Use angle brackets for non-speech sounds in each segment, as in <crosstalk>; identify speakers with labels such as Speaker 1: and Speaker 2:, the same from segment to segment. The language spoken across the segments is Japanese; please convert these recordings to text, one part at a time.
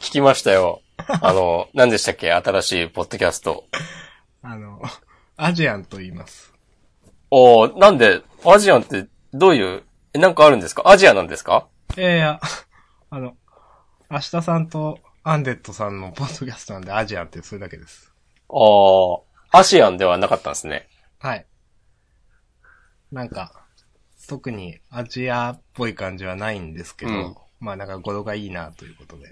Speaker 1: きましたよ。あの、何でしたっけ新しいポッドキャスト。
Speaker 2: あの、 <laughs> アジアンと言います。
Speaker 1: おー、なんで、アジアンってどういう、え、なんかあるんですかアジアなんですか
Speaker 2: いやいや、あの、明日さんとアンデッドさんのポッドキャストなんでアジアンってそれだけです。
Speaker 1: あー、アシアンではなかったんですね。
Speaker 2: はい。なんか、特にアジアっぽい感じはないんですけど、
Speaker 1: うん
Speaker 2: まあなんか語呂がいいなということで。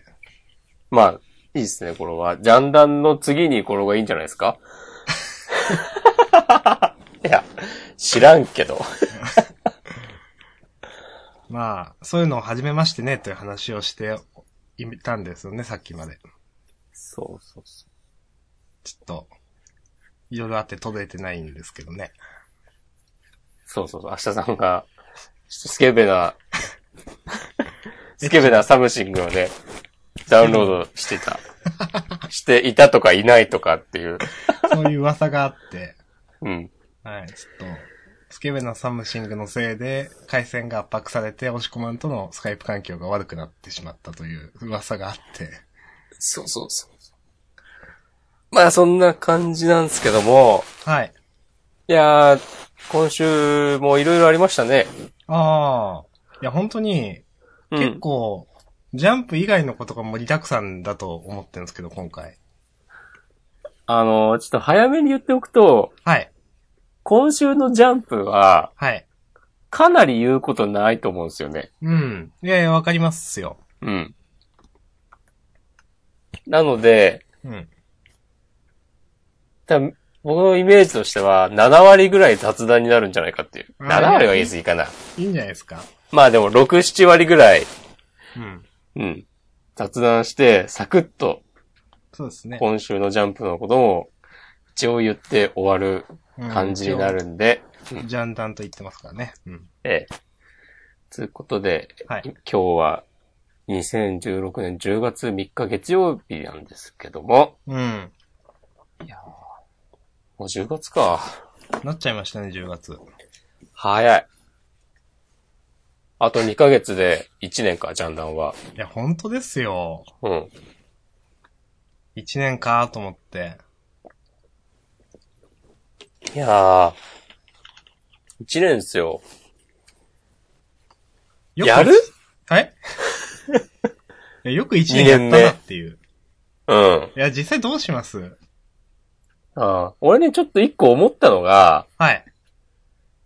Speaker 1: まあ、いいですね、これは。ジャンダンの次にこれがいいんじゃないですかいや、知らんけど。
Speaker 2: まあ、そういうのを初めましてねという話をしていたんですよね、さっきまで。
Speaker 1: そうそうそ
Speaker 2: ちょっと、いろいろあって届いてないんですけど <laughs> ね。
Speaker 1: う。そうそうそう。明日さんが、スケベ <laughs> な、スケベなサムシングをね、ダウンロードしてた。 <laughs> していたとかいないとかっていう。
Speaker 2: そういう噂があって、
Speaker 1: うん。
Speaker 2: はい、ちょっと、スケベなサムシングのせいで、回線が圧迫されて、押し込まんとのスカイプ環境が悪くなってしまったという噂があって、
Speaker 1: そうそうそう。まあそんな感じなんですけども、
Speaker 2: はい。
Speaker 1: いやー、今週もいろいろありましたね。
Speaker 2: ああ、いや、本当に、
Speaker 1: うん
Speaker 2: 結構、ジャンプ以外のことが盛りだくさんだと思ってるんですけど、今回。
Speaker 1: あの、ちょっと早めに言っておくと、
Speaker 2: はい、
Speaker 1: 今週のジャンプは、
Speaker 2: はい。
Speaker 1: かなり言うことないと思うんですよね。
Speaker 2: うん。いやいや、わかりますよ。
Speaker 1: うん。なので、
Speaker 2: うん。
Speaker 1: 多分僕のイメージとしては、7割ぐらい雑談になるんじゃないかっていう。
Speaker 2: あー
Speaker 1: 7割は言い過ぎかな。
Speaker 2: いいんじゃないですか。
Speaker 1: まあでも、6、7割ぐらい、
Speaker 2: うん。
Speaker 1: うん。雑談して、サクッと、
Speaker 2: そうですね。
Speaker 1: 今週のジャンプのことも、一応言って終わる
Speaker 2: うん
Speaker 1: 感じにな。るんで、
Speaker 2: 一応ジャンダンと言ってますからね。うん。
Speaker 1: ええ。ということで、
Speaker 2: はい。
Speaker 1: 今日は2016年10月3日月曜日なんですけども、
Speaker 2: うん。
Speaker 1: もう10月か。
Speaker 2: なっちゃいましたね、10月。
Speaker 1: 早い。あと2ヶ月で1年か、ジャンダンは。
Speaker 2: いや、本当ですよ。
Speaker 1: うん。
Speaker 2: 1年かと思って。
Speaker 1: いやー、1年ですよ。
Speaker 2: よく
Speaker 1: やる <laughs>
Speaker 2: えいやよく1年やったなっていう。
Speaker 1: うん。
Speaker 2: いや、実際どうします
Speaker 1: あー俺ね、ちょっと1個思ったのが、
Speaker 2: はい。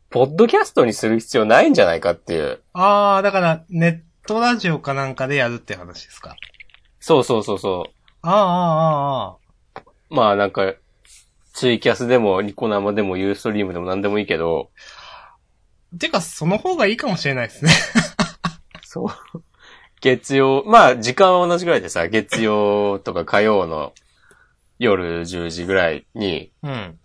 Speaker 1: ポッドキャストにする必要ないんじゃないかっていう。
Speaker 2: あー、だから、ネットラジオかなんかでやるって話ですか。
Speaker 1: そうそうそうそ
Speaker 2: あー、あー、あ
Speaker 1: う。まあなんか、ツイキャスでも、ニコ生でも、ユーストリームでも何でもいいけど、
Speaker 2: ー。てか、その方がいいかもしれないですね。
Speaker 1: そう。月曜、まあ時間は同じぐらいでさ、月曜とか火曜の夜10時ぐらいに
Speaker 2: うん。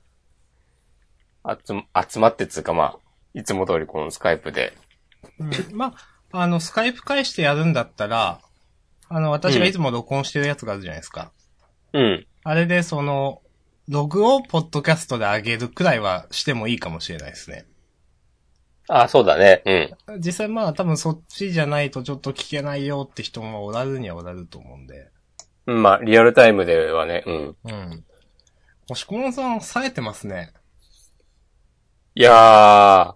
Speaker 1: 集ま集まってっつうかまあ、いつも通りこのスカイプで。
Speaker 2: うん、まあ、あの、スカイプ返してやるんだったら、あの、私がいつも録音してるやつがあるじゃないですか。
Speaker 1: うん。
Speaker 2: あれで、その、ログをポッドキャストで上げるくらいはしてもいいかもしれないですね。
Speaker 1: あ、そうだね。うん。
Speaker 2: 実際まあ多分そっちじゃないとちょっと聞けないよって人もおらずにはおらると思うんで。
Speaker 1: うんまあ、リアルタイムではね、うん。
Speaker 2: うん。押し込まんさん冴えてますね。
Speaker 1: いやー。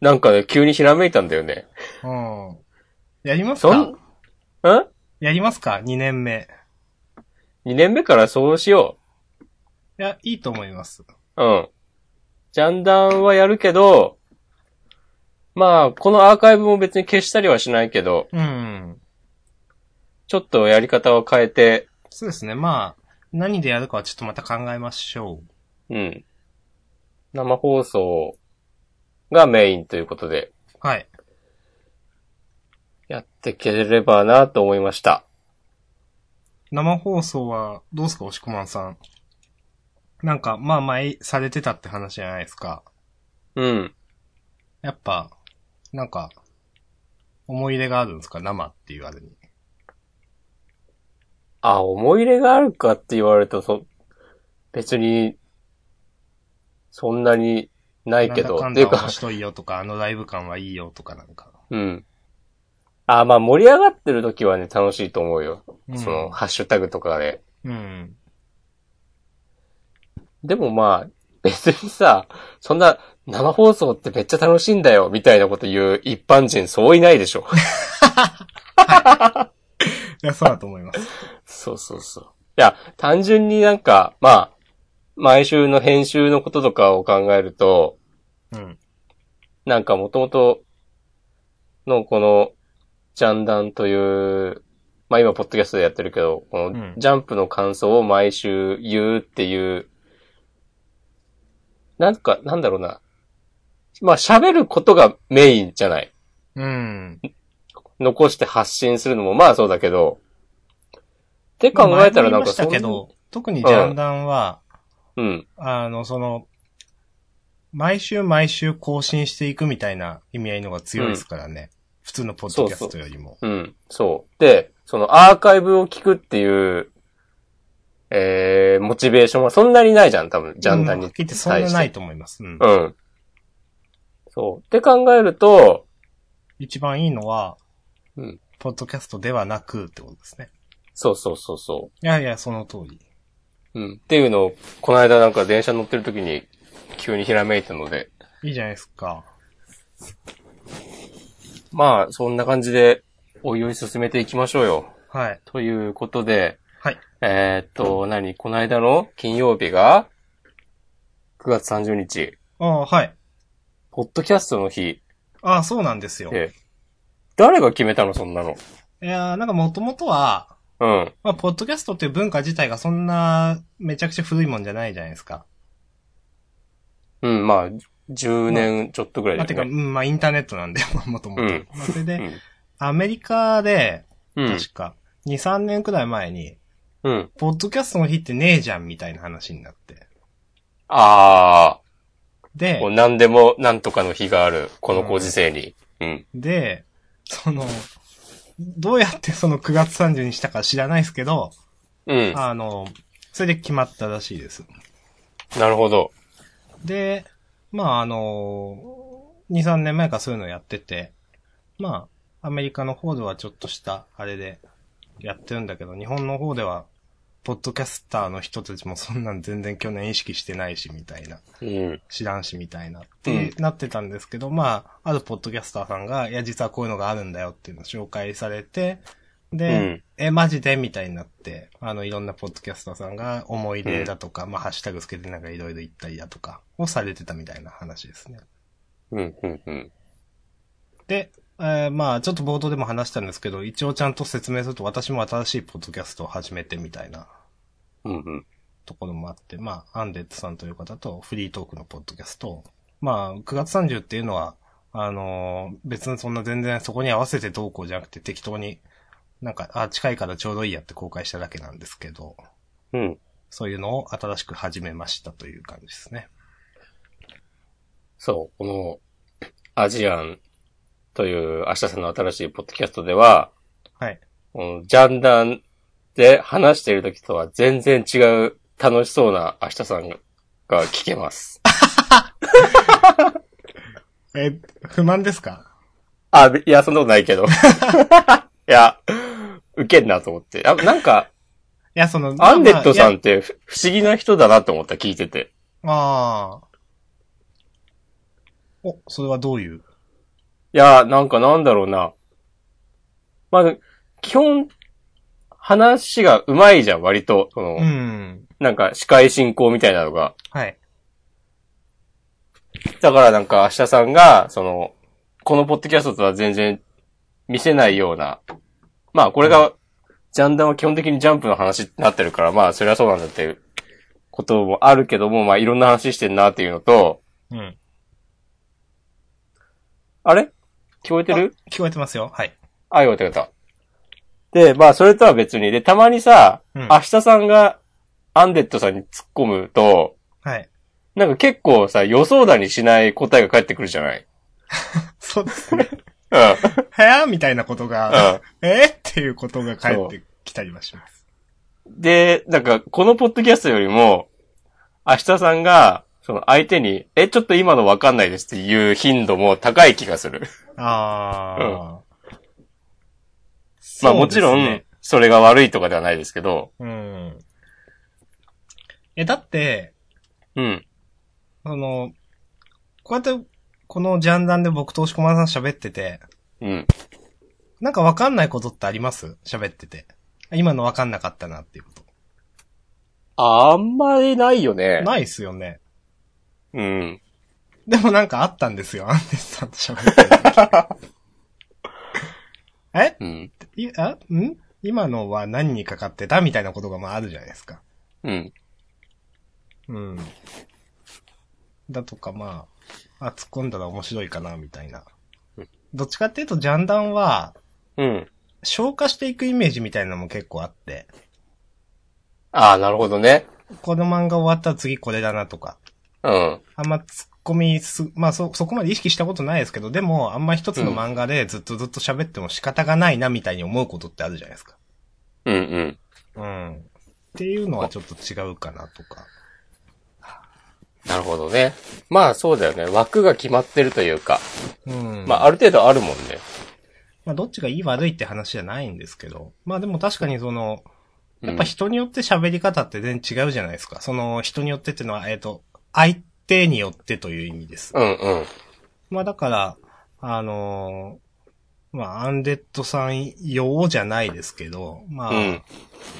Speaker 1: なんかね、急にひらめいたんだよね。
Speaker 2: うん。やります
Speaker 1: そん、
Speaker 2: か
Speaker 1: ん ?2
Speaker 2: やりますか ?2 年目。
Speaker 1: 年目からそうしよ
Speaker 2: いや、いいと思います。
Speaker 1: う。うん。ジャンダンはやるけど、まあ、このアーカイブも別に消したりはしないけど、
Speaker 2: うん。
Speaker 1: ちょっとやり方を変えて、
Speaker 2: そうですね。まあ、何でやるかはちょっとまた考えましょう。
Speaker 1: うん。生放送がメインということで、
Speaker 2: はい。
Speaker 1: やっていければなと思いました。
Speaker 2: 生放送はどうですか押し込まんさん。なんか、まあ前されてたって話じゃないですか。
Speaker 1: うん。
Speaker 2: やっぱ、なんか、思い入れがあるんですか生っていうあれに。
Speaker 1: あ、思い入れがあるかって言われると、そ、別に、そんなにないけど、
Speaker 2: なん
Speaker 1: ってい
Speaker 2: だ
Speaker 1: う
Speaker 2: かんだ面
Speaker 1: か、
Speaker 2: 白いよとか、あのライブ感はいいよとかなんか。
Speaker 1: うん。あ、まあ盛り上がってる時はね、楽しいと思うよ。
Speaker 2: うん
Speaker 1: その、ハッシュタグとかで。
Speaker 2: うん。
Speaker 1: でもまあ、別にさ、そんな生放送ってめっちゃ楽しいんだよ、みたいなこと言う一般人そういないでし
Speaker 2: <laughs>
Speaker 1: ょ。
Speaker 2: いや、そうだと思います。
Speaker 1: そうそうそう。いや、単純になんか、まあ、毎週の編集のこととかを考えると、
Speaker 2: うん。
Speaker 1: なんかもともとのこの、ジャンダンという、まあ今、ポッドキャストでやってるけど、こ
Speaker 2: うん
Speaker 1: のジャンプの感想を毎週言うっていう、なんか、なんだろうな。まあ喋ることがメインじゃない。
Speaker 2: うん。
Speaker 1: 残して発信するのもまあそうだけど、って考えたらなんか
Speaker 2: そ
Speaker 1: そ
Speaker 2: うんけど、特にジャンダンは、
Speaker 1: うん。
Speaker 2: あの、その、毎週毎週更新していくみたいな意味合いのが強いですからね。普通のポッドキャストよりも。
Speaker 1: うん、そう。で、そのアーカイブを聞くっていう、えー、モチベーションはそんなにないじゃん、多分、ジャンダン
Speaker 2: うん
Speaker 1: に
Speaker 2: はっき
Speaker 1: 対
Speaker 2: り言って
Speaker 1: して。
Speaker 2: そんなないと思います。うん。
Speaker 1: うん。そう。って考えると、
Speaker 2: 一番いいのは、
Speaker 1: うん
Speaker 2: ポッドキャストではなくってことですね。
Speaker 1: そうそうそうそ
Speaker 2: いやいや、その通り。
Speaker 1: う。うん。っていうのを、この間なんか電車乗ってる時に、急にひらめいたので、
Speaker 2: いいじゃないですか。
Speaker 1: まあ、そんな感じで、おいおい進めていきましょうよ。
Speaker 2: はい。
Speaker 1: ということで、
Speaker 2: はい。
Speaker 1: えー、っと、何この間の金曜日が、9月30日、
Speaker 2: ああ、はい。
Speaker 1: ポッドキャストの日。
Speaker 2: ああ、そうなんですよ。
Speaker 1: ええ誰が決めたのそんなの。
Speaker 2: いやーなんかもともとは、
Speaker 1: うん。
Speaker 2: まあ、ポッドキャストっていう文化自体がそんな、めちゃくちゃ古いもんじゃないじゃないですか。
Speaker 1: うん、まあ、10年ちょっとぐらい
Speaker 2: まあ、
Speaker 1: だ
Speaker 2: てか、
Speaker 1: よ
Speaker 2: う
Speaker 1: ね。
Speaker 2: ん、まあ、インターネットなんで、もともと。
Speaker 1: うん
Speaker 2: まあ、それ
Speaker 1: う
Speaker 2: で、
Speaker 1: ん。
Speaker 2: アメリカで、
Speaker 1: うん。
Speaker 2: 確か、2、3年くらい前に、
Speaker 1: うん。
Speaker 2: ポッドキャストの日ってねえじゃん、みたいな話になって。
Speaker 1: あ
Speaker 2: で
Speaker 1: あ、もう、何でも何とかの日がある、このご時世に。うん。
Speaker 2: で、その、どうやってその9月30にしたか知らないですけど、
Speaker 1: うん。
Speaker 2: あの、それで決まったらしいです。
Speaker 1: なるほど。
Speaker 2: で、まああの、2、3年前からそういうのやってて、まあ、アメリカの方ではちょっとした、あれで、やってるんだけど、日本の方では、ポッドキャスターの人たちもそんなん全然去年意識してないし、みたいな。
Speaker 1: うん。
Speaker 2: 知らんしみたいなってなってたんですけど、まあ、あるポッドキャスターさんが、いや、実はこういうのがあるんだよっていうのを紹介されて、で、
Speaker 1: うん
Speaker 2: え、マジでみたいになって、あの、いろんなポッドキャスターさんが思い出だとか、まあ、ハッシュタグつけてなんかいろいろ言ったりだとか、をされてたみたいな話ですね。
Speaker 1: うん、うん、うん。
Speaker 2: で、えーまあ、ちょっと冒頭でも話したんですけど、一応ちゃんと説明すると、私も新しいポッドキャストを始めてみたいな
Speaker 1: うん、うん。
Speaker 2: ところもあって、まあ、アンデッドさんという方とフリートークのポッドキャストをまあ、9月30っていうのは、あのー別にそんな全然そこに合わせてどうこうじゃなくて適当に、なんか、あ、近いからちょうどいいやって公開しただけなんですけど、
Speaker 1: うん。
Speaker 2: そういうのを新しく始めましたという感じですね。
Speaker 1: そう、この、アジアンという明日さんの新しいポッドキャストでは、
Speaker 2: はい。
Speaker 1: このジャンダンで話している時とは全然違う楽しそうな明日さんが聞けます。 <laughs>
Speaker 2: え、不満ですか
Speaker 1: あ、いや、そんなことないけど。い <laughs> や、受けんなと思って。あなんか、
Speaker 2: いや、その、
Speaker 1: アンデッドさ
Speaker 2: まあ
Speaker 1: んってふ不思議な人だなと思った、聞いてて。
Speaker 2: まあ、ああ。お、それはどういう
Speaker 1: いや、なんかなんだろうな。まあ、基本、話が上手いじゃん、割と。その
Speaker 2: うん。
Speaker 1: なんか、司会進行みたいなのが。
Speaker 2: はい。
Speaker 1: だからなんか、明日さんが、その、このポッドキャストとは全然見せないような。まあ、これが、ジャンダンは基本的にジャンプの話になってるから、まあ、そりゃそうなんだっていうこともあるけども、まあ、いろんな話してんなっていうのと、
Speaker 2: うん。
Speaker 1: あれ聞こえてる
Speaker 2: 聞こえてますよはい。
Speaker 1: あよかったよかった。で、まあ、それとは別に、で、たまにさ、
Speaker 2: うん
Speaker 1: 明日さんが、アンデッドさんに突っ込むと、
Speaker 2: はい。
Speaker 1: なんか結構さ、予想だにしない答えが返ってくるじゃない
Speaker 2: そうですね。 <laughs>
Speaker 1: うん。
Speaker 2: はやみたいなこと
Speaker 1: うん
Speaker 2: が、。えっていうことが返ってきたりはします。
Speaker 1: で、なんか、このポッドキャストよりも、明日さんが、その相手に、え、ちょっと今の <laughs> わかんないですっていう頻度も高い気がする。
Speaker 2: あ
Speaker 1: まあもちろ
Speaker 2: そうです
Speaker 1: ん
Speaker 2: ね、
Speaker 1: それが悪いとかではないですけど、
Speaker 2: うん。え、だって、
Speaker 1: うん。
Speaker 2: その、こうやって、このジャンダンで僕と押し込まさん喋ってて、
Speaker 1: うん。
Speaker 2: なんかわかんないことってあります喋ってて。今のわかんなかったなっていうこと。
Speaker 1: あんまりないよね。
Speaker 2: ないっすよね。
Speaker 1: うん。
Speaker 2: でもなんかあったんですよ、アンデスさんと喋ってる時
Speaker 1: うん。
Speaker 2: えいあん今のは何にかかってたみたいなことがまああるじゃないですか。
Speaker 1: うん。
Speaker 2: うん。だとかまあ、あ、突っ込んだら面白いかな、みたいな
Speaker 1: うん。
Speaker 2: どっちかっていうと、ジャンダンは、
Speaker 1: うん。
Speaker 2: 消化していくイメージみたいなのも結構あって、
Speaker 1: ああ、なるほどね。
Speaker 2: この漫画終わったら次これだなとか、
Speaker 1: うん。
Speaker 2: あんま突っ込みす、まあそ、そこまで意識したことないですけど、でも、あんま一つの漫画でずっとずっと喋っても仕方がないな、みたいに思うことってあるじゃないですか。
Speaker 1: うんうん。
Speaker 2: うん。っていうのはちょっと違うかなとか。
Speaker 1: なるほどね。まあそうだよね。枠が決まってるというか。
Speaker 2: うん。
Speaker 1: まあある程度あるもんね。
Speaker 2: まあ、どっちがいい悪いって話じゃないんですけど、まあでも確かにその、
Speaker 1: うん
Speaker 2: やっぱ人によって喋り方って全然違うじゃないですか。その人によってっていうのは、えっ、と、相手によってという意味です。
Speaker 1: うんうん。
Speaker 2: まあだから、あのーまあアンデッドさん用じゃないですけど、まあ、
Speaker 1: うん。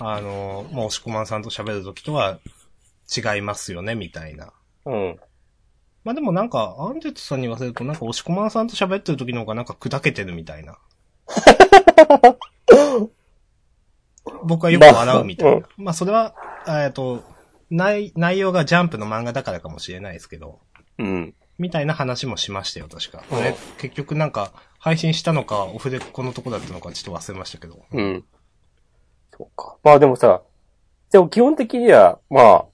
Speaker 2: あのーまあ押し込まんさんと喋るときとは違いますよね、みたいな。
Speaker 1: うん。
Speaker 2: まあでもなんか、アンデッドさんに言わせると、なんか押し込まんさんと喋ってる時の方がなんか砕けてるみたいな。 <laughs> 僕はよく笑うみたいな。まあそれは、えっと、内、内容がジャンプの漫画だからかもしれないですけど、
Speaker 1: うん。
Speaker 2: みたいな話もしましたよ、確か。
Speaker 1: うん
Speaker 2: これ、結局なんか、配信したのか、オフでこのとこだったのか、ちょっと忘れましたけど。
Speaker 1: うん。そうか。まあでもさ、でも基本的には、まあ、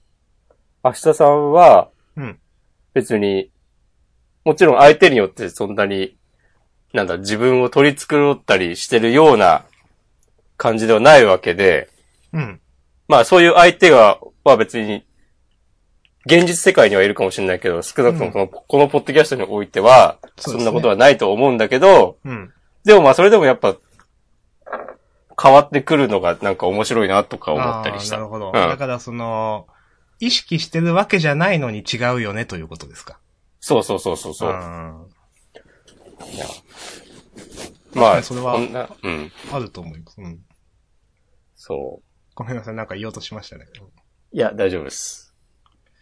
Speaker 1: 明日さんは
Speaker 2: うん。
Speaker 1: 別に、もちろん相手によってそんなに、なんだ、自分を取り繕ったりしてるような感じではないわけで、
Speaker 2: うん。
Speaker 1: まあそういう相手が、まあ別に、現実世界にはいるかもしれないけど、少なくともこの,、このポッドキャストにおいては、そ
Speaker 2: そうですね
Speaker 1: んなことはないと思うんだけど、
Speaker 2: うん。
Speaker 1: でもまあそれでもやっぱ、変わってくるのがなんか面白いなとか思ったりした。
Speaker 2: あーなるほど。
Speaker 1: うん
Speaker 2: だからその、意識してるわけじゃないのに違うよね、ということですか。
Speaker 1: そうそうそうそうそう。
Speaker 2: ん
Speaker 1: いやま
Speaker 2: か
Speaker 1: あ、
Speaker 2: にそれは
Speaker 1: こんな、うん。
Speaker 2: あると思います。うん。
Speaker 1: そう。
Speaker 2: ごめんなさい、なんか言おうとしましたね。
Speaker 1: いや、大丈夫です。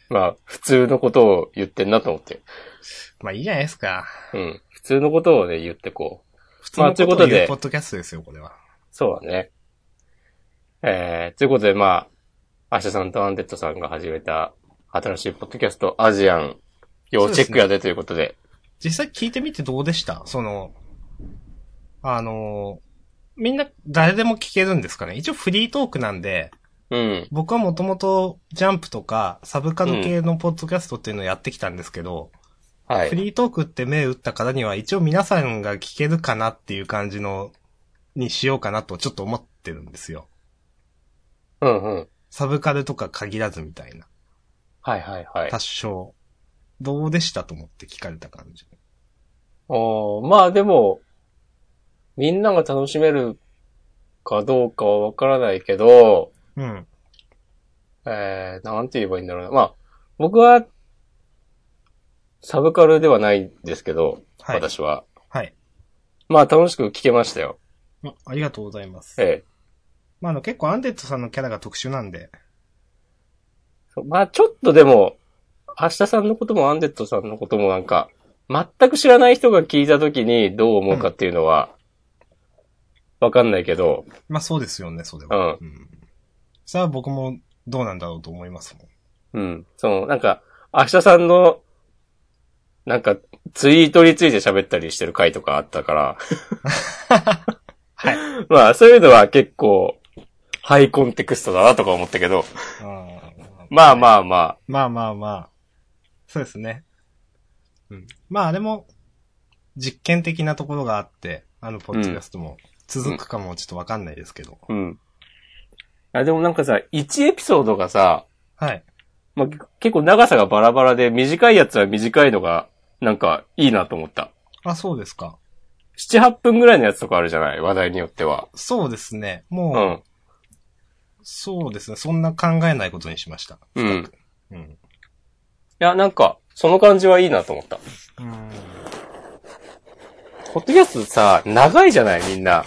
Speaker 1: まあ、普通のことを言ってんなと思って。
Speaker 2: まあいいじゃないですか。
Speaker 1: うん。普通のことをね、言ってこう。
Speaker 2: 普通の
Speaker 1: ま
Speaker 2: こと
Speaker 1: あということ
Speaker 2: を
Speaker 1: で
Speaker 2: 言うポッドキャストですよ、これは。
Speaker 1: そうだね。えー、ということで、まあ、アシャさんとアンデッドさんが始めた新しいポッドキャスト、アジアン、要チェックやでということで。
Speaker 2: 実際聞いてみてどうでしたその、あのーみんな誰でも聞けるんですかね一応フリートークなんで、
Speaker 1: う
Speaker 2: 僕はもともとジャンプとかサブカル系のポッドキャストっていうのをやってきたんですけど、
Speaker 1: ん。は
Speaker 2: フ
Speaker 1: い。
Speaker 2: リートークって目打ったからには一応皆さんが聞けるかなっていう感じの、にしようかなとちょっと思ってるんですよ。
Speaker 1: うんうん。
Speaker 2: サブカルとか限らずみたいな。
Speaker 1: はいはいはい。
Speaker 2: 多少。どうでしたと思って聞かれた感じ。
Speaker 1: おーまあでも、みんなが楽しめるかどうかはわからないけど、
Speaker 2: うん。
Speaker 1: えー、なんて言えばいいんだろうな。まあ、僕は、サブカルではないんですけど、
Speaker 2: はい。
Speaker 1: 私は。
Speaker 2: はい。
Speaker 1: まあ楽しく聞けましたよ。
Speaker 2: あありがとうございます。
Speaker 1: ええ
Speaker 2: まあ、あの、結構アンデッドさんのキャラが特殊なんで。
Speaker 1: そうまあちょっとでも、明日さんのこともアンデッドさんのこともなんか、全く知らない人が聞いたときにどう思うかっていうのは、わかんないけど、
Speaker 2: まあ、そうですよね、それは。うん。さあ、僕もどうなんだろうと思いますもん。
Speaker 1: うん。その、なんか、明日さんの、なんか、ツイートについて喋ったりしてる回とかあったから、
Speaker 2: はい。
Speaker 1: <laughs> まあそういうのは結構、ハイコンテクストだなとか思ったけど、
Speaker 2: あー
Speaker 1: まあまあま
Speaker 2: まあまあまあ。そうですね。うん。まあ、あれも、実験的なところがあって、あの、ポッドキャストも続くかもちょっとわかんないですけど。
Speaker 1: あ、うん。あ、でもなんかさ、1エピソードがさ、
Speaker 2: はい。
Speaker 1: まあ、け結構長さがバラバラで、短いやつは短いのが、なんか、いいなと思った。
Speaker 2: あ、そうですか。
Speaker 1: 7、8分ぐらいのやつとかあるじゃない話題によっては。
Speaker 2: そうですね。
Speaker 1: う
Speaker 2: もう、
Speaker 1: ん。
Speaker 2: そうですね。そんな考えないことにしました。
Speaker 1: うん。い
Speaker 2: うん。
Speaker 1: や、なんか、その感じはいいなと思った。
Speaker 2: うん。
Speaker 1: ポッドキャストさ、長いじゃないみんな。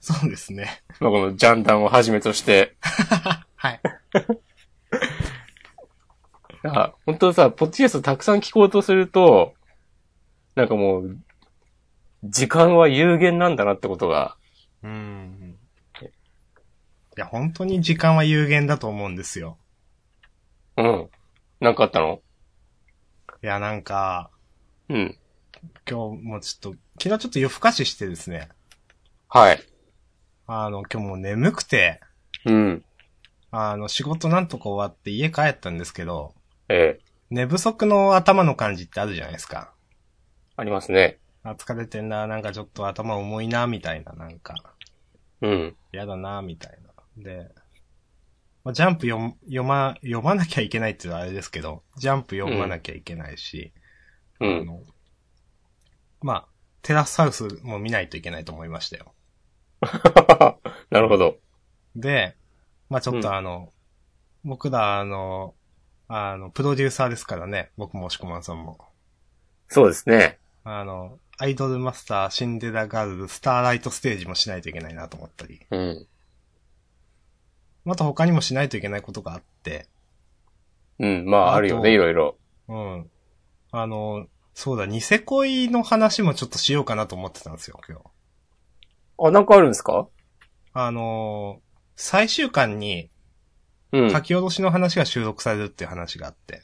Speaker 2: そうですね。
Speaker 1: まあ、このジャンダンをはじめとして。
Speaker 2: はい。
Speaker 1: なんか、本当さ、ポッドキャストたくさん聞こうとすると、なんかもう、時間は有限なんだなってことが、
Speaker 2: うん。いや、本当に時間は有限だと思うんですよ。
Speaker 1: うん。なんかあったの
Speaker 2: いや、なんか、
Speaker 1: うん。
Speaker 2: 今日もちょっと、昨日ちょっと夜更かししてですね。
Speaker 1: はい。
Speaker 2: あの、今日もう眠くて、
Speaker 1: うん。
Speaker 2: あの、仕事なんとか終わって家帰ったんですけど、
Speaker 1: ええ
Speaker 2: 寝不足の頭の感じってあるじゃないですか。
Speaker 1: ありますね。
Speaker 2: あ、疲れてんな、なんかちょっと頭重いな、みたいな、なんか、
Speaker 1: うん。
Speaker 2: 嫌だな、みたいな。で、まあ、ジャンプ読む読ま、読まなきゃいけないっていうのはあれですけど、ジャンプ読まなきゃいけないし、
Speaker 1: う
Speaker 2: あ
Speaker 1: ん。
Speaker 2: の、まあ、テラスハウスも見ないといけないと思いましたよ。
Speaker 1: <laughs> なるほど。
Speaker 2: で、まあちょっ
Speaker 1: う
Speaker 2: とあの、僕らあの、あの、プロデューサーですからね、僕も押し込まんさんも。
Speaker 1: そうですね。
Speaker 2: あの、アイドルマスター、シンデレラガールズ、スターライトステージもしないといけないなと思ったり、
Speaker 1: うん。
Speaker 2: また他にもしないといけないことがあって、
Speaker 1: うん。まあ、あるよ
Speaker 2: あと
Speaker 1: ね、いろいろ。
Speaker 2: うん。あの、そうだ、ニセ恋の話もちょっとしようかなと思ってたんですよ、今日。
Speaker 1: あ、なんかあるんですか
Speaker 2: あの、最終巻に
Speaker 1: うん。
Speaker 2: 書き下ろしの話が収録されるっていう話があって、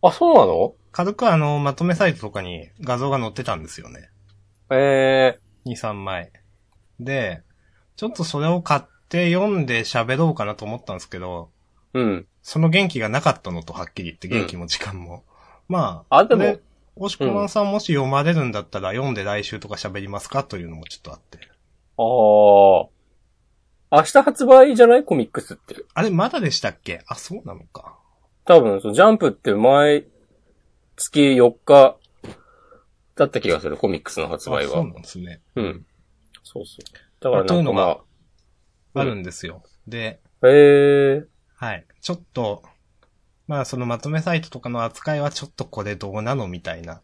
Speaker 1: あ、そうなの
Speaker 2: 軽くあの、まとめサイトとかに画像が載ってたんですよね。
Speaker 1: ええ
Speaker 2: 2、3枚。で、ちょっとそれを買って読んで喋ろうかなと思ったんですけど、
Speaker 1: うん。
Speaker 2: その元気がなかったのとはっきり言って、元気も時間も。まあ、
Speaker 1: あでも
Speaker 2: ね、押し込まんさんもし読まれるんだったら読んで来週とか喋りますかというのもちょっとあって。
Speaker 1: ああ。明日発売じゃないコミックスって。
Speaker 2: あれ、まだでしたっけあ、そうなのか。
Speaker 1: 多分、そのジャンプって毎月4日だった気がする、コミックスの
Speaker 2: あ
Speaker 1: 発
Speaker 2: そう
Speaker 1: 売は。
Speaker 2: なんですね。
Speaker 1: うん。そうそう。だから
Speaker 2: とい
Speaker 1: な
Speaker 2: うん
Speaker 1: かま
Speaker 2: のが
Speaker 1: あ、うん
Speaker 2: あるんですよ。で、
Speaker 1: へえ
Speaker 2: はい。ちょっと、まあそのまとめサイトとかの扱いはちょっとこれどうなのみたいな。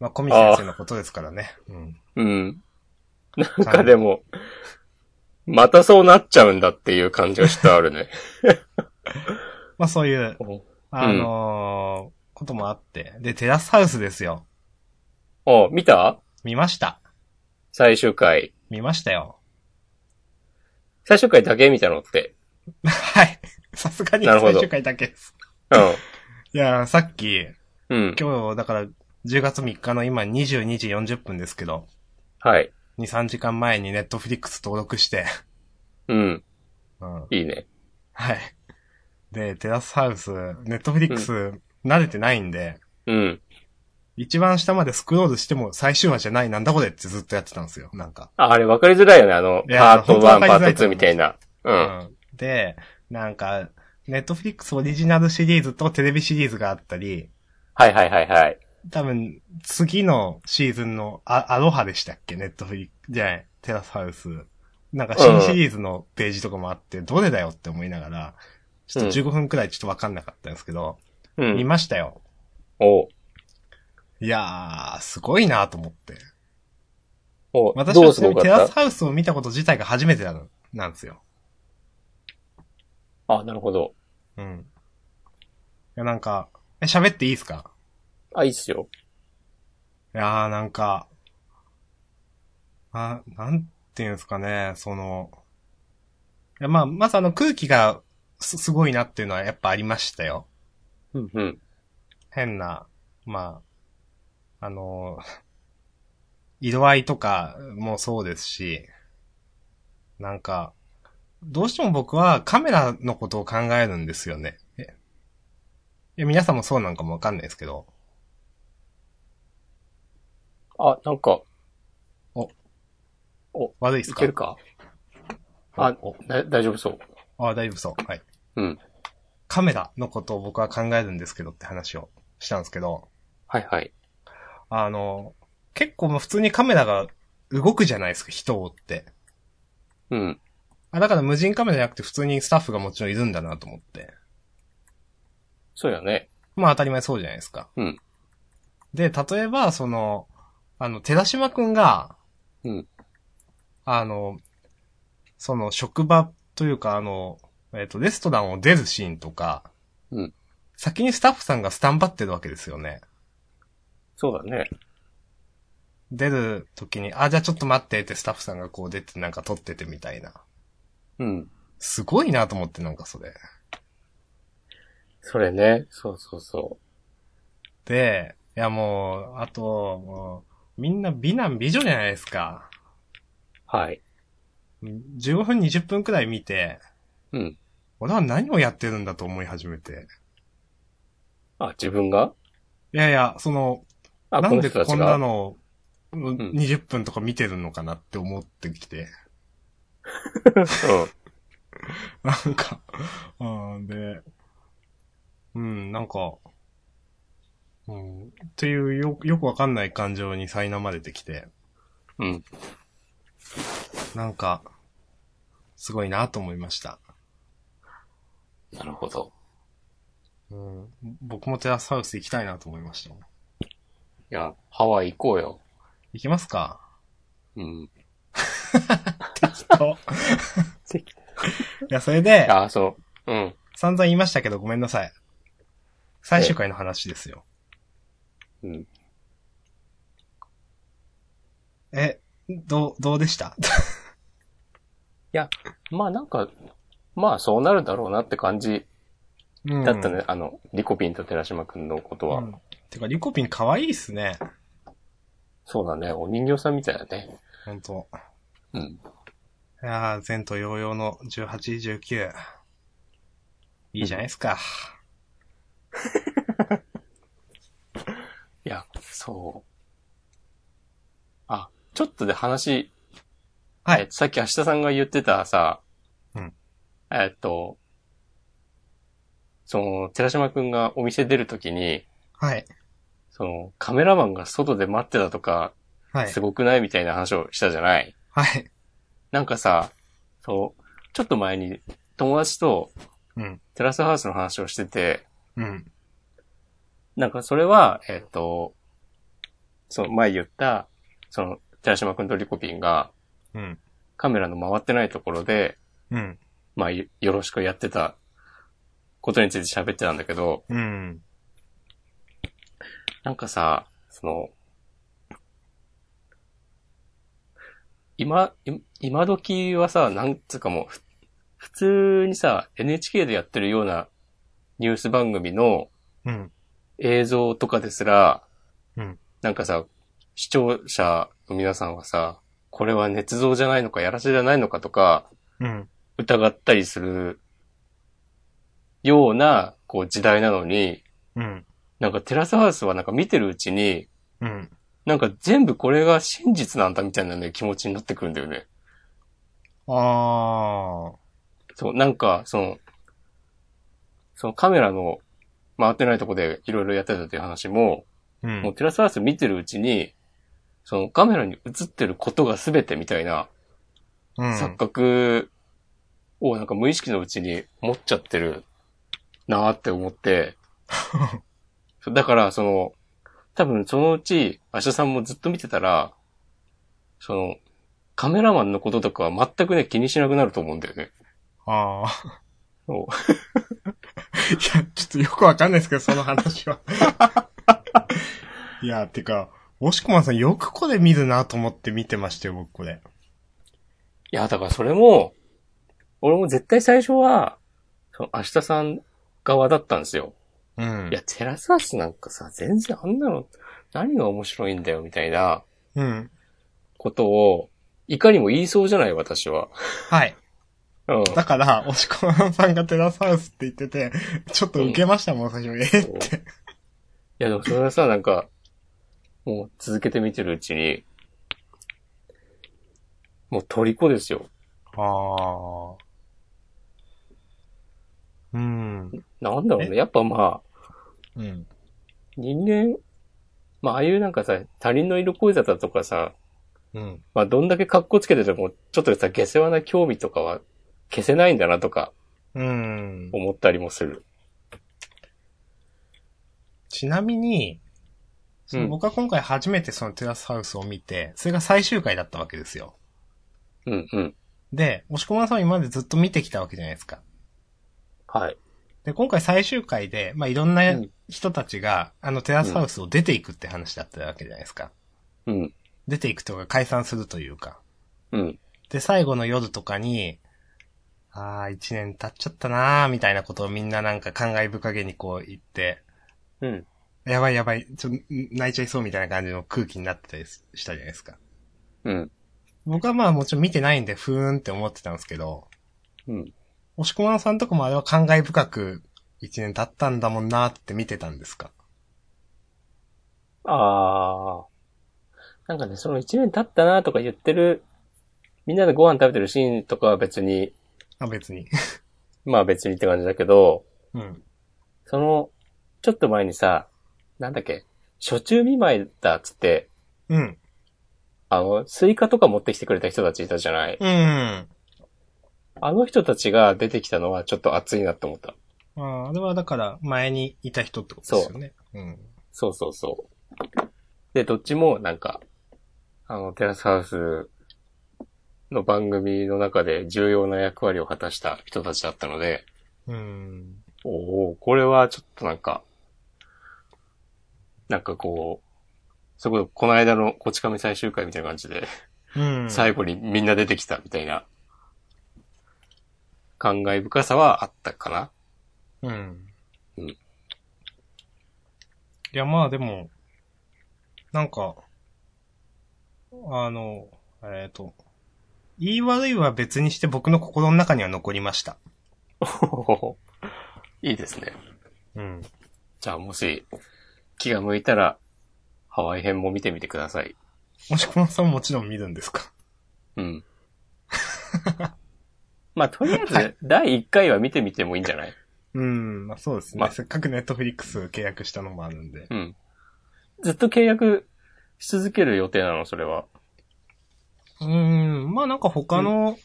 Speaker 2: まあ、小見先生のことですからね。うん。
Speaker 1: うん。なんかでも、またそうなっちゃうんだっていう感じがちょっとある
Speaker 2: <laughs>
Speaker 1: ね。
Speaker 2: まあそういう、あのーこともあって。で、テラスハウスですよ。
Speaker 1: あ、見た
Speaker 2: 見ました。
Speaker 1: 最終回。
Speaker 2: 見ましたよ。
Speaker 1: 最終回だけ見たのって。
Speaker 2: はい。 <laughs> さすがに
Speaker 1: なるほど
Speaker 2: 最終回だけです。いやー、さっき、
Speaker 1: うん。うん。
Speaker 2: 今日、だから、10月3日の今22時40分ですけど、
Speaker 1: はい。
Speaker 2: 2、3時間前にネットフリックス登録して、
Speaker 1: うん。
Speaker 2: うん。
Speaker 1: いいね。
Speaker 2: はい。で、テラスハウス、ネットフリックス、慣れてないんで、
Speaker 1: うん。
Speaker 2: 一番下までスクロールしても最終話じゃない、なんだこれってずっとやってたんですよ、なんか。
Speaker 1: あ、あれ分かりづらいよね、あの、
Speaker 2: いや
Speaker 1: パート
Speaker 2: 本当
Speaker 1: 1、
Speaker 2: 分
Speaker 1: パ
Speaker 2: かりづらい
Speaker 1: ー
Speaker 2: と
Speaker 1: ト2
Speaker 2: 思う
Speaker 1: みたいな。うん。
Speaker 2: うんで、なんか、ネットフリックスオリジナルシリーズとテレビシリーズがあったり、
Speaker 1: はいはいはいはい。
Speaker 2: 多分、次のシーズンのアアロハでしたっけネットフリックじゃない、テラスハウス。なんか新シリーズのページとかもあって、どれだよって思いながら、ちょっと15分くらいちょっとわかんなかったんですけど、
Speaker 1: う
Speaker 2: 見
Speaker 1: ん。
Speaker 2: ましたよ。
Speaker 1: おう
Speaker 2: いやー、すごいなと思って。
Speaker 1: おう
Speaker 2: 私
Speaker 1: ど
Speaker 2: は
Speaker 1: う
Speaker 2: ち
Speaker 1: す
Speaker 2: なみ
Speaker 1: ご
Speaker 2: に
Speaker 1: かっ
Speaker 2: テラ
Speaker 1: た
Speaker 2: スハウスを見たこと自体が初めてなの、なんですよ。
Speaker 1: あ、なるほど。
Speaker 2: うん。いや、なんか、え、喋っていいですか
Speaker 1: あ、いいっすよ。
Speaker 2: いやー、なんか、あ、なんていうんですかね、その、いや、まあ、まずあの空気がす、すごいなっていうのはやっぱありましたよ。
Speaker 1: うん、うん。
Speaker 2: 変な、まあ、あの、色合いとかもそうですし、なんか、どうしても僕はカメラのことを考えるんですよね。えいや皆さんもそうなんかもわかんないですけど。
Speaker 1: あ、なんか、
Speaker 2: 悪いです
Speaker 1: い
Speaker 2: か
Speaker 1: けるかあ
Speaker 2: お
Speaker 1: だ大丈夫そう。
Speaker 2: あ、大丈夫そう。はい。
Speaker 1: うん。
Speaker 2: カメラのことを僕は考えるんですけどって話をしたんですけど、
Speaker 1: はいはい。
Speaker 2: あの、結構もう普通にカメラが動くじゃないですか、人を追って。
Speaker 1: うん。
Speaker 2: あ、だから無人カメラじゃなくて普通にスタッフがもちろんいるんだなと思って。
Speaker 1: そうやね。
Speaker 2: まあ当たり前そうじゃないですか。
Speaker 1: うん
Speaker 2: で、例えば、その、あの、寺島くんが、
Speaker 1: うん
Speaker 2: あの、その、職場というか、あの、えっ、と、レストランを出るシーンとか、
Speaker 1: うん
Speaker 2: 先にスタッフさんがスタンバってるわけですよね。
Speaker 1: そうだね。
Speaker 2: 出る時に、あ、じゃあちょっと待ってってスタッフさんがこう出てなんか撮っててみたいな。
Speaker 1: うん。
Speaker 2: すごいなと思ってなんかそれ。
Speaker 1: それね。そうそうそ
Speaker 2: で、いやもう、あと、もう、みんな美男美女じゃないですか。
Speaker 1: う。はい。
Speaker 2: 15分20分くらい見て、
Speaker 1: うん。
Speaker 2: 俺は何をやってるんだと思い始めて。
Speaker 1: あ、自分が
Speaker 2: いやいや、その、
Speaker 1: あ、
Speaker 2: なんで
Speaker 1: この人た
Speaker 2: こ
Speaker 1: ち
Speaker 2: んな
Speaker 1: が。
Speaker 2: のをうん20分とか見てるのかなって思ってきて。
Speaker 1: う
Speaker 2: <laughs>
Speaker 1: ん。
Speaker 2: なんか、あーで、うん、なんか、うん、っていうよ、よくわかんない感情に苛まれてきて、
Speaker 1: うん。
Speaker 2: なんか、すごいなと思いました。
Speaker 1: なるほど。
Speaker 2: うん、僕もテラスハウス行きたいなと思いました。
Speaker 1: いや、ハワイ行こうよ。
Speaker 2: 行きますか
Speaker 1: うん。
Speaker 2: と <laughs> いや、それで、
Speaker 1: あ、そう。うん。
Speaker 2: 散々言いましたけど、ごめんなさい。最終回の話ですよ。
Speaker 1: うん。
Speaker 2: え、どう、どうでした
Speaker 1: まあなんか、まあそうなるだろうなって感じ
Speaker 2: うん
Speaker 1: だったね。。あの、リコピンと寺島くんのこと
Speaker 2: う
Speaker 1: は。
Speaker 2: ん、てか、リコピン可愛いっすね。
Speaker 1: そうだね。お人形さんみたいだね。
Speaker 2: ほんと。
Speaker 1: うん。
Speaker 2: いやー、前途洋々の18、19。いいじゃないですか。
Speaker 1: いや、そう。あ、ちょっとで話、
Speaker 2: はい
Speaker 1: えっとさっき明日さんが言ってたさ、
Speaker 2: うん。
Speaker 1: えっと、その、寺島くんがお店出るときに、
Speaker 2: はい。
Speaker 1: その、カメラマンが外で待ってたとか、
Speaker 2: はい
Speaker 1: す。ごくないみたいな話をしたじゃない
Speaker 2: はい。
Speaker 1: なんかさ、そう、ちょっと前に友達と
Speaker 2: うん。
Speaker 1: テラスハウスの話をしてて、
Speaker 2: うん。
Speaker 1: なんかそれは、えっと、その前言った、その、寺島くんとリコピンが
Speaker 2: うん。
Speaker 1: カメラの回ってないところで、
Speaker 2: うん。
Speaker 1: まあ、よよろしくやってたことについて喋ってたんだけど、
Speaker 2: うん。
Speaker 1: なんかさ、その、今、い今時はさ、なんつうかもう、ふ普通にさ、NHK でやってるようなニュース番組の
Speaker 2: うん。
Speaker 1: 映像とかですら、
Speaker 2: うん
Speaker 1: なんかさ、視聴者の皆さんはさ、これは捏造じゃないのか、やらせじゃないのかとか、
Speaker 2: うん。
Speaker 1: 疑ったりするような、こう時代なのに、
Speaker 2: うん。
Speaker 1: なんかテラスハウスはなんか見てるうちに、
Speaker 2: うん。
Speaker 1: なんか全部これが真実なんだみたいなね、気持ちになってくるんだよね。
Speaker 2: あ
Speaker 1: そう、なんか、その、そのカメラの回ってないとこでいろいろやってたっていう話も、
Speaker 2: ー。う。
Speaker 1: もうんテラスハウス見てるうちに、そのカメラに映ってることが全てみたいな
Speaker 2: う
Speaker 1: 錯
Speaker 2: ん。
Speaker 1: 覚をなんか無意識のうちに持っちゃってるなーって思
Speaker 2: <laughs>
Speaker 1: って、そうだからその、多分そのうち、明日さんもずっと見てたら、その、カメラマンのこととかは全くね、気にしなくなると思うんだよね。
Speaker 2: ああ。
Speaker 1: そう
Speaker 2: <laughs> いや、ちょっとよくわかんないですけど、その
Speaker 1: <laughs>
Speaker 2: 話は。いや、てか、押しこまんさんよくこれ見るなと思って見てましたよ、僕これ。
Speaker 1: いや、だからそれも、俺も絶対最初は、その明日さん側だったんですよ。
Speaker 2: うん
Speaker 1: い。や、テラスハウスなんかさ、全然あんなの、何が面白いんだよ、みたいな
Speaker 2: うん。
Speaker 1: ことを、いかにも言いそうじゃない、私は。
Speaker 2: はい。
Speaker 1: うん。
Speaker 2: だから、押しこまんさんがテラスハウスって言ってて、ちょっと受けましたもん、最初。え
Speaker 1: そういや、でもそれはさ、なんか、もう続けて見てるうちに、もう虜ですよ。
Speaker 2: ああ。うん。
Speaker 1: なんだろうね。やっぱまあ、
Speaker 2: うん。
Speaker 1: 人間、まあ、ああいうなんかさ、他人の色恋沙汰とかさ、
Speaker 2: うん。
Speaker 1: まあ、どんだけ格好つけてても、ちょっとさ、下世話な興味とかは消せないんだなとか
Speaker 2: うん。
Speaker 1: 思ったりもする。
Speaker 2: ちなみに、その
Speaker 1: うん
Speaker 2: 僕は今回初めてそのテラスハウスを見て、それが最終回だったわけですよ。
Speaker 1: うんうん。
Speaker 2: で、押し込まさんは今までずっと見てきたわけじゃないですか。
Speaker 1: はい。
Speaker 2: で、今回最終回で、まあ、いろんな
Speaker 1: うん
Speaker 2: 人たちが、あのテラスハウスを出ていくって話だったわけじゃないですか。
Speaker 1: うん。
Speaker 2: 出ていくとか解散するというか。
Speaker 1: うん。
Speaker 2: で、最後の夜とかに、ああ、一年経っちゃったなーみたいなことをみんななんか感慨深げにこう言って、
Speaker 1: うん。
Speaker 2: やばいやばい、ちょ、ん泣いちゃいそうみたいな感じの空気になってたりししたじゃないですか。
Speaker 1: うん。
Speaker 2: 僕はまあもちろん見てないんで、ふーんって思ってたんですけど、
Speaker 1: うん。
Speaker 2: 押し込まんさんとかもあれは感慨深く、一年経ったんだもんなーって見てたんですか
Speaker 1: ああ。なんかね、その一年経ったなとか言ってる、みんなでご飯食べてるシーンとかは別に、
Speaker 2: あ、別に。
Speaker 1: まあ別にって感じだけど、
Speaker 2: うん。
Speaker 1: その、ちょっと前にさ、なんだっけ、初中見舞いだっつって、
Speaker 2: うん。
Speaker 1: あの、スイカとか持ってきてくれた人たちいたじゃない。
Speaker 2: うん。
Speaker 1: あの人たちが出てきたのはちょっと熱いなって思った。
Speaker 2: あーあれはだから、前にいた人ってことですよね。うん。
Speaker 1: そうそうそう。で、どっちもなんか、あの、テラスハウスの番組の中で重要な役割を果たした人たちだったので、
Speaker 2: うん。
Speaker 1: おおこれはちょっとなんか、なんかこう、そこ、この間のこち亀最終回みたいな感じで、
Speaker 2: うん。
Speaker 1: 最後にみんな出てきたみたいな、感慨深さはあったか
Speaker 2: <laughs>
Speaker 1: な。
Speaker 2: うん。
Speaker 1: うん
Speaker 2: いや、まあでも、なんか、あの、えっ、と、言い悪いは別にして僕の心の中には残りました。
Speaker 1: いいですね。
Speaker 2: うん。
Speaker 1: じゃあもし、気が向いたら、ハワイ編も見てみてください。
Speaker 2: もしこまさんもちろん見るんですか
Speaker 1: うん。 <laughs> まあ、とりあえず、
Speaker 2: は
Speaker 1: 第1回は見てみてもいいんじゃない
Speaker 2: うん、まあそうですね。
Speaker 1: まあ
Speaker 2: せっかくネットフリックス契約したのもあるんで。
Speaker 1: うん。ずっと契約し続ける予定なの、それは。
Speaker 2: うん、まあなんか他の、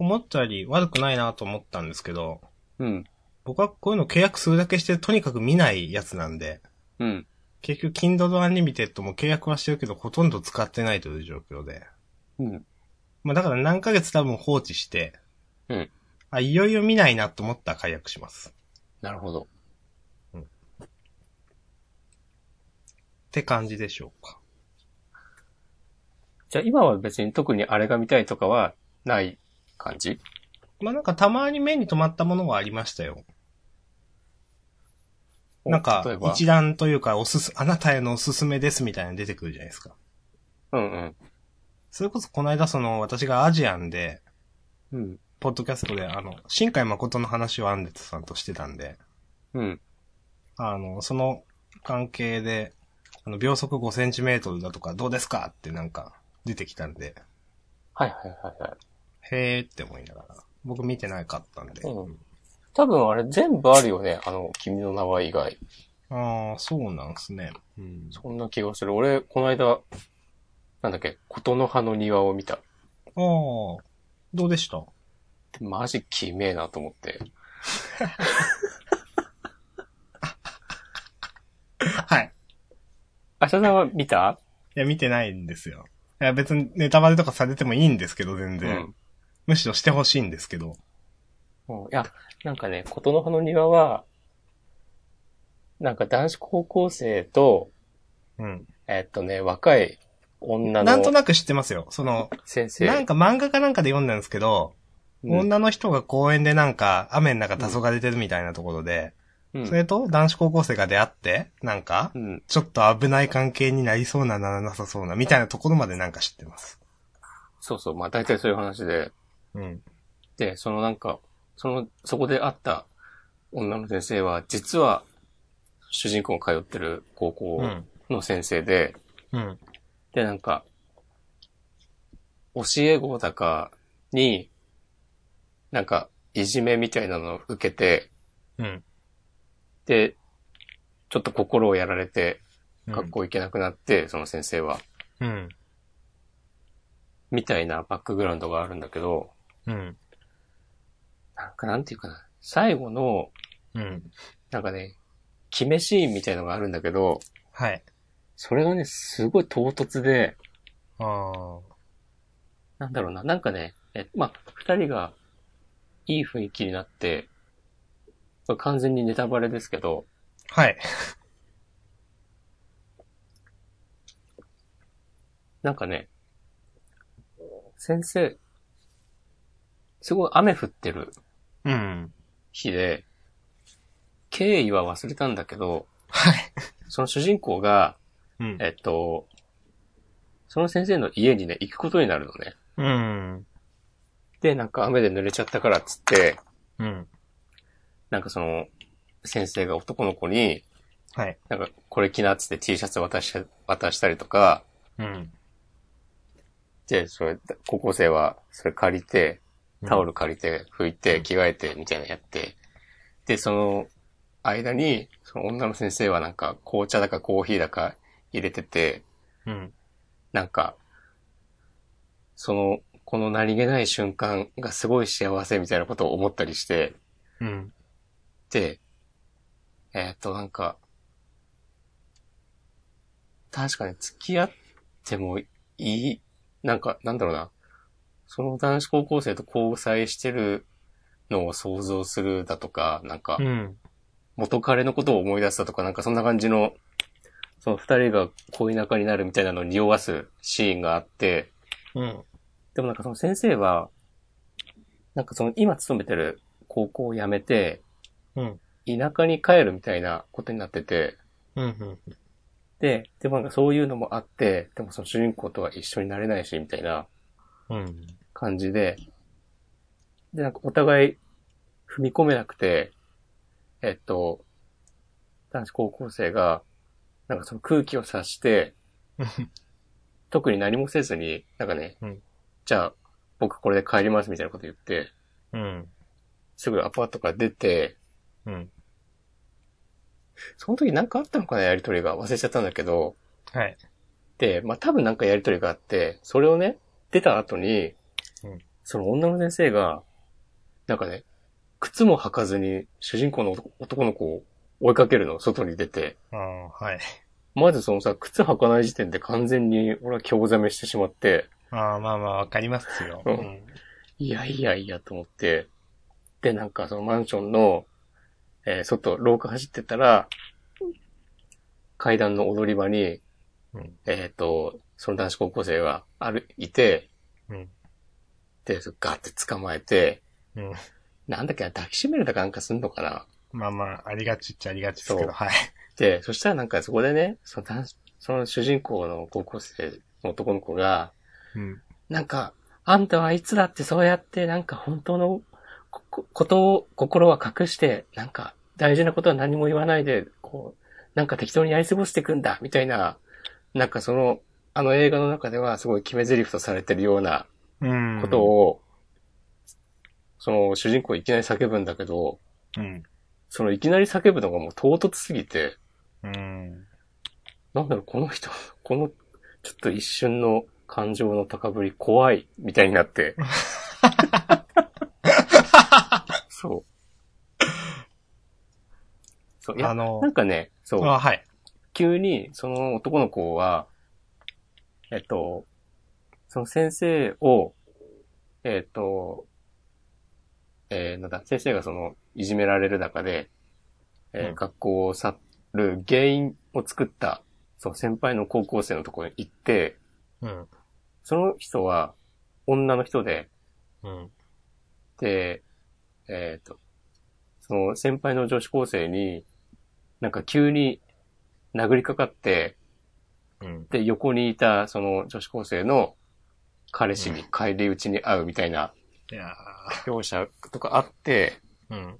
Speaker 2: 思ったより悪くないなと思ったんですけど、
Speaker 1: うん。
Speaker 2: 僕はこういうの契約するだけしてとにかく見ないやつなんで、
Speaker 1: うん。
Speaker 2: 結局、Kindle Unlimited も契約はしてるけど、ほとんど使ってないという状況で。
Speaker 1: うん。
Speaker 2: まあだから何ヶ月多分放置して、
Speaker 1: うん。
Speaker 2: あ、いよいよ見ないなと思ったら解約します。
Speaker 1: なるほど。
Speaker 2: って感じでしょうか。
Speaker 1: じゃあ今は別に特にあれが見たいとかはない感じ
Speaker 2: まあなんかたまに目に留まったものはありましたよ。
Speaker 1: お
Speaker 2: なんか
Speaker 1: 例え、ば。
Speaker 2: 一覧というか、おすす、あなたへのおすすめですみたいなの出てくるじゃないですか。
Speaker 1: うんうん。
Speaker 2: それこそこの間その、私がアジアンで、
Speaker 1: うん。
Speaker 2: ポッドキャストであの、新海誠の話をアンデットさんとしてたんで、
Speaker 1: うん。
Speaker 2: あの、その関係で、あの、秒速5センチメートルだとかどうですかってなんか出てきたんで、
Speaker 1: はいはいはいはい。
Speaker 2: へーって思いながら。僕見てなかったんで。
Speaker 1: うん多分あれ全部あるよね。あの、君の名は以外。
Speaker 2: ああ、そうなんすね。うん。
Speaker 1: そんな気がする。俺、この間、なんだっけ、琴の葉の庭を見た。
Speaker 2: ああ、どう
Speaker 1: <laughs>
Speaker 2: でした
Speaker 1: マジきめえなと思って。
Speaker 2: はい。
Speaker 1: あしゃさんは見た
Speaker 2: いや、見てないんですよ。いや、別にネタバレとかされてもいいんですけど、全然。むしろしてほしいんですけど。
Speaker 1: うん。いや、なんかね、琴の葉の庭は、なんか男子高校生と、
Speaker 2: うん。
Speaker 1: えっとね、若い女
Speaker 2: なんと
Speaker 1: の
Speaker 2: なく知ってますよ。その、
Speaker 1: 先生。
Speaker 2: なんか漫画かなんかで読んだんですけど、
Speaker 1: うん
Speaker 2: 女の人が公園でなんか雨の中黄昏れてるみたいなところで、
Speaker 1: うん
Speaker 2: それと男子高校生が出会って、なんか
Speaker 1: う、ん。
Speaker 2: ちょっと危ない関係になりそうな、ならなさそうな、みたいなところまでなんか知ってます。
Speaker 1: そうそう。まあ大体そういう話で。
Speaker 2: うん。
Speaker 1: で、そのなんか、その、そこで会った女の先生は、実は、主人公が通ってる高校
Speaker 2: うん。
Speaker 1: の先生で、
Speaker 2: うん。
Speaker 1: で、なんか、教え子だかに、なんか、いじめみたいなのを受けて、
Speaker 2: うん。
Speaker 1: で、ちょっと心をやられて、学校行けなくなって、その先生は。
Speaker 2: うん。
Speaker 1: みたいなバックグラウンドがあるんだけど、
Speaker 2: うん。
Speaker 1: なんかなんていうかな。最後の、
Speaker 2: うん。
Speaker 1: なんかね、決めシーンみたいのがあるんだけど、
Speaker 2: はい。
Speaker 1: それがね、すごい唐突で、
Speaker 2: ああ。
Speaker 1: なんだろうな、なんかね、え、まあ、二人が、いい雰囲気になって、これ完全にネタバレですけど、
Speaker 2: はい。
Speaker 1: なんかね、先生、すごい雨降ってる
Speaker 2: うん。
Speaker 1: 日で、経緯は忘れたんだけど、
Speaker 2: はい。
Speaker 1: その主人公が、
Speaker 2: うん。
Speaker 1: えっと、その先生の家にね、行くことになるのね。
Speaker 2: うん。
Speaker 1: で、なんか雨で濡れちゃったからっつって、
Speaker 2: うん。
Speaker 1: なんかその、先生が男の子に、
Speaker 2: はい。
Speaker 1: なんか、これ着なっつって T シャツ渡し、渡したりとか、
Speaker 2: うん。
Speaker 1: で、それ、高校生は、それ借りて、タオ
Speaker 2: ル。
Speaker 1: ル借りて、拭いて、着替えて、みたいなのやって、で、その、間に、その女の先生はなんか、紅茶だかコーヒーだか入れてて、
Speaker 2: うん。
Speaker 1: なんか、その、この何気ない瞬間がすごい幸せみたいなことを思ったりして、
Speaker 2: うん。
Speaker 1: で、えーっと、なんか、確かに付き合ってもいい、なんか、なんだろうな。その男子高校生と交際してるのを想像するだとか、なんか
Speaker 2: う、ん。
Speaker 1: 元彼のことを思い出すだとか、なんかそんな感じの、その二人が恋仲になるみたいなのを匂わすシーンがあって、
Speaker 2: うん。
Speaker 1: でもなんかその先生は、なんかその今勤めてる高校を辞めて、
Speaker 2: うん
Speaker 1: 田舎に帰るみたいなことになってて、
Speaker 2: うん。
Speaker 1: で、でもなんかそういうのもあって、でもその主人公とは一緒になれないし、みたいな
Speaker 2: うん。
Speaker 1: 感じで、で、なんかお互い踏み込めなくて、えっと、男子高校生が、なんかその空気を察
Speaker 2: <laughs>
Speaker 1: して、特に何もせずに、なんかね、
Speaker 2: うん
Speaker 1: じゃあ僕これで帰りますみたいなこと言って、
Speaker 2: うん。
Speaker 1: すぐアパートから出て、
Speaker 2: うん。
Speaker 1: その時なんかあったのかな、やりとりが。忘れちゃったんだけど。
Speaker 2: はい。
Speaker 1: で、まあ、多分なんかやりとりがあって、それをね、出た後に、
Speaker 2: うん
Speaker 1: その女の先生が、なんかね、靴も履かずに主人公の男男の子を追いかけるの、外に出て。
Speaker 2: ああ、はい。
Speaker 1: まずそのさ、靴履かない時点で完全に俺は興ざめしてしまって、
Speaker 2: ああ、まあまあ、わかりますよ。
Speaker 1: うん
Speaker 2: ん。
Speaker 1: いやいやいやと思って、で、なんかそのマンションの、えー外、廊下走ってたら、階段の踊り場に、
Speaker 2: うん
Speaker 1: えっ、と、その男子高校生が歩いて、
Speaker 2: うん
Speaker 1: で、そガッて捕まえて、
Speaker 2: うん
Speaker 1: なんだっけな、抱きしめるだかなんかすんのかな
Speaker 2: まあまあ、ありがちっちゃありがちですけ
Speaker 1: そう
Speaker 2: ど、はい。
Speaker 1: で、そしたらなんかそこでね、その男子その主人公の高校生の男の子が、
Speaker 2: うん。
Speaker 1: なんか、あんたはいつだってそうやって、なんか本当のここことを、心は隠して、なんか大事なことは何も言わないで、こう、なんか適当にやり過ごしていくんだ、みたいな、なんかその、あの映画の中ではすごい決め台詞とされてるような
Speaker 2: うん。
Speaker 1: ことを、その主人公いきなり叫ぶんだけど、
Speaker 2: うん。
Speaker 1: そのいきなり叫ぶのがもう唐突すぎて、
Speaker 2: うん。
Speaker 1: なんだろう、この人、 <laughs> この、ちょっと一瞬の感情の高ぶり怖い、みたいにな
Speaker 2: <laughs>
Speaker 1: って。そう。そう、い
Speaker 2: あ
Speaker 1: や、
Speaker 2: の
Speaker 1: なん、かね、そう、
Speaker 2: あはい。
Speaker 1: 急に、その男の子は、えっと、その先生を、えっと、えーなんだ、先生がその、いじめられる中で、えー
Speaker 2: うん
Speaker 1: 学校を去る原因を作った、そう、先輩の高校生のところに行って、
Speaker 2: うん。
Speaker 1: その人は、女の人で、
Speaker 2: うん。
Speaker 1: で、えっ、と、その先輩の女子高生に、なんか急に殴りかかって、
Speaker 2: うん。
Speaker 1: で、横にいた、その女子高生の彼氏に帰り討ちに会うみたいない
Speaker 2: や
Speaker 1: 描写とかあって、
Speaker 2: ーうん。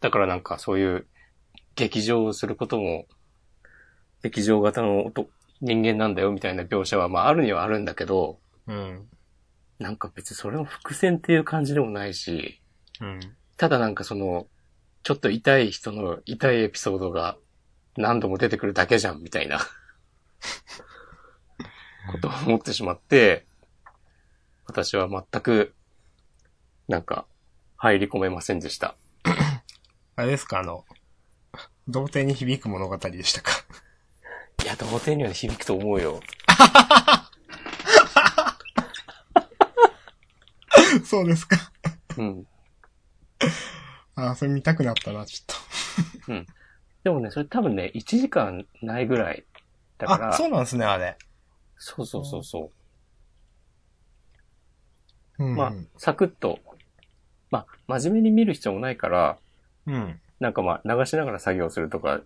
Speaker 1: だからなんかそういう劇場をすることも、劇場型の男人間なんだよみたいな描写は、まああるにはあるんだけど、
Speaker 2: うん。
Speaker 1: なんか別にそれも伏線っていう感じでもないし、
Speaker 2: うん。
Speaker 1: ただなんかその、ちょっと痛い人の痛いエピソードが何度も出てくるだけじゃん、みたいな、ことを思ってしまって、私は全く、なんか、入り込めませんでした。
Speaker 2: あれですか、あの、童貞に響く物語でしたか。
Speaker 1: いや、童貞には響くと思うよ。
Speaker 2: そうですか。
Speaker 1: うん。
Speaker 2: あー、それ見たくなったな、ちょ
Speaker 1: でもね、それ多分ね、1時間ないぐらい。だ
Speaker 2: っ
Speaker 1: か
Speaker 2: と。あ、
Speaker 1: ら、
Speaker 2: そうなんですね、あれ。
Speaker 1: そうそうそうそう。
Speaker 2: うん。
Speaker 1: まあ、サクッと。まあ、真面目に見る必要もないから、
Speaker 2: うん。
Speaker 1: なんかまあ、流しながら作業するとか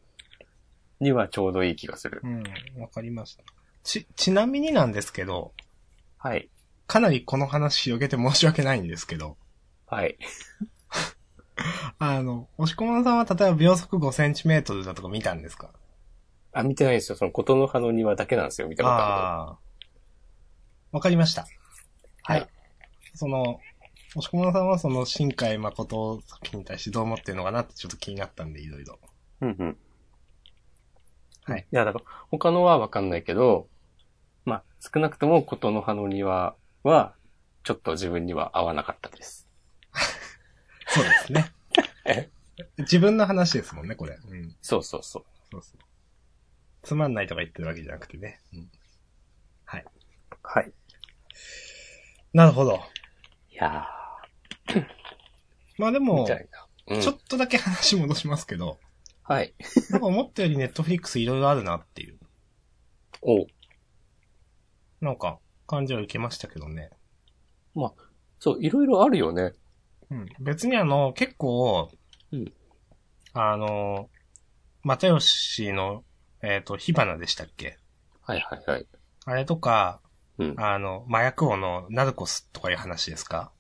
Speaker 1: にはちょうどいい気がする。
Speaker 2: うん。わかりました。ち、ちなみになんですけど、
Speaker 1: はい。
Speaker 2: かなりこの話広げて申し訳ないんですけど、
Speaker 1: はい。
Speaker 2: あの、押し込まんさんは例えば秒速5センチメートルだとか見たんですか
Speaker 1: あ、見てないですよ。その、ことの葉の庭だけなんですよ。見たことあ
Speaker 2: ああー。わかりました。
Speaker 1: はい。
Speaker 2: その、押し込まんさんはその新海誠作品に対してどう思ってるのかなってちょっと気になったんで、いろいろ。
Speaker 1: るの。うんうん。
Speaker 2: はい。
Speaker 1: いや、だから、他のはわかんないけど、まあ、少なくとも、ことの葉の庭は、ちょっと自分には合わなかったです。
Speaker 2: そうですね
Speaker 1: え。
Speaker 2: <laughs> 自分の話ですもんね、これ。うん。
Speaker 1: そうそうそう。
Speaker 2: そうそう。つまんないとか言ってるわけじゃなくてね。うん、
Speaker 1: はい。
Speaker 2: なるほど。
Speaker 1: いや
Speaker 2: まあで
Speaker 1: ー、
Speaker 2: も
Speaker 1: み、たいな。うん
Speaker 2: ちょっとだけ話戻しますけど、
Speaker 1: <laughs> はい。
Speaker 2: なんか思ったよりネットフリックスいろいろあるなっていう、
Speaker 1: お
Speaker 2: なんか、感じは受けましたけどね。
Speaker 1: そう、いろいろあるよね。
Speaker 2: うん。別にあの、結構、
Speaker 1: うん
Speaker 2: あの、又吉の、えっ、と、火花でしたっけ
Speaker 1: はいはいはい。
Speaker 2: あれとか、
Speaker 1: うん
Speaker 2: あの、麻薬王のナルコスとかいう話ですか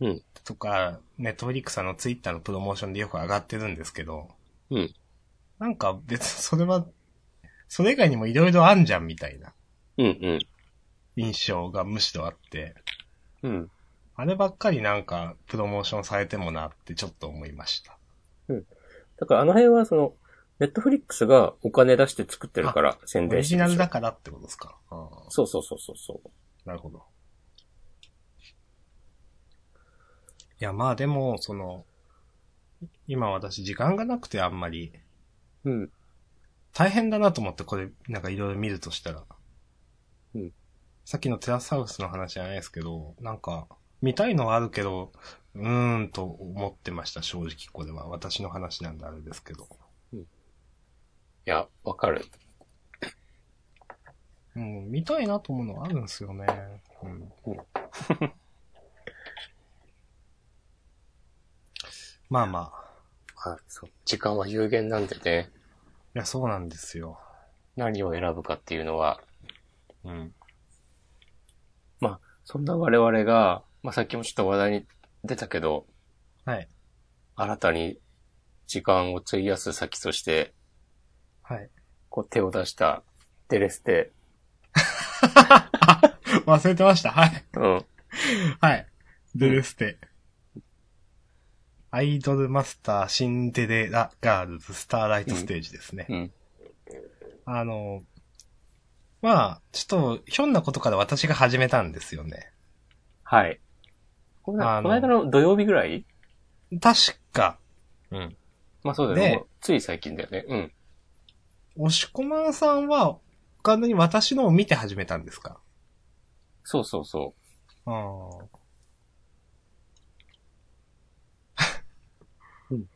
Speaker 1: うん。
Speaker 2: とか、ネットフリックスのツイッターのプロモーションでよく上がってるんですけど。
Speaker 1: うん。
Speaker 2: なんか別にそれは、それ以外にもいろいろあんじゃんみたいな
Speaker 1: うんうん。
Speaker 2: 印象がむしろあって、
Speaker 1: うん。
Speaker 2: あればっかりなんかプロモーションされてもなってちょっと思いました。
Speaker 1: だからあの辺はその、ネットフリックスがお金出して作ってるから宣
Speaker 2: オ
Speaker 1: 伝
Speaker 2: リ
Speaker 1: して
Speaker 2: ジ
Speaker 1: る
Speaker 2: ナ
Speaker 1: でし
Speaker 2: ル
Speaker 1: ょ
Speaker 2: だからってことですかああ
Speaker 1: そうそうそうそうそう。
Speaker 2: なるほど。いや、まあでも、その、今私時間がなくてあんまり、
Speaker 1: うん。
Speaker 2: 大変だなと思ってこれ、なんかいろいろ見るとしたら。
Speaker 1: うん。
Speaker 2: さっきのテラスハウスの話じゃないですけど、なんか、見たいのはあるけど、うーんと思ってました、正直これは。私の話なんであれですけど。
Speaker 1: いや、わかる。
Speaker 2: うん、見たいなと思うのはあるんですよね。うん。まあまあ。
Speaker 1: はい、そう。時間は有限なんでね、
Speaker 2: いや、そうなんですよ。
Speaker 1: 何を選ぶかっていうのは、
Speaker 2: うん。
Speaker 1: そんな我々が、まあ、さっきもちょっと話題に出たけど、
Speaker 2: はい。
Speaker 1: 新たに時間を費やす先として、
Speaker 2: <laughs> はい。
Speaker 1: こう手を出したデレステ。
Speaker 2: 忘れてました。はい。
Speaker 1: うん。
Speaker 2: はい。デレステ。アイドルマスターシンデレラガールズスターライトステージですね。
Speaker 1: うん。
Speaker 2: あの、まあ、ちょっと、ひょんなことから私が始めたんですよね。
Speaker 1: はい。この
Speaker 2: あの
Speaker 1: この間の土曜日ぐらい
Speaker 2: 確か、うん。
Speaker 1: まあそうだよね。
Speaker 2: で
Speaker 1: もうつい最近だよね。うん。
Speaker 2: 押し込まんさんは、完全に私のを見て始めたんですか
Speaker 1: そうそうそう。
Speaker 2: あー
Speaker 1: うん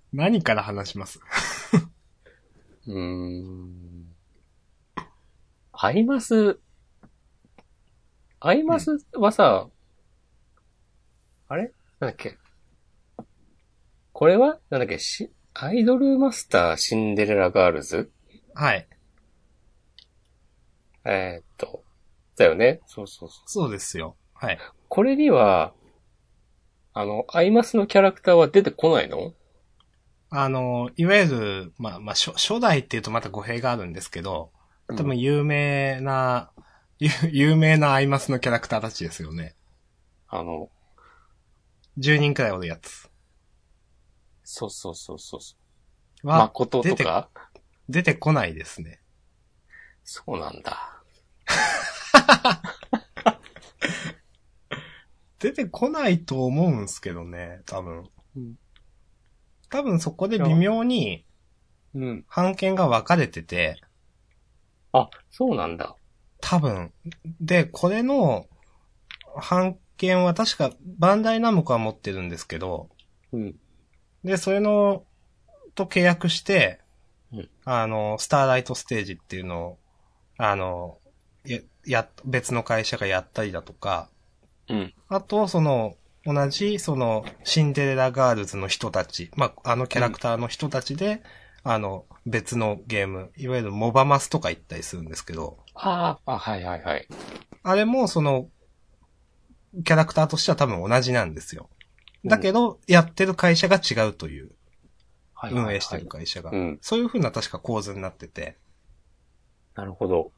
Speaker 2: <laughs> 何から話します
Speaker 1: うーん。アイマス、アイマスはさ、あれなんだっけこれはなんだっけし、アイドルマスターシンデレラガールズ
Speaker 2: はい。
Speaker 1: えーっと、だよねそうそうそう。
Speaker 2: そうですよ。はい。
Speaker 1: これには、あの、アイマスのキャラクターは出てこないの
Speaker 2: あの、いわゆる、まあ、まあ、初初代っていうとまた語弊があるんですけど、多分有名な、 <laughs> ゆ有名なアイマスのキャラクターたちですよね。
Speaker 1: あの、
Speaker 2: 10人くらいおるやつ
Speaker 1: そうそうそうそう。
Speaker 2: は、
Speaker 1: 誠とか
Speaker 2: 出てこないですね。
Speaker 1: そうなんだ。
Speaker 2: 出てこないと思うんすけどね、多分
Speaker 1: うん。
Speaker 2: 多分そこで微妙に
Speaker 1: うん。
Speaker 2: 判権が分かれてて、
Speaker 1: あ、そうなんだ。
Speaker 2: 多分。で、これの判権は確かバンダイナムコは持ってるんですけど、
Speaker 1: うん。
Speaker 2: で、それの、と契約して、
Speaker 1: うん
Speaker 2: あの、スターライトステージっていうのを、あの、や、や、別の会社がやったりだとか、
Speaker 1: うん。
Speaker 2: あと、その、同じ、その、シンデレラガールズの人たち、まあ、あのキャラクターの人たちで、あの、別のゲーム、いわゆるモバマスとか行ったりするんですけど、
Speaker 1: ああ、あ、はいはいはい。
Speaker 2: あれもその、キャラクターとしては多分同じなんですよ。だけど、やってる会社が違うという、
Speaker 1: はいはいはい
Speaker 2: 運営してる会社が
Speaker 1: う。ん。
Speaker 2: そういう風な確か構図になってて、
Speaker 1: なるほど。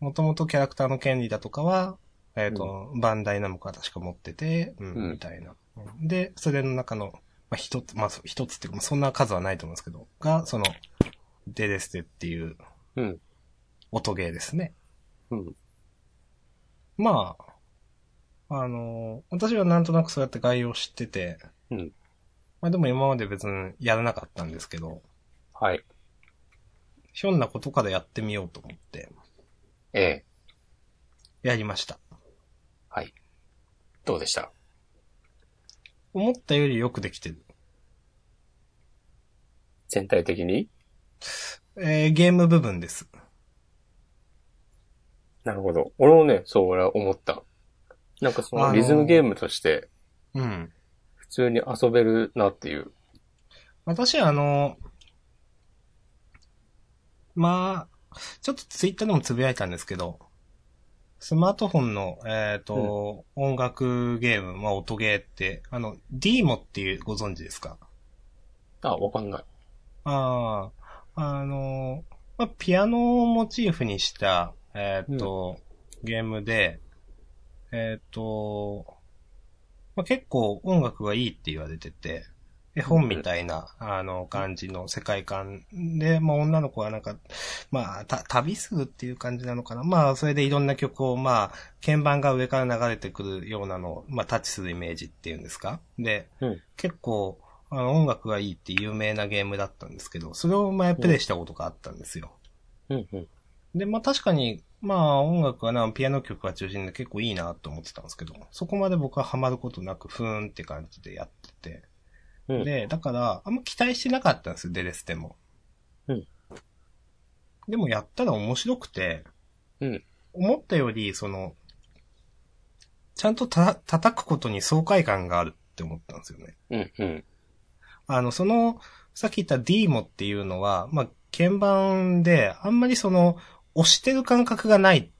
Speaker 2: もともとキャラクターの権利だとかは、えっ、と、バンダイナムコは確か持ってて、うん、
Speaker 1: うん
Speaker 2: みたいな。で、それの中の、まあ、一つ、まあ、そう一つっていうか、まあそんな数はないと思うんですけど、が、その、デレステっていう
Speaker 1: うん。
Speaker 2: 音ゲーですね。
Speaker 1: うん。
Speaker 2: まあ、あのー私はなんとなくそうやって概要知ってて、
Speaker 1: うん。
Speaker 2: まあでも今まで別にやらなかったんですけど、
Speaker 1: はい。
Speaker 2: ひょんなことからやってみようと思って、
Speaker 1: ええ。
Speaker 2: やりました。
Speaker 1: はい。どうでした
Speaker 2: 思ったよりよくできてる。
Speaker 1: 全体的に
Speaker 2: えー、ゲーム部分です。
Speaker 1: なるほど。俺もね、そう、俺は思った。なんかその
Speaker 2: あのー
Speaker 1: リズムゲームとして、
Speaker 2: うん。
Speaker 1: 普通に遊べるなっていう。
Speaker 2: 私はあの、まあ、ちょっとツイッターでもつぶやいたんですけど、スマートフォンの、えっ、と、音楽ゲーム、まあ音ゲーって、あの、DMO っていうご存知ですか
Speaker 1: あ、わかんない。
Speaker 2: ああ、あの、まあ、ピアノをモチーフにした、えっ、と、ゲームで、えっ、と、まあ、結構音楽がいいって言われてて、絵本みたいな、あの、感じの世界観で、まあ、女の子はなんか、まあ、た、旅するっていう感じなのかな。まあ、それでいろんな曲を、まあ、鍵盤が上から流れてくるようなのを、まあ、タッチするイメージっていうんですかで、
Speaker 1: うん
Speaker 2: 結構、あの、音楽がいいって有名なゲームだったんですけど、それを前プレイしたことがあったんですよ。
Speaker 1: うんうん。
Speaker 2: で、まあ確かに、まあ音楽はな、ピアノ曲が中心で結構いいなと思ってたんですけど、そこまで僕はハマることなく、ふーんって感じでやってて。
Speaker 1: うん
Speaker 2: で、だから、あんま期待してなかったんですよ、デレステも。
Speaker 1: うん
Speaker 2: でもやったら面白くて、
Speaker 1: うん
Speaker 2: 思ったより、その、ちゃんとた叩くことに爽快感があるって思ったんですよね。
Speaker 1: うんうん。
Speaker 2: あの、その、さっき言った D モっていうのは、まあ、鍵盤で、あんまりその、押してる感覚がない、ん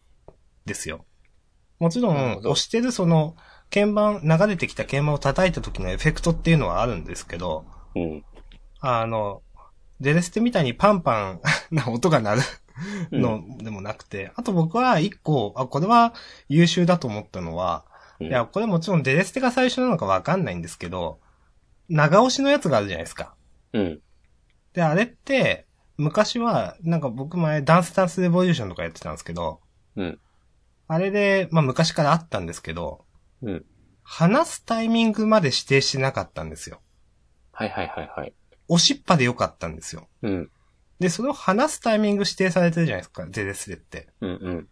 Speaker 2: ですよ。もちろ
Speaker 1: なる
Speaker 2: ん、
Speaker 1: ほど
Speaker 2: 押してるその、鍵盤、流れてきた鍵盤を叩いた時のエフェクトっていうのはあるんですけど、
Speaker 1: うん。
Speaker 2: あの、デレステみたいにパンパンな音が鳴るのでもなくて、あと僕は一個、あ、これは優秀だと思ったのは、
Speaker 1: うん
Speaker 2: いや、これもちろんデレステが最初なのかわかんないんですけど、長押しのやつがあるじゃないですか。
Speaker 1: うん。
Speaker 2: で、あれって、昔は、なんか僕前、ダンスダンスレボリューションとかやってたんですけど、
Speaker 1: うん
Speaker 2: あれで、まあ昔からあったんですけど、
Speaker 1: うん。
Speaker 2: 話すタイミングまで指定してなかったんですよ。
Speaker 1: はいはいはいはい。
Speaker 2: 押しっぱでよかったんですよ。
Speaker 1: うん。
Speaker 2: で、それを話すタイミング指定されてるじゃないですか、ゼレスレって。
Speaker 1: うんうん。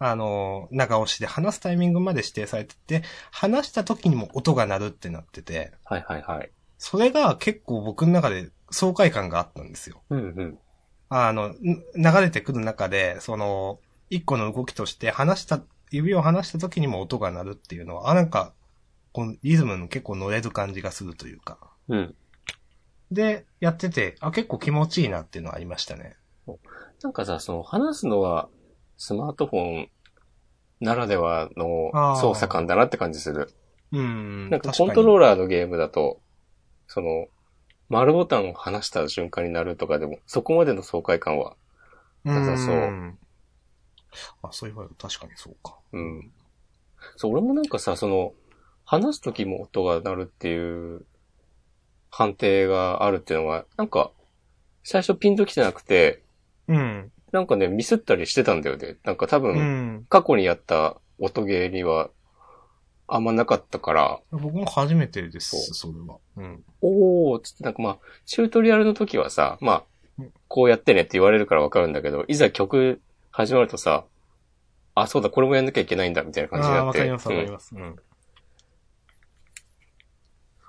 Speaker 2: あの、長押しで話すタイミングまで指定されてて、話した時にも音が鳴るってなってて、
Speaker 1: はいはいはい。
Speaker 2: それが結構僕の中で爽快感があったんですよ。
Speaker 1: うんうん。
Speaker 2: あの、ん流れてくる中で、その、一個の動きとして、離した、指を離した時にも音が鳴るっていうのは、あ、なんか、このリズムの結構乗れる感じがするというか。
Speaker 1: うん。
Speaker 2: で、やってて、あ、結構気持ちいいなっていうのはありましたね。
Speaker 1: なんかさ、その話すのは、スマートフォンならではの
Speaker 2: あー
Speaker 1: 操作感だなって感じする。
Speaker 2: うん。
Speaker 1: なんかコントロー
Speaker 2: ー
Speaker 1: ラーのゲームだと、その、丸ボタンを離した瞬間になるとかでも、そこまでの爽快感は、
Speaker 2: う
Speaker 1: な
Speaker 2: ん
Speaker 1: さそう
Speaker 2: あ、そう言われると確かにそうか。
Speaker 1: うん。そう、俺もなんかさ、その、話すときも音が鳴るっていう、判定があるっていうのは、なんか、最初ピンときてなくて、
Speaker 2: うん。
Speaker 1: なんかね、ミスったりしてたんだよね。なんか多
Speaker 2: う
Speaker 1: 分、
Speaker 2: ん。
Speaker 1: 過去にやった音ゲーには、あんまなかったから、
Speaker 2: 僕も初めてで
Speaker 1: そ
Speaker 2: す、それは。うん。
Speaker 1: おーっつって、なんかまあ、チュートリアルの時はさ、まあ、こうやってねって言われるからわかるんだけど、いざ曲始まるとさ、あ、そうだ、これもやんなきゃいけないんだ、みたいな
Speaker 2: あ
Speaker 1: 感じに
Speaker 2: あー、
Speaker 1: なっ
Speaker 2: わ
Speaker 1: て。
Speaker 2: かります、わかり
Speaker 1: うん
Speaker 2: ます。うん。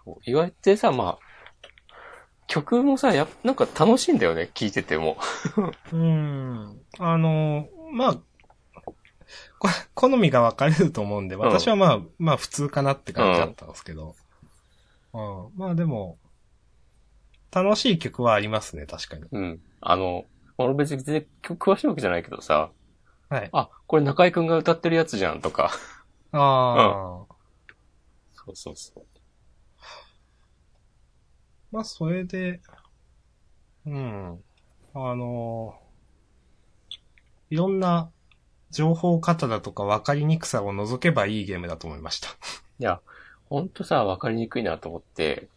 Speaker 1: そう言われてさ、まあ、曲もさ、やっぱ、なんか楽しいんだよね、聴いてても。
Speaker 2: うん。あの、まあ、こ好みが分かれると思うんで、
Speaker 1: ん
Speaker 2: 私はまあ、まあ普通かなって感じだったんですけど。うん。まあでも、楽しい曲はありますね、確かに。
Speaker 1: うん。あの、俺別に全然曲詳しいわけじゃないけどさ、
Speaker 2: はい。
Speaker 1: あ、これ中井くんが歌ってるやつじゃんと
Speaker 2: <laughs>
Speaker 1: か。
Speaker 2: ああ、
Speaker 1: そうそうそう。
Speaker 2: まあそれで、うん。あの、いろんな情報型だとか分かりにくさを除けばいいゲームだと思いました。
Speaker 1: いや、ほんとさ、わかりにくいなと思って。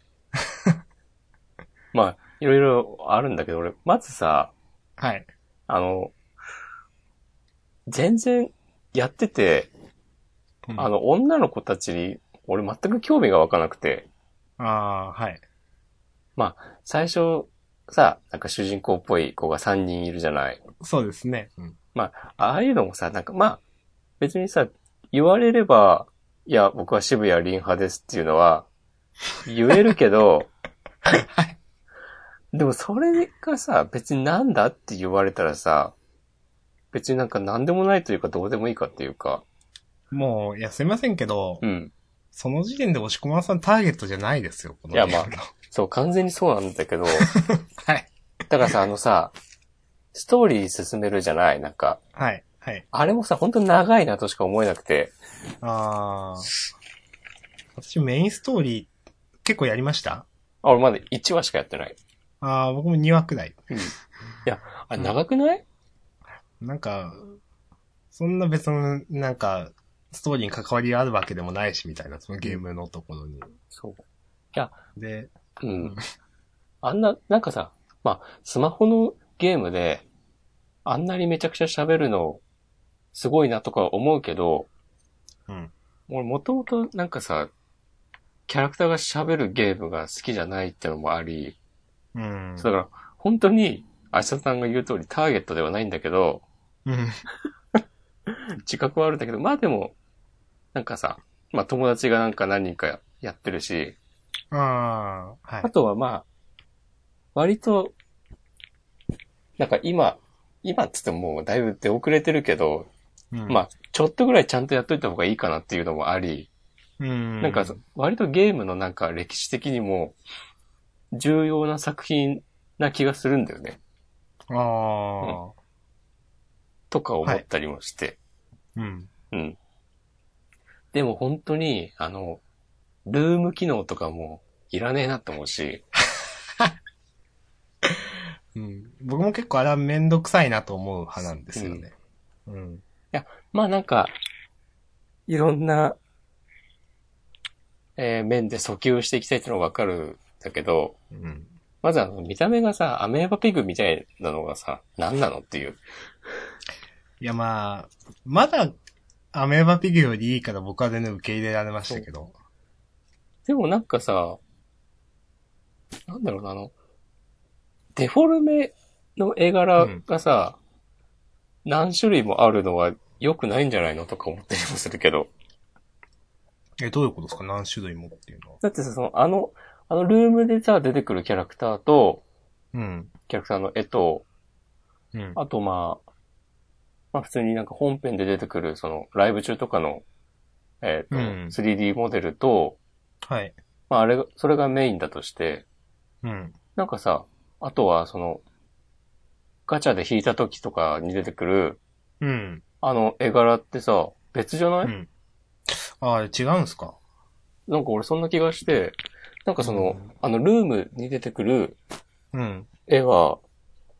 Speaker 1: <laughs> まあ、いろいろあるんだけど、俺、まずさ、
Speaker 2: はい。
Speaker 1: あの、全然やってて、
Speaker 2: うん
Speaker 1: あ、の、女の子たちに、俺全く興味がわかなくて。
Speaker 2: ああー、はい。
Speaker 1: 最初、さ、なんか主人公っぽい子が3人いるじゃない。
Speaker 2: そうですね。うん
Speaker 1: ああいうのもさ、なんかまあ、別にさ、言われれば、いや、僕は渋谷林派ですっていうのは、言えるけど、でもそれがさ、別になんだって言われたらさ、別になんか何でもないというかどうでもいいかっていうか、
Speaker 2: もう、いや、すいませんけど、
Speaker 1: うん。
Speaker 2: その時点で押し込まさんターゲットじゃないですよ、この
Speaker 1: いやまあ
Speaker 2: ゲームの <laughs>
Speaker 1: そう、完全にそうなんだけど、 <laughs>
Speaker 2: はい。
Speaker 1: だからさ、あのさ、ストーリー進めるじゃないなんか、
Speaker 2: はい。はい。
Speaker 1: あれもさ、本当に長いなとしか思えなくて、
Speaker 2: あー。私メインストーリー結構やりました
Speaker 1: あ、俺まだ1話しかやってない。
Speaker 2: あー、僕も2話くらい。
Speaker 1: あれ長くない、
Speaker 2: なんか、そんな別の、なんか、ストーリーに関わりあるわけでもないし、みたいな、そのゲームのところに。
Speaker 1: そう。
Speaker 2: で、
Speaker 1: うん。あんな、なんかさ、まあ、スマホのゲームで、あんなにめちゃくちゃ喋るの、すごいなとか思うけど、
Speaker 2: うん。
Speaker 1: 俺もともとなんかさ、キャラクターが喋るゲームが好きじゃないってのもあり、
Speaker 2: うん
Speaker 1: だ。から、本当に、明日さんが言う通りターゲットではないんだけど、
Speaker 2: うん。
Speaker 1: 自覚はあるんだけど、まあでも、なんかさ、まあ友達がなんか何人かやってるし、
Speaker 2: あー、は
Speaker 1: あ
Speaker 2: い。
Speaker 1: とはまあ、割と、なんか今、今っつってももうだいぶ出遅れてるけど、ま
Speaker 2: まあ、
Speaker 1: あ、ちょっとぐらいちゃんとやっといた方がいいかなっていうのもあり、
Speaker 2: うん。
Speaker 1: なんかそ割とゲームのなんか歴史的にも重要な作品な気がするんだよね。
Speaker 2: あー、
Speaker 1: とか思ったりもして。
Speaker 2: うん。
Speaker 1: うん。でも本当に、あの、ルーム機能とかもいらねえなと思うし、
Speaker 2: うん。僕も結構あれはめんどくさいなと思う派なんですよね。うん
Speaker 1: まあなんか、いろんな、えー面で訴求していきたいってのはわかるんだけど、
Speaker 2: うん。
Speaker 1: まずあの、見た目がさ、アメーバピグみたいなのがさ、何なのっていう。
Speaker 2: いやまあ、まだ、アメーバピグよりいいから僕は全然受け入れられましたけど。
Speaker 1: でもなんかさ、なんだろうな、あの、デフォルメの絵柄がさ、何種類もあるのは良くないんじゃないのとか思ったりもするけど。
Speaker 2: え、どういうことですか何種類もっていうのは。
Speaker 1: だってさ、その、あの、あのルームでさ、出てくるキャラクターと、
Speaker 2: うん。
Speaker 1: キャラクターの絵と、
Speaker 2: うん。
Speaker 1: あとまあ、まあ普通になんか本編で出てくる、そのライブ中とかの、えっ、と、
Speaker 2: うん
Speaker 1: 3D モデルと、
Speaker 2: はい。
Speaker 1: まああれが、それがメインだとして、
Speaker 2: うん。
Speaker 1: なんかさ、あとはその、ガチャで引いた時とかに出てくる、
Speaker 2: うん。
Speaker 1: あの絵柄ってさ、別じゃない、
Speaker 2: うん。ああ、違うんすか
Speaker 1: なんか俺そんな気がして、なんかその、
Speaker 2: うん
Speaker 1: あのルームに出てくる
Speaker 2: うん。
Speaker 1: 絵は、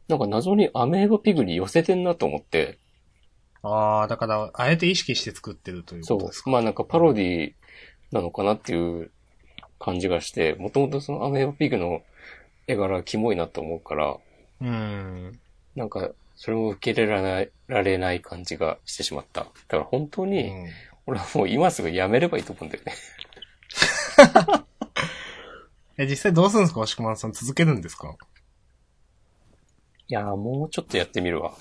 Speaker 1: なんか謎にアメーバピグに寄せてんなと思って、
Speaker 2: ああ、だから、あえて意識して作ってるという
Speaker 1: そ
Speaker 2: ことです
Speaker 1: う。
Speaker 2: か。
Speaker 1: まあなんかパロディなのかなっていう感じがして、もともとそのアメーバピグの絵柄はキモいなと思うから、
Speaker 2: うん。
Speaker 1: なんかそれも受け入れられないられない感じがしてしまった。だから本当
Speaker 2: う
Speaker 1: に、
Speaker 2: ん。
Speaker 1: 俺はもう今すぐやめればいいと思うんだよね。
Speaker 2: え、実際どうするんですか押し込まんさん続けるんですか
Speaker 1: いやー、もうちょっとやってみるわ。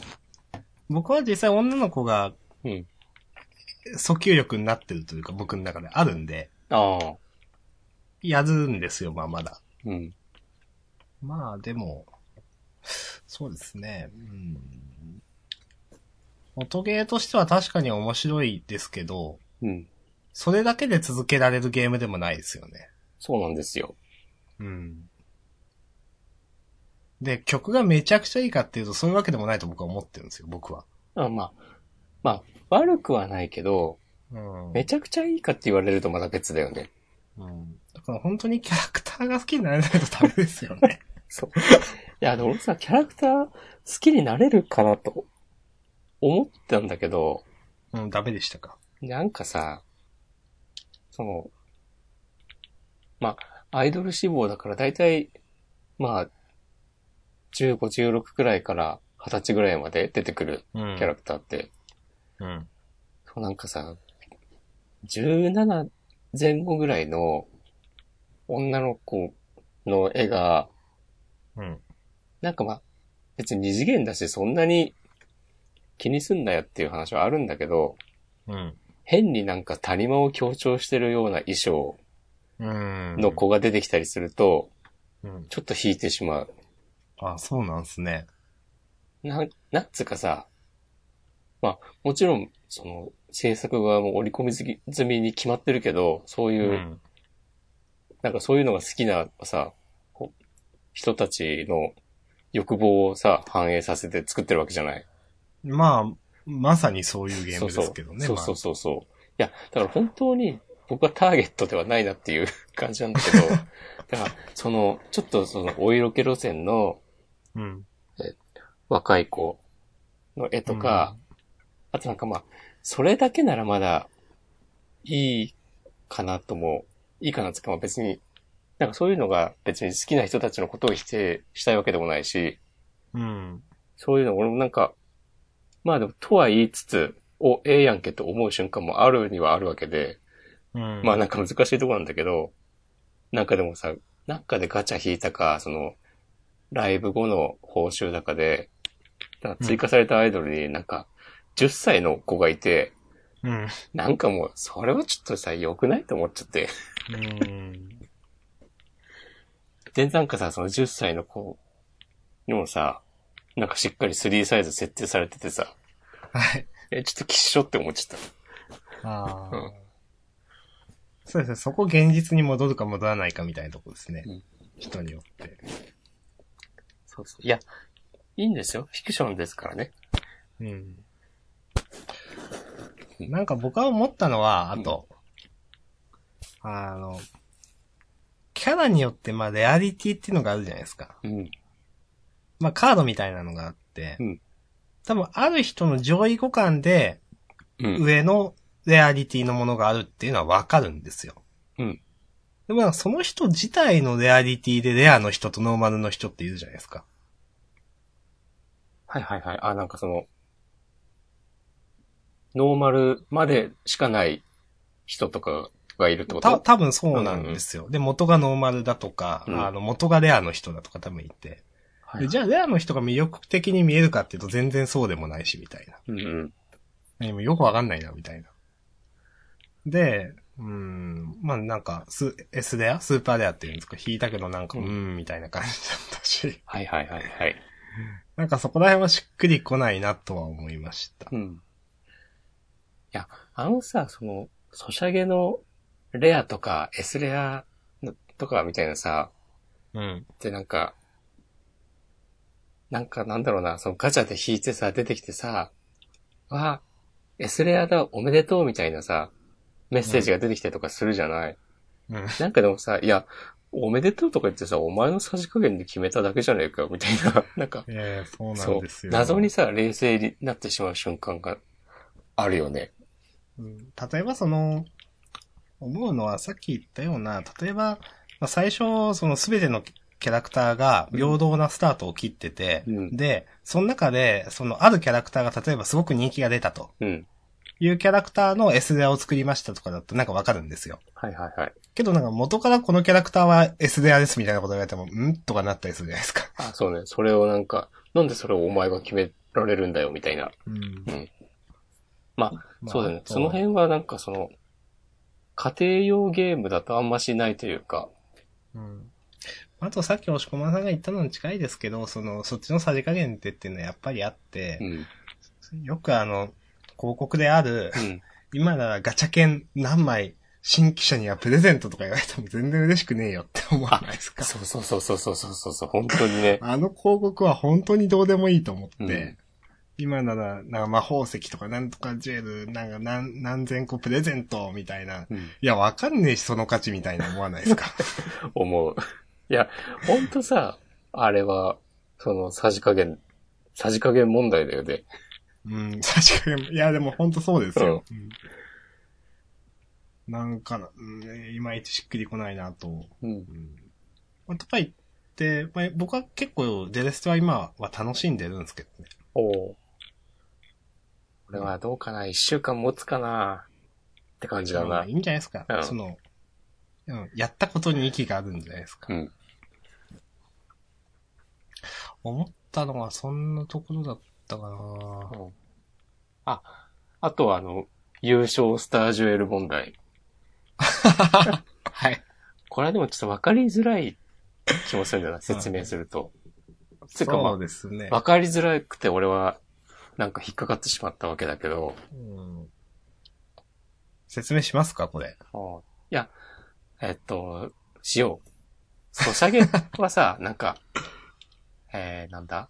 Speaker 2: 僕は実際女の子が
Speaker 1: うん。
Speaker 2: 訴求力になってるというか僕の中であるんで、
Speaker 1: ああ。
Speaker 2: やるんですよ、まあまだ。
Speaker 1: うん。
Speaker 2: まあでも、そうですね。うん。音ゲーとしては確かに面白いですけど、
Speaker 1: うん。
Speaker 2: それだけで続けられるゲームでもないですよね。
Speaker 1: そうなんですよ。
Speaker 2: うん。で、曲がめちゃくちゃいいかっていうとそういうわけでもないと僕は思ってるんですよ、僕は。
Speaker 1: あまあ、まあ、悪くはないけど、
Speaker 2: うん。
Speaker 1: めちゃくちゃいいかって言われるとまた別だよね。
Speaker 2: うん。だから本当にキャラクターが好きになれないとダメですよね。
Speaker 1: そう。いや、でも俺さ、キャラクター好きになれるかなと思ったんだけど、
Speaker 2: うん、ダメでしたか。
Speaker 1: なんかさ、その、まあ、アイドル志望だから大体、まあ、15、16くらいから20歳ぐらいまで出てくる
Speaker 2: うん。
Speaker 1: キャラクターって、
Speaker 2: うん。
Speaker 1: そうなんかさ、17前後ぐらいの女の子の絵が、
Speaker 2: うん。
Speaker 1: なんかまあ、別に二次元だし、そんなに気にすんなよっていう話はあるんだけど、
Speaker 2: うん。
Speaker 1: 変になんか谷間を強調してるような衣装
Speaker 2: うん。
Speaker 1: の子が出てきたりすると、
Speaker 2: うん。
Speaker 1: ちょっと引いてしまう。
Speaker 2: あ、そうなんすね。
Speaker 1: なん、なんつうかさ、まあ、もちろん、その、制作側も織り込み済み済みに決まってるけど、そう
Speaker 2: う
Speaker 1: いう、
Speaker 2: ん。
Speaker 1: なんかそういうのが好きなさ、こう人たちの欲望をさ、反映させて作ってるわけじゃない。
Speaker 2: まあ、まさにそういうゲームですけどね。
Speaker 1: そうそうそうそうそう。いや、だから本当に僕はターゲットではないなっていう <laughs> 感じなんだけど、だから、その、ちょっとその、お色気路線の
Speaker 2: まあうん。
Speaker 1: 若い子の絵とか、あとなんかまあ、それだけならまだいいかなとも、いいかなっていうかまあ別に、なんかそういうのが別に好きな人たちのことを否定したいわけでもないし、
Speaker 2: うん。
Speaker 1: そういうの俺もなんか、まあでもとは言いつつ、お、ええやんけと思う瞬間もあるにはあるわけで、
Speaker 2: うん。
Speaker 1: まあなんか難しいとこなんだけど、なんかでもさ、なんかでガチャ引いたか、その、ライブ後の報酬高で、なんか追加されたアイドルになんか、10歳の子がいて、
Speaker 2: うん。
Speaker 1: なんかもう、それはちょっとさ、良くないと思っちゃって。
Speaker 2: うん。
Speaker 1: で、なんかさ、その10歳の子にもさ、なんかしっかり3サイズ設定されててさ、
Speaker 2: はい。
Speaker 1: え、ちょっときっしょって思っちゃった。
Speaker 2: あ
Speaker 1: うん
Speaker 2: あ。そうですね。そこ現実に戻るか戻らないかみたいなとこですね
Speaker 1: うん。
Speaker 2: 人によって。
Speaker 1: そうそう。いや、いいんですよ。フィクションですからね。
Speaker 2: うん。なんか僕は思ったのは、あと、あの、キャラによって、まあ、レアリティっていうのがあるじゃないですか。
Speaker 1: うん。
Speaker 2: まあ、カードみたいなのがあって、
Speaker 1: うん
Speaker 2: 多分、ある人の上位互換で、
Speaker 1: うん。
Speaker 2: 上のレアリティのものがあるっていうのはわかるんですよ。
Speaker 1: うん。
Speaker 2: でもなんかその人自体のレアリティでレアの人とノーマルの人っているじゃないですか。
Speaker 1: はいはいはい。あ、なんかその、ノーマルまでしかない人とかがいるってこ
Speaker 2: た、
Speaker 1: と
Speaker 2: 多分そうなんですよ。で、元がノーマルだとか、
Speaker 1: うん
Speaker 2: あの、元がレアの人だとか多分いて。
Speaker 1: は
Speaker 2: で
Speaker 1: い。
Speaker 2: じゃあレアの人が魅力的に見えるかっていうと全然そうでもないし、みたいな。
Speaker 1: うんうん。
Speaker 2: でもよくわかんないな、みたいな。で、うーん、まあなんか、ス、S レアスーパーレアっていうんですか引いたけどなんか、う
Speaker 1: うん
Speaker 2: ーん、みたいな感じだったし、 <laughs>
Speaker 1: はいはいはいはい。
Speaker 2: なんかそこら辺はしっくりこないなとは思いました。
Speaker 1: うん。いや、あのさ、その、ソシャゲのレアとか S レアのとかみたいなさ、
Speaker 2: うん。
Speaker 1: ってなんか、なんかなんだろうな、そのガチャで引いてさ、出てきてさ、わあ、S レアだ、おめでとうみたいなさ、メッセージが出てきたりとかするじゃない、
Speaker 2: うん。
Speaker 1: なんかでもさ、いや、おめでとうとか言ってさ、お前のさじ加減で決めただけじゃねえかよ、みたいな、 <laughs> なんか、
Speaker 2: ええそうな
Speaker 1: そ
Speaker 2: ん
Speaker 1: う
Speaker 2: です、よ。
Speaker 1: 謎にさ、冷静になってしまう瞬間があるよね。
Speaker 2: うん例えばその、思うのはさっき言ったような、例えば、まあ、最初、そのすべてのキャラクターが平等なスタートを切ってて、
Speaker 1: うん
Speaker 2: で、その中で、そのあるキャラクターが例えばすごく人気が出たと
Speaker 1: うん。
Speaker 2: いうキャラクターの S レアを作りましたとかだとなんかわかるんですよ。
Speaker 1: はいはいはい。
Speaker 2: けどなんか元からこのキャラクターは S レアですみたいなこと言われても、んとかなったりするじゃないですか。
Speaker 1: あ、そうね。それをなんか、なんでそれをお前が決められるんだよ、みたいな。
Speaker 2: うん
Speaker 1: まあ、そうだね。その。辺はなんかその、家庭用ゲームだとあんましないというか、
Speaker 2: うんあとさっき押し込まさんが言ったのに近いですけど、その、そっちのさじ加減ってっていうのはやっぱりあって
Speaker 1: う、ん。
Speaker 2: よくあの、広告である、
Speaker 1: うん。
Speaker 2: 今ならガチャ券何枚、新規者にはプレゼントとか言われても全然嬉しくねえよって思わないです
Speaker 1: <laughs>
Speaker 2: か。
Speaker 1: そうそうそうそうそうそうそう、本当にね。
Speaker 2: あの広告は本当にどうでもいいと思って、
Speaker 1: うん
Speaker 2: 今なら、なんか魔法石とかなんとかジュエル、なんか何何千個プレゼントみたいな。
Speaker 1: うん
Speaker 2: いや、わかんねえし、その価値みたいな思わないで
Speaker 1: <laughs>
Speaker 2: すか。
Speaker 1: 思う。いや、ほんとさ、あれは、その、さじ加減、さじ加減問題だよね。
Speaker 2: うん、確かに。いや、でも本当そうですよ。うんなんかな、うんいまいちしっくりこないなと。
Speaker 1: うん。
Speaker 2: うんまあ、とか言って、まあ、僕は結構デレストは今は楽しんでるんですけどね。
Speaker 1: おお。これはどうかな一週間持つかなって感じだ
Speaker 2: まあ
Speaker 1: な。
Speaker 2: いいんじゃないですか。
Speaker 1: うん
Speaker 2: その、うんやったことに息があるんじゃないですか。
Speaker 1: うん
Speaker 2: 思ったのはそんなところだったかな
Speaker 1: うんあ、あとはあの、優勝スタージュエル問題。
Speaker 2: はい。
Speaker 1: これはでもちょっとわかりづらい気もするんだな、説明すると。つうかまあ
Speaker 2: そうですね。
Speaker 1: わかりづらくて俺は、なんか引っかかってしまったわけだけど。
Speaker 2: うん説明しますか、これ。
Speaker 1: いや、えっと、しよう。ソシャゲは <laughs> さ、なんか、えー、なんだ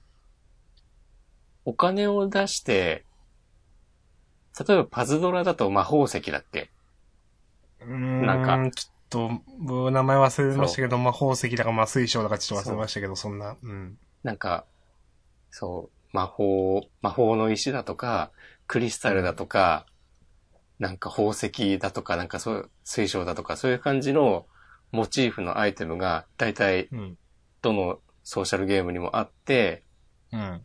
Speaker 1: お金を出して、例えばパズドラだと魔法石だっけ
Speaker 2: なん
Speaker 1: か
Speaker 2: ちょっと、僕名前忘れましたけど、まあ、宝石だか、まあ、水晶だかちょっと忘れましたけど、そんな、うん。
Speaker 1: なんか、そう、魔法、魔法の石だとか、クリスタルだとか、なんか宝石だとか、なんかそういう、水晶だとか、そういう感じのモチーフのアイテムが、だいたい
Speaker 2: うん。
Speaker 1: どのソーシャルゲームにもあって、
Speaker 2: うん。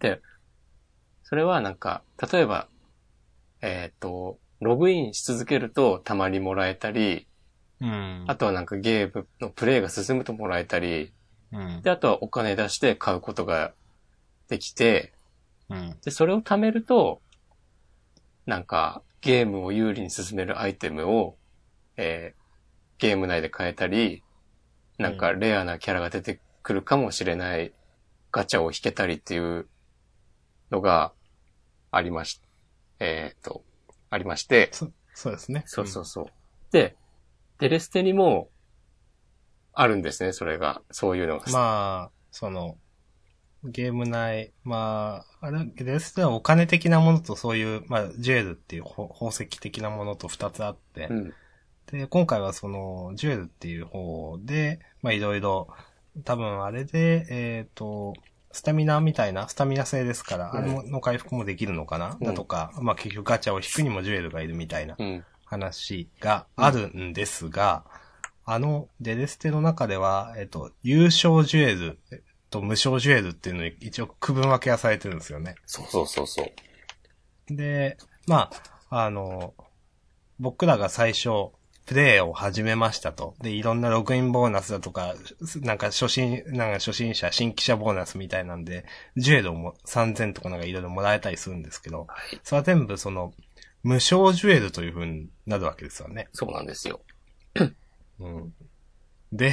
Speaker 1: それはなんか、例えば、えっ、と、ログインし続けるとたまにもらえたり、
Speaker 2: うん。
Speaker 1: あとはなんかゲームのプレイが進むともらえたり、
Speaker 2: うん。
Speaker 1: で、あとはお金出して買うことができて、
Speaker 2: うん。
Speaker 1: で、それを貯めると、なんか、ゲームを有利に進めるアイテムを、えーゲーム内で変えたり、なんか、
Speaker 2: う
Speaker 1: レアなキャラが出てくるかもしれないガチャを引けたりっていうのがありまし、えっ、と、ありまして、
Speaker 2: そ、そうですね。
Speaker 1: そうそうそう。で、デレステにも、あるんですね、それが。そういうのが。
Speaker 2: うん。まあ、その、ゲーム内、まあ、あれ、レスではお金的なものとそういう、まあ、ジュエルっていうほ宝石的なものと二つあって、
Speaker 1: うん。
Speaker 2: で、今回はその、ジュエルっていう方で、まあいろいろ、多分あれで、えっ、と、スタミナみたいな、スタミナ性ですから、
Speaker 1: うん
Speaker 2: あれもの回復もできるのかな、
Speaker 1: うん
Speaker 2: だとか、まあ結局ガチャを引くにもジュエルがいるみたいな
Speaker 1: うん。
Speaker 2: 話があるんですが、あの、デレステの中では、えっ、と、優勝ジュエルと無償ジュエルっていうのに一応区分分けはされてるんですよね。
Speaker 1: そうそうそうそう。
Speaker 2: で、まあ、あの、僕らが最初、プレイを始めましたと。で、いろんなログインボーナスだとか、なんか初心、なんか初心者、新規者ボーナスみたいなんで、ジュエルをも3000とかなんかいろいろもらえたりするんですけど、それは全部その、無償ジュエルという風になるわけですよね。
Speaker 1: そうなんですよ。
Speaker 2: うん。で、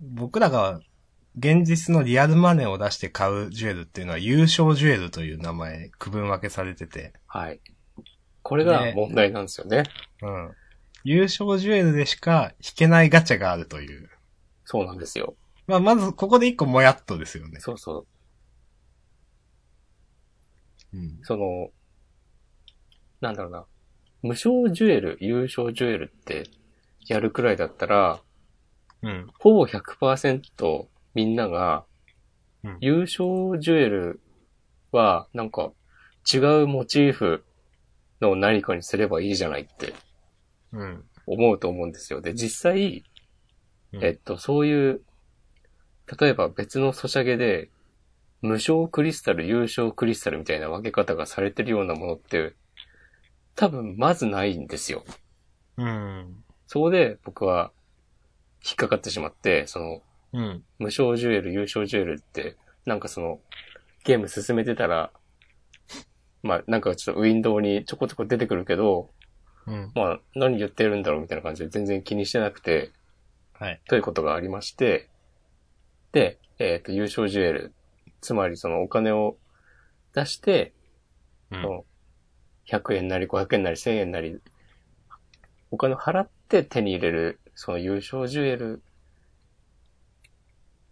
Speaker 2: 僕らが現実のリアルマネーを出して買うジュエルっていうのは優勝ジュエルという名前、区分分けされてて、
Speaker 1: はい。これが
Speaker 2: ね
Speaker 1: 問題なんですよね。
Speaker 2: うん。優勝ジュエルでしか引けないガチャがあるという。
Speaker 1: そうなんですよ。
Speaker 2: まあ、まず、ここで一個もやっとですよね。
Speaker 1: そうそう。
Speaker 2: うん。
Speaker 1: その、なんだろうな。無償ジュエル、優勝ジュエルってやるくらいだったら、
Speaker 2: うん。
Speaker 1: ほぼ100%みんなが
Speaker 2: うん、
Speaker 1: 優勝ジュエルは、なんか、違うモチーフの何かにすればいいじゃないって
Speaker 2: うん。
Speaker 1: 思うと思うんですよ。で、実際、
Speaker 2: うん
Speaker 1: えっと、そういう、例えば別のソシャゲで、無償クリスタル、優勝クリスタルみたいな分け方がされてるようなものって、多分まずないんですよ。
Speaker 2: うん。
Speaker 1: そこで僕は引っかかってしまって、その、
Speaker 2: うん。
Speaker 1: 無償ジュエル、優勝ジュエルって、なんかその、ゲーム進めてたら、まあなんかちょっとウィンドウにちょこちょこ出てくるけど、
Speaker 2: うん。
Speaker 1: まあ何言ってるんだろうみたいな感じで全然気にしてなくて、
Speaker 2: はい。
Speaker 1: ということがありまして、で、えっ、と、優勝ジュエル、つまりそのお金を出して、
Speaker 2: うん
Speaker 1: その100円なり500円なり1000円なり、お金を払って手に入れる、その優勝ジュエル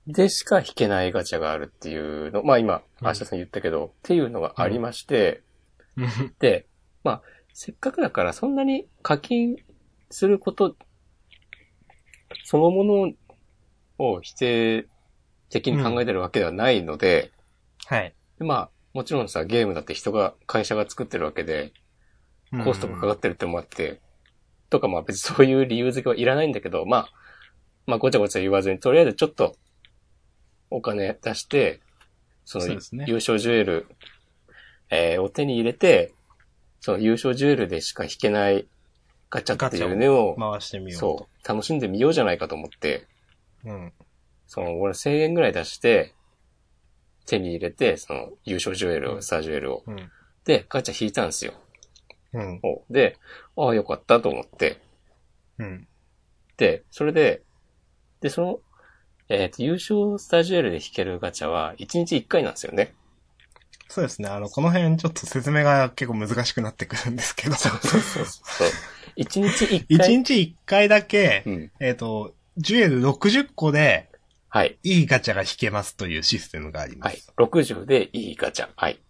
Speaker 1: でしか引けないガチャがあるっていうの、まあ今、
Speaker 2: うん
Speaker 1: 明日さん言ったけど、っていうのがありまして、
Speaker 2: うん
Speaker 1: で、まあ、せっかくだからそんなに課金することそのものを否定的に考えてるわけではないので、
Speaker 2: はい。
Speaker 1: でまあ、もちろんさ、ゲームだって人が、会社が作ってるわけで、
Speaker 2: うん
Speaker 1: コストがかかってるってのもあって、とかまあ別にそういう理由付けはいらないんだけど、まあ、まあごちゃごちゃ言わずに、とりあえずちょっとお金出して、その
Speaker 2: そうですね
Speaker 1: 優勝ジュエル、えーを手に入れて、その優勝ジュエルでしか引けないガチャっていうのを、
Speaker 2: 回してみよう。
Speaker 1: そう、楽しんでみようじゃないかと思って、
Speaker 2: う。うん。
Speaker 1: その俺1000円ぐらい出して、手に入れて、その優勝ジュエル
Speaker 2: う
Speaker 1: を、
Speaker 2: ん
Speaker 1: スタージュエルを。
Speaker 2: うん。
Speaker 1: で、ガチャ引いたんですよ。
Speaker 2: うん。
Speaker 1: おで、ああ、よかったと思って、
Speaker 2: うん。
Speaker 1: で、それで、で、その、えっ、と、優勝スタジュエルで引けるガチャは、1日1回なんですよね。
Speaker 2: そうですね。あの、この辺ちょっと説明が結構難しくなってくるんですけど。
Speaker 1: そう。そう。1日1
Speaker 2: 一
Speaker 1: 回。
Speaker 2: 日一回だけ、
Speaker 1: うん。
Speaker 2: えっ、と、ジュエル60個で
Speaker 1: はい。
Speaker 2: いいガチャが引けますというシステムがありま
Speaker 1: はい
Speaker 2: す。。
Speaker 1: 60でいいガチャ。はい。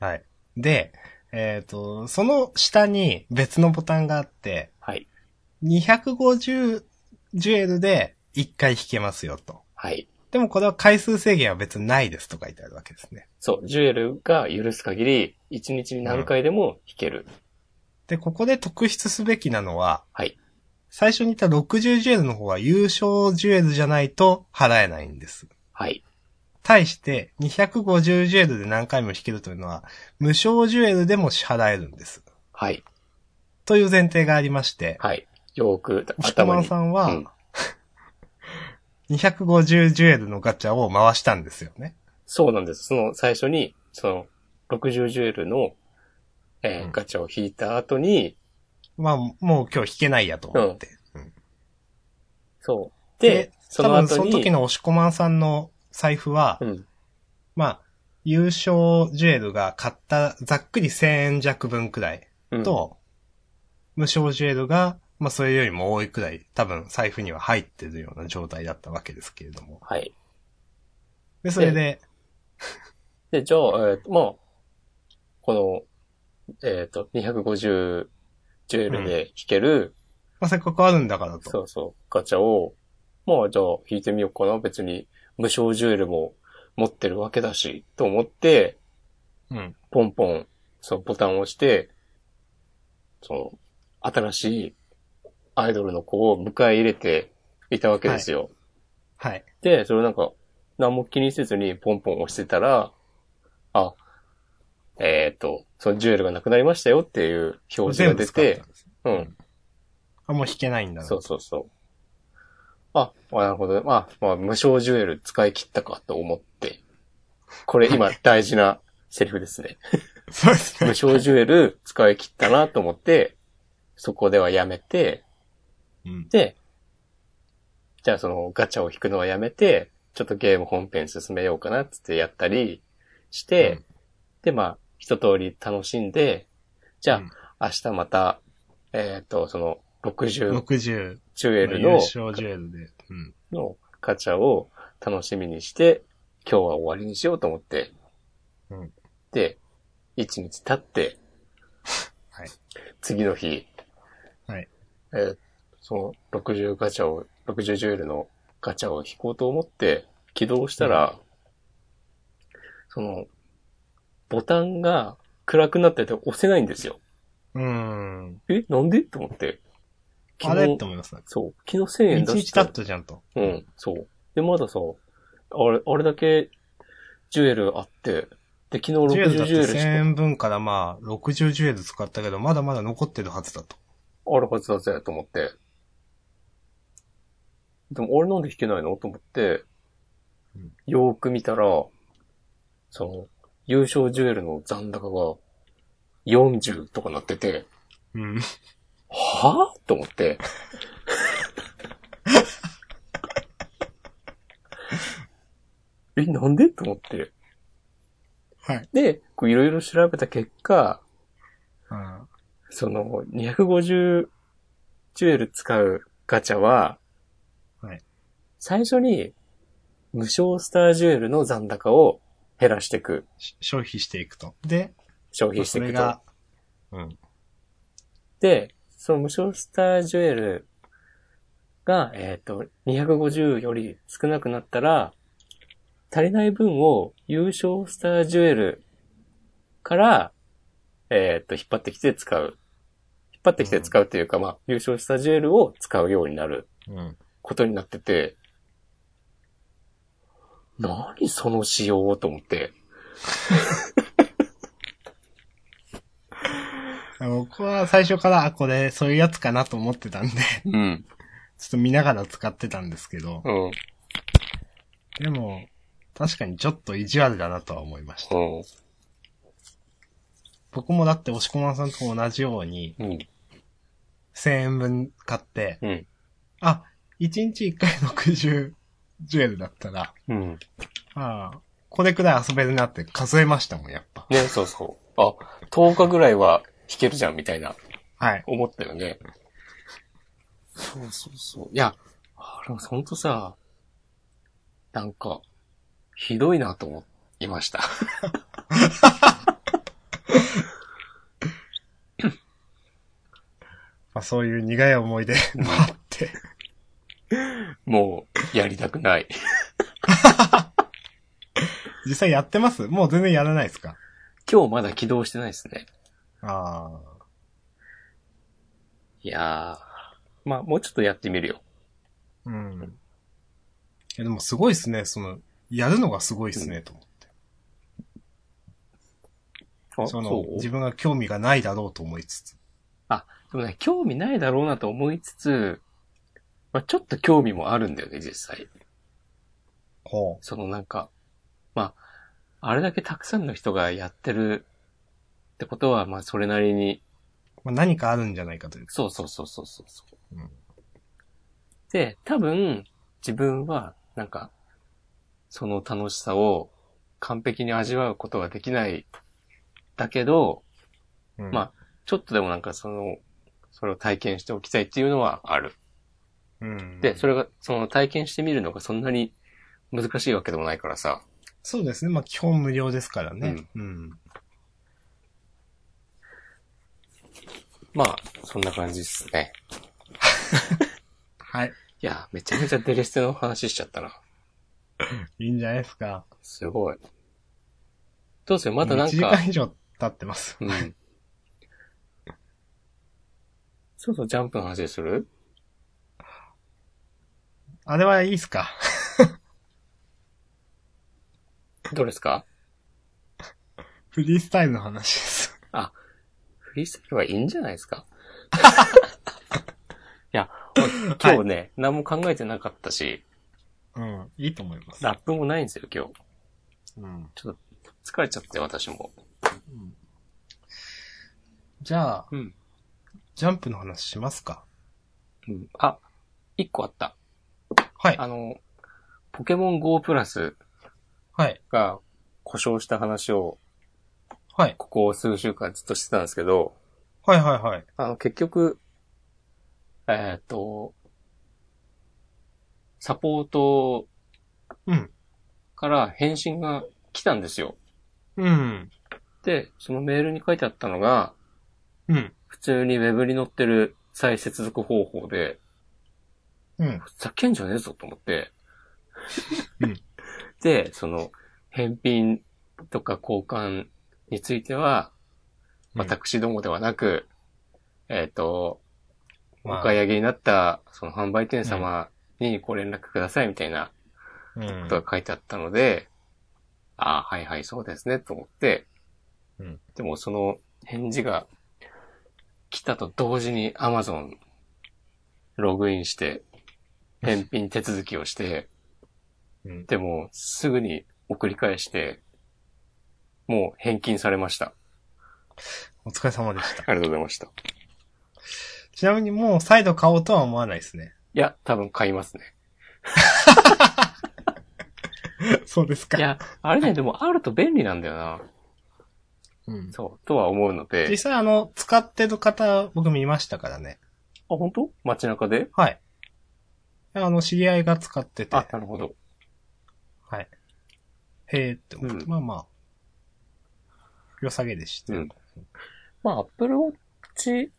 Speaker 2: はい。で、えっ、と、その下に別のボタンがあって、
Speaker 1: はい。
Speaker 2: 250ジュエルで1回引けますよと。
Speaker 1: はい。
Speaker 2: でもこれは回数制限は別にないですと書いてあるわけですね。
Speaker 1: そう。ジュエルが許す限り、1日に何回でも引ける。
Speaker 2: で、ここで特筆すべきなのは、
Speaker 1: はい。
Speaker 2: 最初に言った60ジュエルの方は優勝ジュエルじゃないと払えないんです。
Speaker 1: はい。
Speaker 2: 対して、250ジュエルで何回も引けるというのは、無償ジュエルでも支払えるんです。
Speaker 1: はい。
Speaker 2: という前提がありまして、
Speaker 1: はい。よーく
Speaker 2: 牛
Speaker 1: 頭
Speaker 2: 熊
Speaker 1: に。
Speaker 2: さん
Speaker 1: う
Speaker 2: は
Speaker 1: ん、
Speaker 2: 250ジュエルのガチャを回したんですよね。
Speaker 1: そうなんです。その最初に、その、60ジュエルの、えー
Speaker 2: うん
Speaker 1: ガチャを引いた後に、
Speaker 2: まあ、もう今日引けないやと思って。
Speaker 1: そう。で、そ
Speaker 2: 多
Speaker 1: の
Speaker 2: 分
Speaker 1: 後
Speaker 2: その
Speaker 1: に。
Speaker 2: 時の押し込まんさんの財布は、
Speaker 1: うん。
Speaker 2: まあ、優勝ジュエルが買ったざっくり1000円弱分くらい
Speaker 1: うん、
Speaker 2: と、無償ジュエルが、まあそれよりも多いくらい多分財布には入ってるような状態だったわけですけれども。
Speaker 1: はい。
Speaker 2: で、それで、
Speaker 1: で、じゃあ、えーとまあ、この、えっ、と、250ジュエルで弾ける、
Speaker 2: まあせっかくあるんだからと。
Speaker 1: そうそう、ガチャを、まあ、じゃあ弾いてみようかな。別に、無償ジュエルも持ってるわけだし、と思って、
Speaker 2: うん。
Speaker 1: ポンポン、そのボタンを押して、その、新しいアイドルの子を迎え入れていたわけですよ。
Speaker 2: はい。
Speaker 1: で、それをなんか、何も気にせずにポンポン押してたら、あ、えっ、と、そのジュエルがなくなりましたよっていう表示が
Speaker 2: 全部
Speaker 1: 出
Speaker 2: 使って
Speaker 1: て
Speaker 2: た、んです。
Speaker 1: う
Speaker 2: うん
Speaker 1: ん、
Speaker 2: あ、もう引けないんだな。
Speaker 1: そうそうそう。あ、まあなるほどね。まあ、まあ、無償ジュエル使い切ったかと思って。これ今大事なセリフですね。
Speaker 2: そうです
Speaker 1: 無
Speaker 2: ね。
Speaker 1: 償ジュエル使い切ったなと思って、そこではやめて、
Speaker 2: うん。
Speaker 1: で、じゃあそのガチャを引くのはやめて、ちょっとゲーム本編進めようかなっつってやったりして、
Speaker 2: うん
Speaker 1: <laughs> で、まあ、一通り楽しんで、じゃあ、
Speaker 2: うん
Speaker 1: 明日また、えっ、と、その、60
Speaker 2: 60
Speaker 1: ジュエ
Speaker 2: の
Speaker 1: ル
Speaker 2: 優
Speaker 1: の
Speaker 2: 勝ジュエルで。うん。
Speaker 1: のガチャを楽しみにして、今日は終わりにしようと思って、
Speaker 2: うん
Speaker 1: で、一日経って、
Speaker 2: はい
Speaker 1: 次の日、
Speaker 2: はい
Speaker 1: えーその60ガチャを、60ジュエルのガチャを引こうと思って起動したら、その、ボタンが暗くなってて押せないんですよ。
Speaker 2: うーん。
Speaker 1: え、なんでと思って。
Speaker 2: あれって思いますね。
Speaker 1: そう、昨日1000円
Speaker 2: 1
Speaker 1: 出し
Speaker 2: 日
Speaker 1: た
Speaker 2: 経ったじゃんと。
Speaker 1: うん、そう。で、まださ、あれ、あれだけ、ジュエルあって、で、昨日
Speaker 2: ジュエルだ
Speaker 1: 60
Speaker 2: っ
Speaker 1: ジュエル
Speaker 2: て1000
Speaker 1: しか、
Speaker 2: 円分からまあ、60ジュエル使ったけど、まだまだ残ってるはずだと。
Speaker 1: あるはずだぜ、と思って。でも、俺なんで弾けないのと思って
Speaker 2: うん、
Speaker 1: よーく見たら、その、優勝ジュエルの残高が40とかなってて、
Speaker 2: うん。
Speaker 1: はぁと思って。 <laughs> え、なんでと思って。
Speaker 2: はい。
Speaker 1: で、こういろいろ調べた結果、
Speaker 2: うん。
Speaker 1: その、250ジュエル使うガチャは、
Speaker 2: はい
Speaker 1: 最初に、無償スタージュエルの残高を減らしていく、
Speaker 2: し消費していくと。で、
Speaker 1: 消費して
Speaker 2: そ
Speaker 1: い
Speaker 2: れ
Speaker 1: くと。
Speaker 2: が、うん。
Speaker 1: で、その無償スタージュエルが、えっ、と、250より少なくなったら、足りない分を優勝スタージュエルから、えっ、と、引っ張ってきて使う。引っ張ってきて使うというか、まあ、優勝スタージュエルを使うようになる
Speaker 2: うん。
Speaker 1: ことになってて、何その仕様と思って。
Speaker 2: 僕は最初から、あ、これ、そういうやつかなと思ってたんで、 <laughs>
Speaker 1: うん。
Speaker 2: ちょっと見ながら使ってたんですけど、
Speaker 1: うん。
Speaker 2: でも、確かにちょっと意地悪だなとは思いました。
Speaker 1: うん。
Speaker 2: 僕もだって、押し込まんさんと同じように、
Speaker 1: うん。
Speaker 2: 1000円分買って、
Speaker 1: うん。
Speaker 2: あ、1日1回60ジュエルだったら、
Speaker 1: うん。
Speaker 2: ああ、これくらい遊べるなって数えましたもん、やっぱ。
Speaker 1: ね、そうそう。あ、10日ぐらいは弾けるじゃん、みたいな、
Speaker 2: はい。
Speaker 1: 思ったよね。そうそうそう。いや、あれもほんとさ、なんか、ひどいなと思いました。 <laughs>
Speaker 2: まあそういう苦い思
Speaker 1: <laughs>
Speaker 2: い出もあって。
Speaker 1: もう、やりたくない。
Speaker 2: 実際やってますもう全然やらないですか
Speaker 1: 今日まだ起動してないですね。
Speaker 2: ああ。
Speaker 1: いやー。まあ、もうちょっとやってみるよ。
Speaker 2: うん。いやでもすごいっすね、その、やるのがすごいっすね、と思って。
Speaker 1: あ
Speaker 2: その
Speaker 1: そ、
Speaker 2: 自
Speaker 1: う
Speaker 2: 分が興味がないだろうと思いつつ。
Speaker 1: でもね、興味ないだろうなと思いつつ、まあ、ちょっと興味もあるんだよね、実際。
Speaker 2: ほ
Speaker 1: そのなんか、まあ、あれだけたくさんの人がやってるってことは、まあ、それなりに、
Speaker 2: う。まあ何かあるんじゃないかというか。
Speaker 1: そうそうそうそうそうそう、
Speaker 2: うん
Speaker 1: で、多分、自分は、なんか、その楽しさを完璧に味わうことができない。だけど、
Speaker 2: うん
Speaker 1: まあちょっとでもなんかその、それを体験しておきたいっていうのはある。
Speaker 2: うん。
Speaker 1: で、そ
Speaker 2: れ。
Speaker 1: れが、その体験してみるのがそんなに難しいわけでもないからさ。
Speaker 2: そうですね。まあ基本無料ですからね。うん。
Speaker 1: まあ、そんな感じですね。
Speaker 2: はい。
Speaker 1: いや、めちゃめちゃデレステの話しちゃったな。
Speaker 2: いいんじゃないですか。
Speaker 1: すごい。どうするまだなん
Speaker 2: もう1時
Speaker 1: か、
Speaker 2: 間以上経ってます。
Speaker 1: うん。そうそう、ジャンプの話する
Speaker 2: あれはいいっすか
Speaker 1: どうですか
Speaker 2: <laughs> フリースタイルの話です。
Speaker 1: フリースタイルはいいんじゃないです <laughs> かいや、俺今日ね、何も考えてなかったし、
Speaker 2: うん。いいと思います。
Speaker 1: ラップもないんですよ、今日。
Speaker 2: うん。
Speaker 1: 疲れちゃって、私も。
Speaker 2: じゃあ、
Speaker 1: うん
Speaker 2: ジャンプの話しますか
Speaker 1: うん、あ、一個あった。
Speaker 2: はい。
Speaker 1: あの、ポケモン GO プラス
Speaker 2: はい。
Speaker 1: が故障した話を、
Speaker 2: はい。
Speaker 1: ここ数週間ずっとしてたんですけど、
Speaker 2: はいはいはい。
Speaker 1: あの、結局、えーっと、サポート
Speaker 2: うん。
Speaker 1: から返信が来たんですよ。
Speaker 2: うん。
Speaker 1: で、そのメールに書いてあったのが、
Speaker 2: うん。
Speaker 1: 普通にウェブに載ってる再接続方法で、
Speaker 2: うん。
Speaker 1: ふざけんじゃねえぞと思って
Speaker 2: うん。
Speaker 1: で、その、返品とか交換については、
Speaker 2: うん
Speaker 1: 私どもではなく、えーっと、お
Speaker 2: まあ
Speaker 1: 買い上げになった、その販売店様にご連絡くださいみたいな
Speaker 2: うん。
Speaker 1: ことが書いてあったので、ああ、はいはい、そうですね、と思って、
Speaker 2: うん
Speaker 1: でもその返事が来たと同時に Amazon ログインして、返品手続きをして、 <laughs>
Speaker 2: うん。
Speaker 1: でもすぐに送り返して、もう返金されました。
Speaker 2: お疲れ様でした。
Speaker 1: ありがとうございました。い
Speaker 2: ちなみにもう再度買おうとは思わないですね。
Speaker 1: や、多分買いますね。
Speaker 2: <laughs> そうですか
Speaker 1: いや、あれね、でもあると便利なんだよな。
Speaker 2: うん。
Speaker 1: そう、とは思うので
Speaker 2: 実。際あの、使ってる方、僕見ましたからね。
Speaker 1: あ、本当？街中で
Speaker 2: はい。あの、知り合いが使ってて、
Speaker 1: あ
Speaker 2: は、
Speaker 1: なるほど。
Speaker 2: い。へえって思って、
Speaker 1: うん
Speaker 2: まあまあ、良さげでした。
Speaker 1: うんまあ、Apple Watch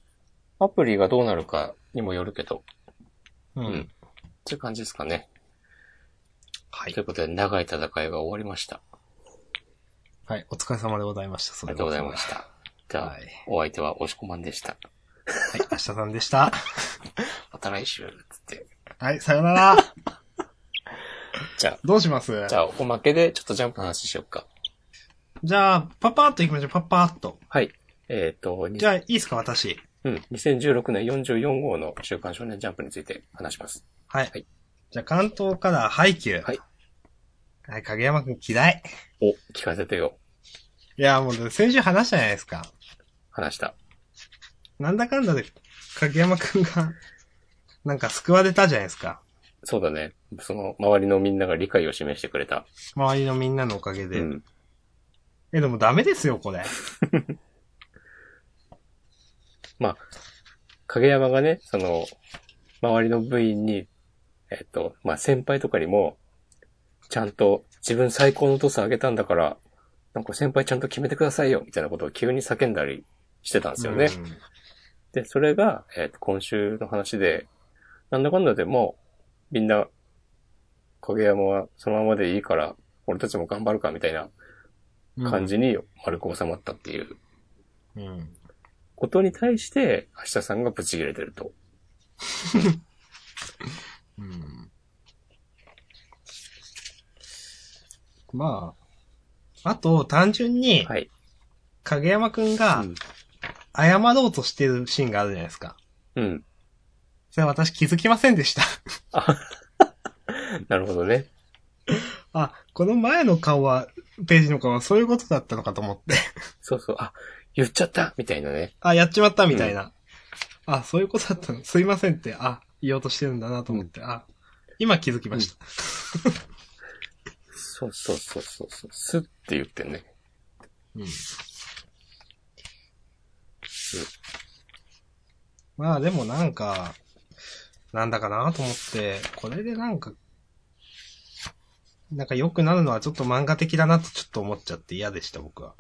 Speaker 1: アプリがどうなるかにもよるけど、
Speaker 2: うん
Speaker 1: うんという感じですかね。
Speaker 2: はい
Speaker 1: とい。うことで、長い戦いが終わりました。
Speaker 2: はい。お疲れ様でございました。
Speaker 1: あ
Speaker 2: そ
Speaker 1: り
Speaker 2: れ
Speaker 1: がとう
Speaker 2: は
Speaker 1: ご
Speaker 2: そ
Speaker 1: ざい
Speaker 2: れは
Speaker 1: ました。じゃあ、
Speaker 2: はい。
Speaker 1: お相手は押し込まんでした。
Speaker 2: はい。明日さんで
Speaker 1: <laughs>
Speaker 2: した。
Speaker 1: また来週、つって。
Speaker 2: はい。さよなら。
Speaker 1: じゃ
Speaker 2: どうします
Speaker 1: あ、じゃあ、おまけでちょっとジャンプの話しようか。
Speaker 2: じゃあ、パパーっと行きましょう。パパーっと。
Speaker 1: はい。えっ、と、に
Speaker 2: じゃあ、いいですか、私。
Speaker 1: うん、2016年44号の週刊少年ジャンプについて話します。
Speaker 2: はい。
Speaker 1: はい
Speaker 2: じゃあ、関東からハイキュー。
Speaker 1: はい。
Speaker 2: はい、影山くん嫌い。
Speaker 1: お、聞かせてよ。
Speaker 2: いや、もう先週話したじゃないですか。
Speaker 1: 話した。
Speaker 2: なんだかんだで、影山くんが、なんか救われたじゃないですか。
Speaker 1: そうだね。その、周りのみんなが理解を示してくれた。
Speaker 2: 周りのみんなのおかげ
Speaker 1: う
Speaker 2: で。
Speaker 1: ん。
Speaker 2: え、でもダメですよ、これ。
Speaker 1: 影山がね、その、周りの部員に、えっと、まあ、先輩とかにも、ちゃんと自分最高のトスあげたんだから、なんか先輩ちゃんと決めてくださいよ、みたいなことを急に叫んだりしてたんですよね。
Speaker 2: うん
Speaker 1: で、それが、えっと、今週の話で、なんだかんだでもう、みんな、影山はそのままでいいから、俺たちも頑張るか、みたいな感。じに丸く収まったっていう
Speaker 2: うん。
Speaker 1: ことに対して、明日さんがブチ切れてると。
Speaker 2: うん。まあ。あと、単純に、
Speaker 1: はい。
Speaker 2: 影山くんが
Speaker 1: うん、
Speaker 2: 謝ろうとしてるシーンがあるじゃないですか。
Speaker 1: うん。
Speaker 2: それ私気づきませんでした。 <laughs>
Speaker 1: なるほどね。
Speaker 2: あ、この前の顔は、ページの顔はそういうことだったのかと思って。 <laughs>
Speaker 1: そうそう、あ、言っちゃったみたいなね。
Speaker 2: あ、やっちまったみたいな。あ、そういうことだったの。すいませんって、あ、言おうとしてるんだなと思って。あ、今気づきました。
Speaker 1: そうそうそうそうそう、すって言ってね。
Speaker 2: うん。まあでもなんか、なんだかなと思って、これでなんか、なんか良くなるのはちょっと漫画的だなとちょっと思っちゃって嫌でした、僕は。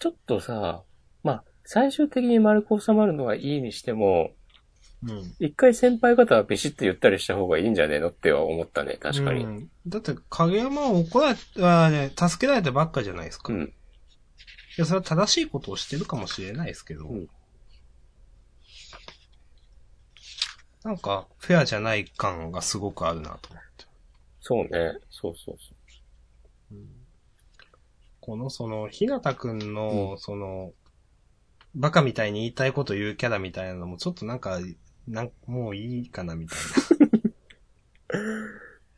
Speaker 1: ちょっとさ、まあ、最終的に丸く収まるのはいいにしても、
Speaker 2: うん。
Speaker 1: 一回先輩方はビシッと言ったりした方がいいんじゃねえのっては思ったね、確かに。
Speaker 2: う
Speaker 1: うん。
Speaker 2: んだって、影山を怒られ、あーね、助けられたばっかじゃないですか。いや、それは正しいことをしてるかもしれないですけど。
Speaker 1: うん
Speaker 2: なんか、フェアじゃない感がすごくあるなと思って。
Speaker 1: そうね。そうそうそ。
Speaker 2: この、その、ひなたくんの、その、バカみたいに言いたいこと言うキャラみたいなのも、ちょっとなんか、なんもういいかなみたいう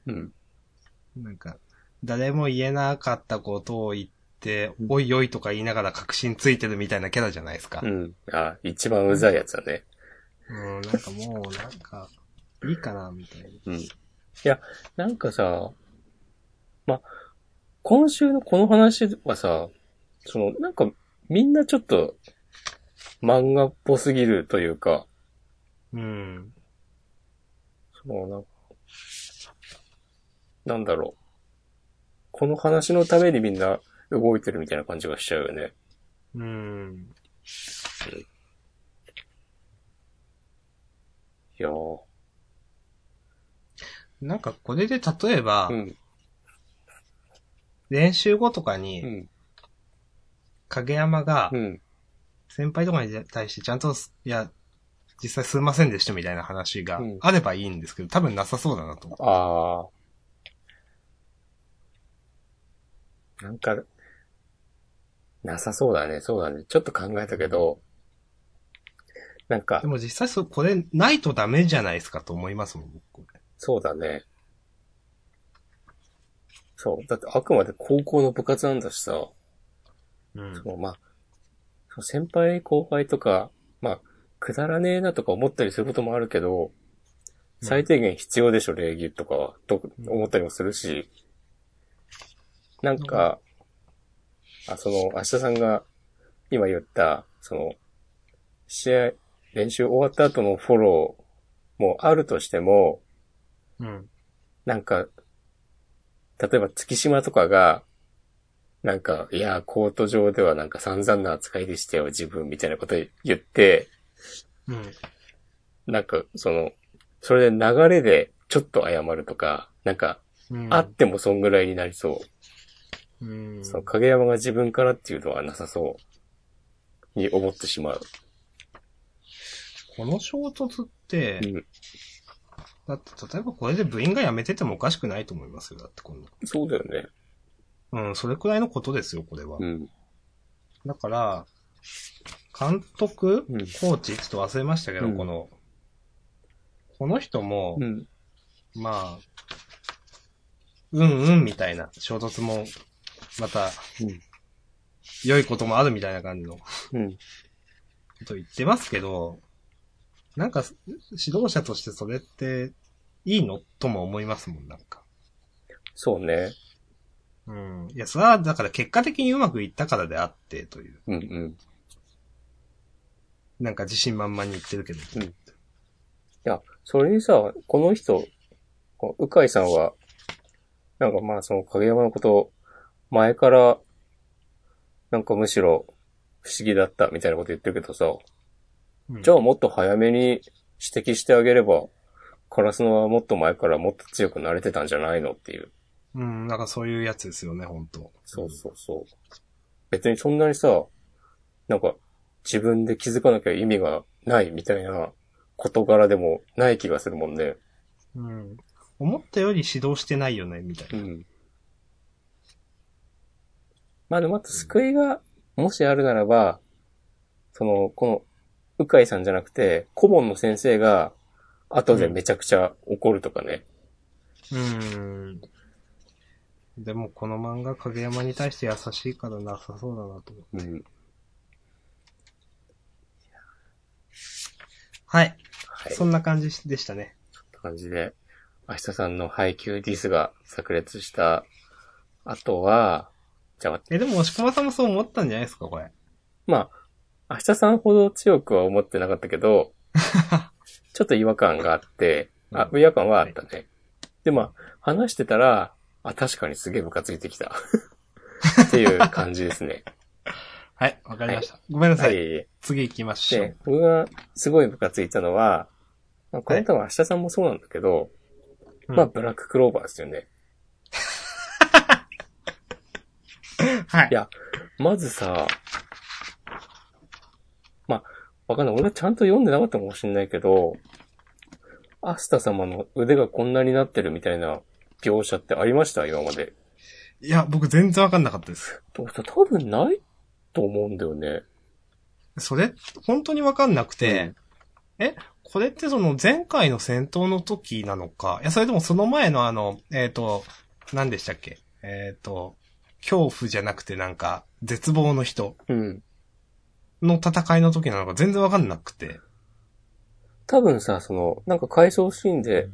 Speaker 1: うん。 <laughs>
Speaker 2: な。なんか、誰も言えなかったことを言って
Speaker 1: うん、
Speaker 2: おいおいとか言いながら確信ついてるみたいなキャラじゃないですか
Speaker 1: う。ん。あ、一番うざいやつだね。
Speaker 2: うん、なんかもう、なんか、いいかな、みたいな。
Speaker 1: うん。いや、なんかさ、ま、今週のこの話はさ、その、なんか、みんなちょっと、漫画っぽすぎるというか、
Speaker 2: うん。
Speaker 1: そのなんか、なんだろう。この話のためにみんな動いてるみたいな感じがしちゃうよね。
Speaker 2: うん。
Speaker 1: いやー。
Speaker 2: なんかこれで例えば、
Speaker 1: うん、
Speaker 2: 練習後とか
Speaker 1: う
Speaker 2: に、
Speaker 1: ん、
Speaker 2: 影山が
Speaker 1: う、ん、
Speaker 2: 先輩とかに対してちゃんと、いや、実際すいませんでしたみたいな話が
Speaker 1: うん
Speaker 2: あればいいんですけど、多分なさそうだなと思う。
Speaker 1: ああ。なんか、なさそうだね。そうだね。ちょっと考えたけど、なんか
Speaker 2: で、も実際そう、これないとダメじゃないですかと思いますもん、僕。
Speaker 1: そうだね。そう。だってあくまで高校の部活なんだしさ、
Speaker 2: うん。
Speaker 1: もうまあ、そう先輩後輩とか、まあ、くだらねえなとか思ったりすることもあるけど、最低限必要でしょ、礼儀とかは、と思ったりもするし、なんか、あ、その、明日さんが今言った、その、試合、練習終わった後のフォローもあるとしても、
Speaker 2: うん。
Speaker 1: なんか、例えば月島とかが、なんか、いや、コート上ではなんか散々な扱いでしたよ、自分、みたいなこと言って、
Speaker 2: うん。
Speaker 1: なんか、その、それで流れでちょっと謝るとか、なんか、
Speaker 2: うん
Speaker 1: あってもそんぐらいになりそう。
Speaker 2: うん。
Speaker 1: その影山が自分からっていうのはなさそう、に思ってしまう。
Speaker 2: この衝突って、
Speaker 1: うん
Speaker 2: だって例えばこれで部員が辞めててもおかしくないと思いますよ、だってこんな。
Speaker 1: そうだよね。
Speaker 2: うん、それくらいのことですよ、これは。
Speaker 1: うん。
Speaker 2: だから、監督、
Speaker 1: うん
Speaker 2: コーチ、ちょっと忘れましたけど、
Speaker 1: うん
Speaker 2: この、この人も、
Speaker 1: うん。
Speaker 2: まあ、うんうんみたいな衝突も、また、
Speaker 1: うん
Speaker 2: 良いこともあるみたいな感じの
Speaker 1: うん。
Speaker 2: こと言ってますけど、なんか、指導者としてそれって、いいのとも思いますもん、なんか。
Speaker 1: そうね。
Speaker 2: うん。いや、それは、だから結果的にうまくいったからであって、という。
Speaker 1: うんうん。
Speaker 2: なんか自信満々に言ってるけど。
Speaker 1: いや、それにさ、この人、こう、うかいさんは、なんかまあその影山のこと、前から、なんかむしろ不思議だったみたいなこと言ってるけどさ、
Speaker 2: うん
Speaker 1: じゃあもっと早めに指摘してあげれば、カラスノはもっと前からもっと強くなれてたんじゃないのっていう。
Speaker 2: うん、なんかそういうやつですよね、本当
Speaker 1: そうそうそう。別にそんなにさ、なんか自分で気づかなきゃ意味がないみたいな事柄でもない気がするもんね。
Speaker 2: う。うん。思ったより指導してないよね、みたいうな。
Speaker 1: ん。まあでも、あと救いが、もしあるならば、その、この、鵜飼さんじゃなくて、顧問の先生が、後でめちゃくちゃ怒るとかね。
Speaker 2: うん。でもこの漫画影山に対して優しいからなさそうだなと思う。
Speaker 1: うん。
Speaker 2: はい。
Speaker 1: はい。
Speaker 2: そ
Speaker 1: そん
Speaker 2: んな感じでしたね。
Speaker 1: な感じで、明日さんの配給ディスが炸裂した、あとは、じゃあ、
Speaker 2: え、でも、押し駒さんもそう思ったんじゃないですか、これ。
Speaker 1: まあ、明日さんほど強くは思ってなかったけど、ちょっと違和感があって、あ、
Speaker 2: うん
Speaker 1: 違和感はあったね。で、まあ、話してたら、あ、確かにすげえムカついてきた。っていう感じですね。
Speaker 2: はい、わかりました。ごめんなさ。
Speaker 1: はいい。
Speaker 2: 次行きましょ
Speaker 1: で
Speaker 2: う。、
Speaker 1: 僕がすごいムカついたのは、まあこれ多分明日さんもそうなんだけど、
Speaker 2: うん
Speaker 1: まあ、ブラッククローバーですよね。
Speaker 2: はい
Speaker 1: いやまずさ、まあ、わかんない。俺はちゃんと読んでなかったかもしれないけど、アスタ様の腕がこんなになってるみたいな描写ってありました今まで。
Speaker 2: いや、僕全然わかんなかったです。
Speaker 1: 多分ないと思うんだよね。
Speaker 2: それ、本当にわかんなくて、え、これってその前回の戦闘の時なのか、いや、それともその前のあの、えっ、と、何でしたっけえっ、と、恐怖じゃなくてなんか、絶望の人
Speaker 1: うん。
Speaker 2: の戦いの時なのか全然わかんなくて。
Speaker 1: 多分さ、その、なんか回想シーンで、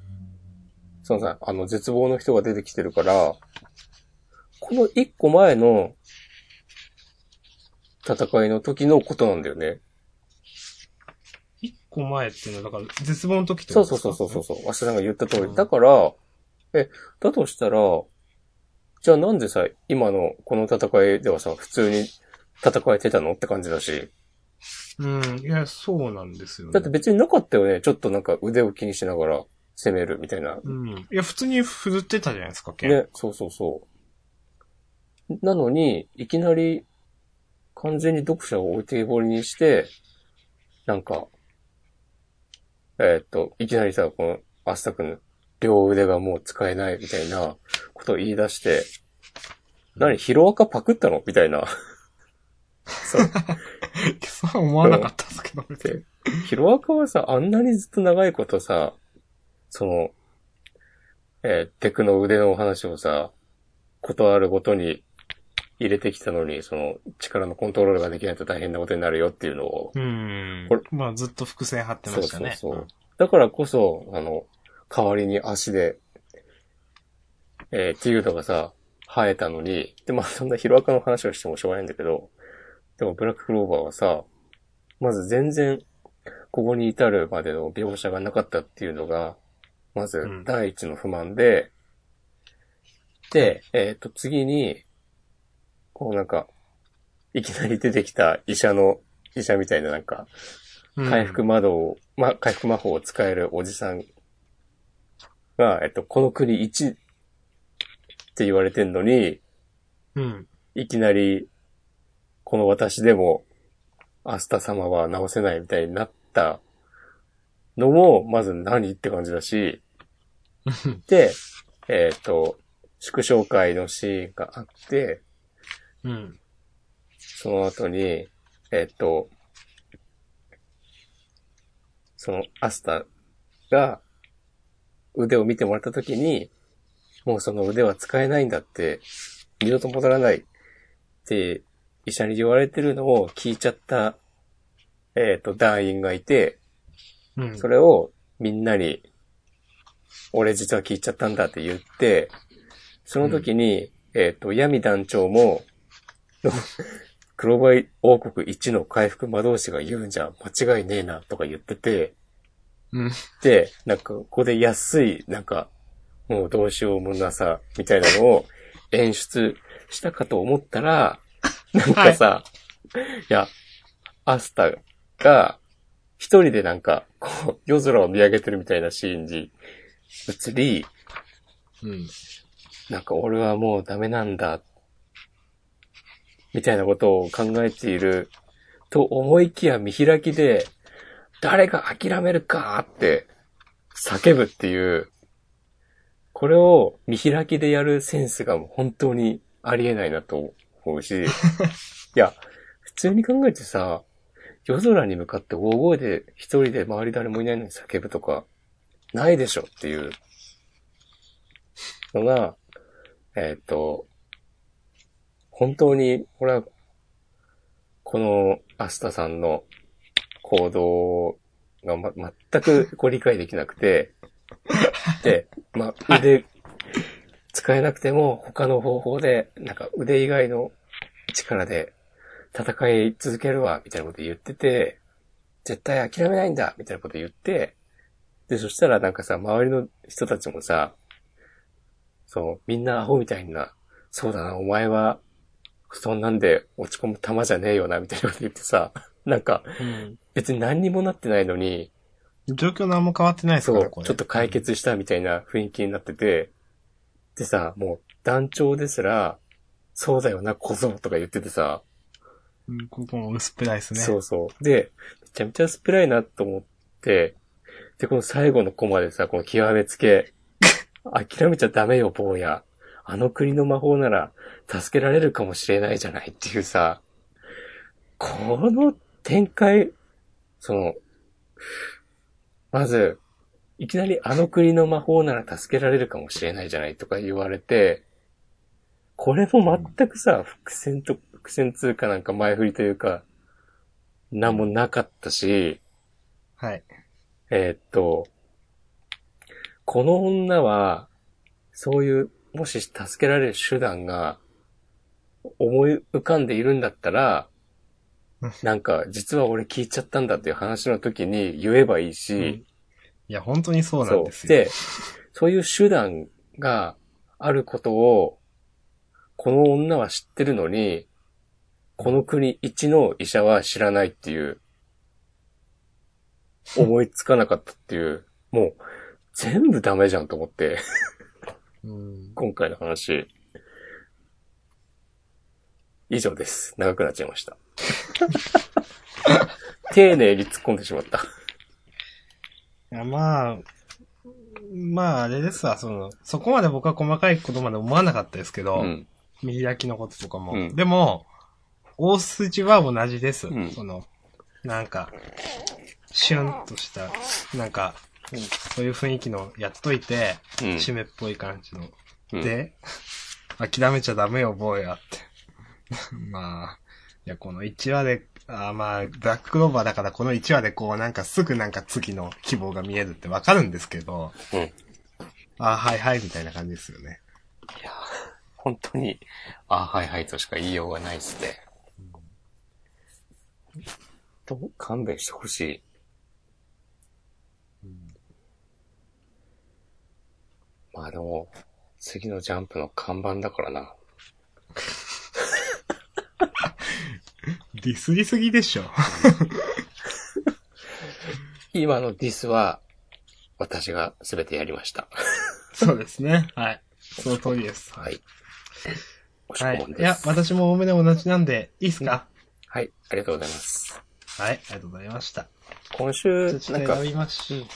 Speaker 1: そのさ、あの、絶望の人が出てきてるから、この一個前の戦いの時のことなんだよね。
Speaker 2: 一個前っていうのは、だから、絶望の時って
Speaker 1: そ
Speaker 2: こ
Speaker 1: う
Speaker 2: と
Speaker 1: そう
Speaker 2: ですか
Speaker 1: そうそうそうそう。明日さんが言った通
Speaker 2: う
Speaker 1: り。
Speaker 2: ん
Speaker 1: だから、え、だとしたら、じゃあなんでさ、今のこの戦いではさ、普通に戦えてたのって感じだし。
Speaker 2: うん。いや、そうなんですよね。
Speaker 1: だって別になかったよね。ちょっとなんか腕を気にしながら攻めるみたいな。
Speaker 2: うん。いや、普通に振るってたじゃないですか、剣。
Speaker 1: ね、そうそうそう。なのに、いきなり完全に読者を置いてけぼりにして、なんか、えーっと、いきなりさ、この、アスタ君、両腕がもう使えないみたいなことを言い出して、何、ヒロアカパクったのみたいな。そう。
Speaker 2: そう思わなかったですけど、別に。
Speaker 1: <laughs> ヒロアカはさ、あんなにずっと長いことさ、その、えーテクの腕のお話をさ、ことあるごとに入れてきたのに、その、力のコントロールができないと大変なことになるよっていうのを、
Speaker 2: うん
Speaker 1: これ。
Speaker 2: まあ、ずっと伏線張ってましたね。
Speaker 1: そうそうそう。だからこそ、あの、代わりに足で、えー、っていうのがさ、生えたのに、で、まあ、そんなヒロアカの話をしてもしょうがないんだけど、でも、ブラッククローバーはさ、まず全然、ここに至るまでの描写がなかったっていうのが、まず
Speaker 2: うん、
Speaker 1: 第一の不満で、で、えっ、と、次に、こうなんか、いきなり出てきた医者の、医者みたいななんか、
Speaker 2: うん
Speaker 1: 回復窓を、ま、回復魔法を使えるおじさんが、えっと、この国一って言われてんのに、
Speaker 2: うん。
Speaker 1: いきなり、この私でも、アスタ様は治せないみたいになったのも、まず何って感じだ
Speaker 2: <laughs>
Speaker 1: し、で、えっ、と、祝勝会のシーンがあって、
Speaker 2: うん。
Speaker 1: その後に、えっと、そのアスタが腕を見てもらった時に、もうその腕は使えないんだって、二度と戻らないって医者に言われてるのを聞いちゃった、えっ、と、団員がいて、
Speaker 2: うん。
Speaker 1: それをみんなに、俺実は聞いちゃったんだって言って、その時に、えっ、と、闇団長も、 <laughs> のクローバイ王国一の回復魔導士が言うんじゃ間違いねえなとか言ってて、
Speaker 2: うん。
Speaker 1: で、なんか、ここで安い、なんか、もうどうしようもなさ、みたいなのを演出したかと思ったら、なんかさ、い、や、アスタが、一人でなんか、こう、夜空を見上げてるみたいなシーンに移り、
Speaker 2: うん。
Speaker 1: なんか俺はもうダメなんだ、みたいなことを考えていると思いきや見開きで、誰が諦めるかって叫ぶっていう、これを見開きでやるセンスがもう本当にありえないなと思うし、いや、普通に考えてさ、夜空に向かって大声で一人で周り誰もいないのに叫ぶとか、ないでしょっていうのが、えっ、と、本当に、俺は、このアスタさんの行動が、ま、全くこう理解できなくて、で、まあ、腕、使えなくても他の方法で、なんか腕以外の力で戦い続けるわ、みたいなこと言ってて、絶対諦めないんだ、みたいなこと言って、で、そしたらなんかさ、周りの人たちもさ、そう、みんなアホみたいな、そうだな、お前は、そんなんで落ち込む玉じゃねえよな、みたいなこと言ってさ、 <laughs> なんか、
Speaker 2: うん。
Speaker 1: 別に何にもなってないのに、
Speaker 2: 状況何も変わってないです
Speaker 1: そ
Speaker 2: から、
Speaker 1: う
Speaker 2: こ、れ。
Speaker 1: ちょっと解決したみたいな雰囲気になってて、でさ、もう、団長ですら、そうだよな、小僧とか言っててさ、
Speaker 2: うん。ここも薄っぺらいですね。
Speaker 1: そうそう。で、めちゃめちゃ薄っぺらいなと思って、で、この最後のコマでさ、この極めつ
Speaker 2: <laughs>
Speaker 1: け、諦めちゃダメよ、坊や。あの国の魔法なら助けられるかもしれないじゃないっていうさ、この展開、その、まず、いきなりあの国の魔法なら助けられるかもしれないじゃないとか言われて、これも全くさ、伏線と、伏線通貨なんか前振りというか、なんもなかったし、
Speaker 2: はい。
Speaker 1: えーっと、この女は、そういう、もし助けられる手段が、思い浮かんでいるんだったら
Speaker 2: うん、
Speaker 1: なんか、実は俺聞いちゃったんだっていう話の時に言えばいいし、
Speaker 2: うんいや、本当にそうなんですよ。
Speaker 1: で、そういう手段があることを、この女は知ってるのに、この国一の医者は知らないっていう、思いつかなかったっていう、もう、全部ダメじゃんと思って、
Speaker 2: うん。
Speaker 1: 今回の話。以上です。長くなっちゃいました。丁寧に突っ込んでしまった。
Speaker 2: いや、まあ、まあ、あれですわ、その、そこまで僕は細かいことまで思わなかったですけど、
Speaker 1: うん。
Speaker 2: 右焼きのこととかも。
Speaker 1: うん
Speaker 2: でも、大筋は同じです。
Speaker 1: うん
Speaker 2: その、なんか、シュンとした、なんか、そういう雰囲気のやっといて、
Speaker 1: うん
Speaker 2: 締めっぽい感じの。
Speaker 1: うん
Speaker 2: で、諦めちゃダメよ、坊やって。 <laughs> まあ、いや、この1話で、あーまあ、ブラッククローバーだからこの1話でこう、なんかすぐなんか次の希望が見えるってわかるんですけど、
Speaker 1: うん。い
Speaker 2: あーはいはいみたいな感じですよね。
Speaker 1: や、本当に、あはいはいとしか言いようがないっすね。どう勘弁してほしい。まあでも、次のジャンプの看板だからな。
Speaker 2: ディスりすぎでしょ。 <laughs>
Speaker 1: 今のディスは、私が全てやりました。
Speaker 2: そうですね。はい。その通りです。
Speaker 1: はい。おし
Speaker 2: は
Speaker 1: 込
Speaker 2: い
Speaker 1: ん。
Speaker 2: い
Speaker 1: で
Speaker 2: や、
Speaker 1: す。
Speaker 2: 私もおおむね同じなんで、いいっすか、
Speaker 1: はい、ありがとうございます。
Speaker 2: はい、ありがとうございました。
Speaker 1: 今週
Speaker 2: そし、
Speaker 1: なん
Speaker 2: て
Speaker 1: か
Speaker 2: 選、びまし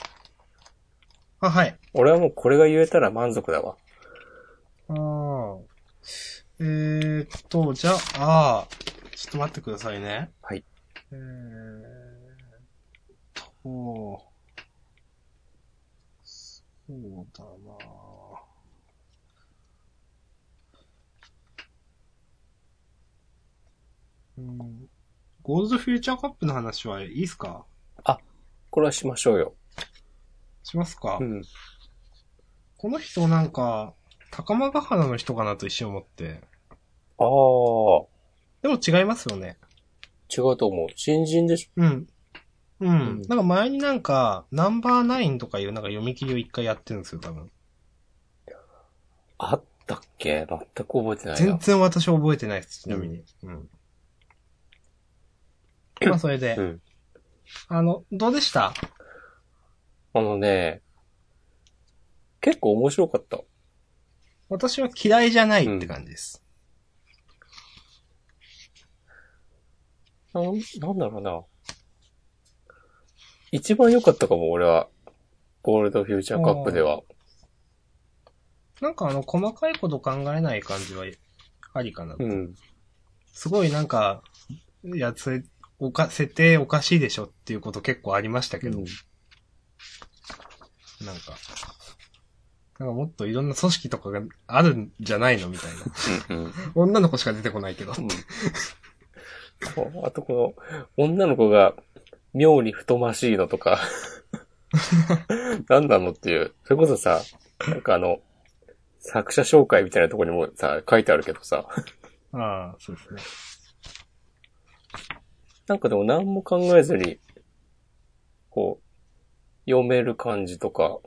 Speaker 2: あ、はい。
Speaker 1: 俺はもうこれが言えたら満足だわ。
Speaker 2: あーえーっと、じゃあ、あーちょっと待ってくださいね。
Speaker 1: はい。
Speaker 2: えーっと、そうだなうん、ゴールドフューチャーカップの話はいいですか
Speaker 1: これはしましょうよ。
Speaker 2: しますか、
Speaker 1: うん。
Speaker 2: この人なんか、高間ヶ原の人かなと一瞬思って。
Speaker 1: ああ、
Speaker 2: でも違いますよね。
Speaker 1: 違うと思う。新人でし
Speaker 2: うん。うん。
Speaker 1: ん
Speaker 2: なんか前になんか、ナンバーナインとかいうなんか読み切りを一回やってるんですよ、多分。
Speaker 1: ょあったっけ全く覚えてない
Speaker 2: 全
Speaker 1: な。
Speaker 2: 然私覚えてないです、ちなみに。うん。まあそれで、
Speaker 1: うん。
Speaker 2: あの、どうでした
Speaker 1: あのね、結構面白かった。
Speaker 2: 私は嫌いじゃないって感じです。
Speaker 1: なん、なんだろうな。一番良かったかも、俺は。ゴールドフューチャーカップでは。
Speaker 2: なんかあの、細かいこと考えない感じは、ありかなと。
Speaker 1: うん。
Speaker 2: すごいなんか、いや、それ、おか、設定おかしいでしょっていうこと結構ありましたけど、
Speaker 1: うん
Speaker 2: なんか、なんかもっといろんな組織とかがあるんじゃないのみたいな。
Speaker 1: うん。うん
Speaker 2: 女の子しか出てこないけど。
Speaker 1: そうあとこの、女の子が妙に太ましいのとか、何なのっていう。それこそさ、なんかあの、作者紹介みたいなところにもさ、書いてあるけどさ、
Speaker 2: ああ、そうですね。
Speaker 1: なんかでも何も考えずに、こう、読める感じとか、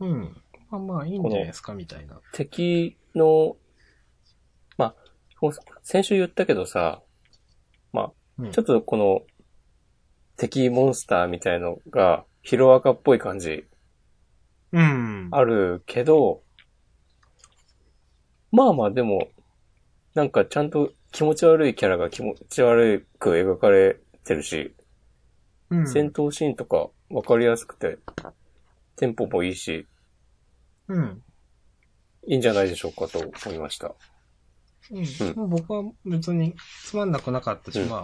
Speaker 2: うん。まあまあ、いいんじゃないですか、みたいな。
Speaker 1: 敵の、まあ、こう先週言ったけどさ、
Speaker 2: うん、
Speaker 1: ちょっとこの、敵モンスターみたいのが、ヒロアカっぽい感じ
Speaker 2: うん。
Speaker 1: あるけど、まあまあでも、なんかちゃんと気持ち悪いキャラが気持ち悪く描かれてるし、
Speaker 2: うん、
Speaker 1: 戦闘シーンとかわかりやすくて、テンポもいいし、
Speaker 2: うん。
Speaker 1: いいんじゃないでしょうかと思いました。
Speaker 2: うん。もう僕は別につまんなくなかったし、
Speaker 1: うん
Speaker 2: まあ、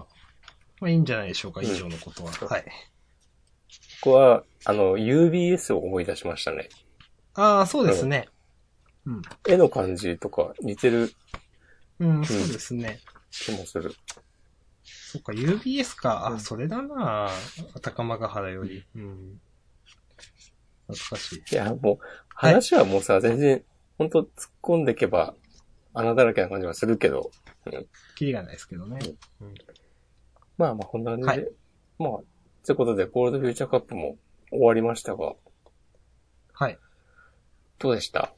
Speaker 2: まあいいんじゃないでしょうか、
Speaker 1: うん
Speaker 2: 以上のことは。
Speaker 1: そう
Speaker 2: はい。
Speaker 1: ここは、あの、UBS を思い出しましたね。
Speaker 2: ああ、そうですね。
Speaker 1: 絵の感じとか似てる
Speaker 2: うん、そうですね。
Speaker 1: 気もする。
Speaker 2: そっか、UBS か。あ、
Speaker 1: うん
Speaker 2: それだな高間ヶ原より。うん。懐かしい。
Speaker 1: いや、もう、話はもうさ、全然、ほんと突っ込んでいけば、穴だらけな感じはするけど、
Speaker 2: キリがないですけどね。
Speaker 1: まあまあ、こんな感じで。
Speaker 2: はい
Speaker 1: まあ、ということで、ゴールドフューチャーカップも終わりましたが、
Speaker 2: はい。
Speaker 1: どうでした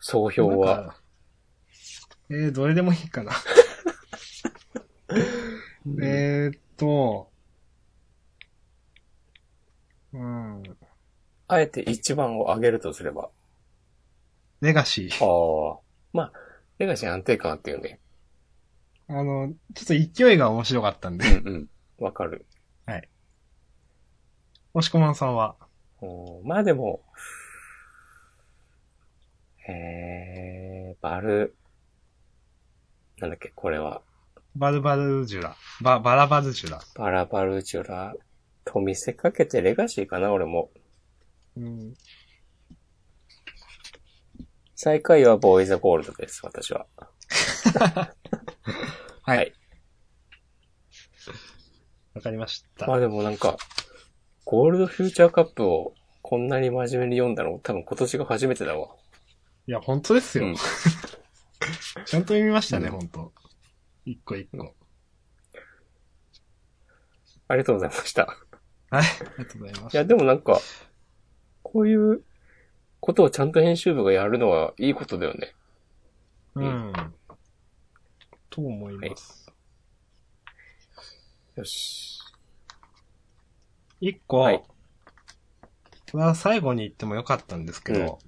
Speaker 1: 総評
Speaker 2: なん
Speaker 1: は。
Speaker 2: か。えー、どれでもいいかな。えーっと、うん、
Speaker 1: あえて一番を上げるとすれば。
Speaker 2: レガシー。
Speaker 1: ああ。まあ、レガシー安定感あっていうね。
Speaker 2: あの、ちょっと勢いが面白かったんで。
Speaker 1: うんうん。わかる。
Speaker 2: 押しこまんさんは。
Speaker 1: うんまあでも、えーっバル、なんだっけ、これは。
Speaker 2: バルバルジュラ。バ、バラバルジュラ。
Speaker 1: バラバルジュラと見せかけてレガシーかな、俺も。
Speaker 2: うん。
Speaker 1: 最下位はボーイザゴールドです、私 <laughs> は。
Speaker 2: はい。
Speaker 1: はい
Speaker 2: わかりました。
Speaker 1: まあでもなんか、ゴールドフューチャーカップをこんなに真面目に読んだの、多分今年が初めてだわ。
Speaker 2: いや、本当ですよ。
Speaker 1: うん
Speaker 2: <laughs> ちゃんと読みましたね、
Speaker 1: うん
Speaker 2: 本当一個一個。
Speaker 1: ありがとうございました。
Speaker 2: はい。ありがとうございま
Speaker 1: い
Speaker 2: す。
Speaker 1: や、でもなんか、こういうことをちゃんと編集部がやるのはいいことだよね。
Speaker 2: うん。と思います。
Speaker 1: よし。
Speaker 2: 一個、
Speaker 1: はい
Speaker 2: これは最後に言ってもよかったんですけど、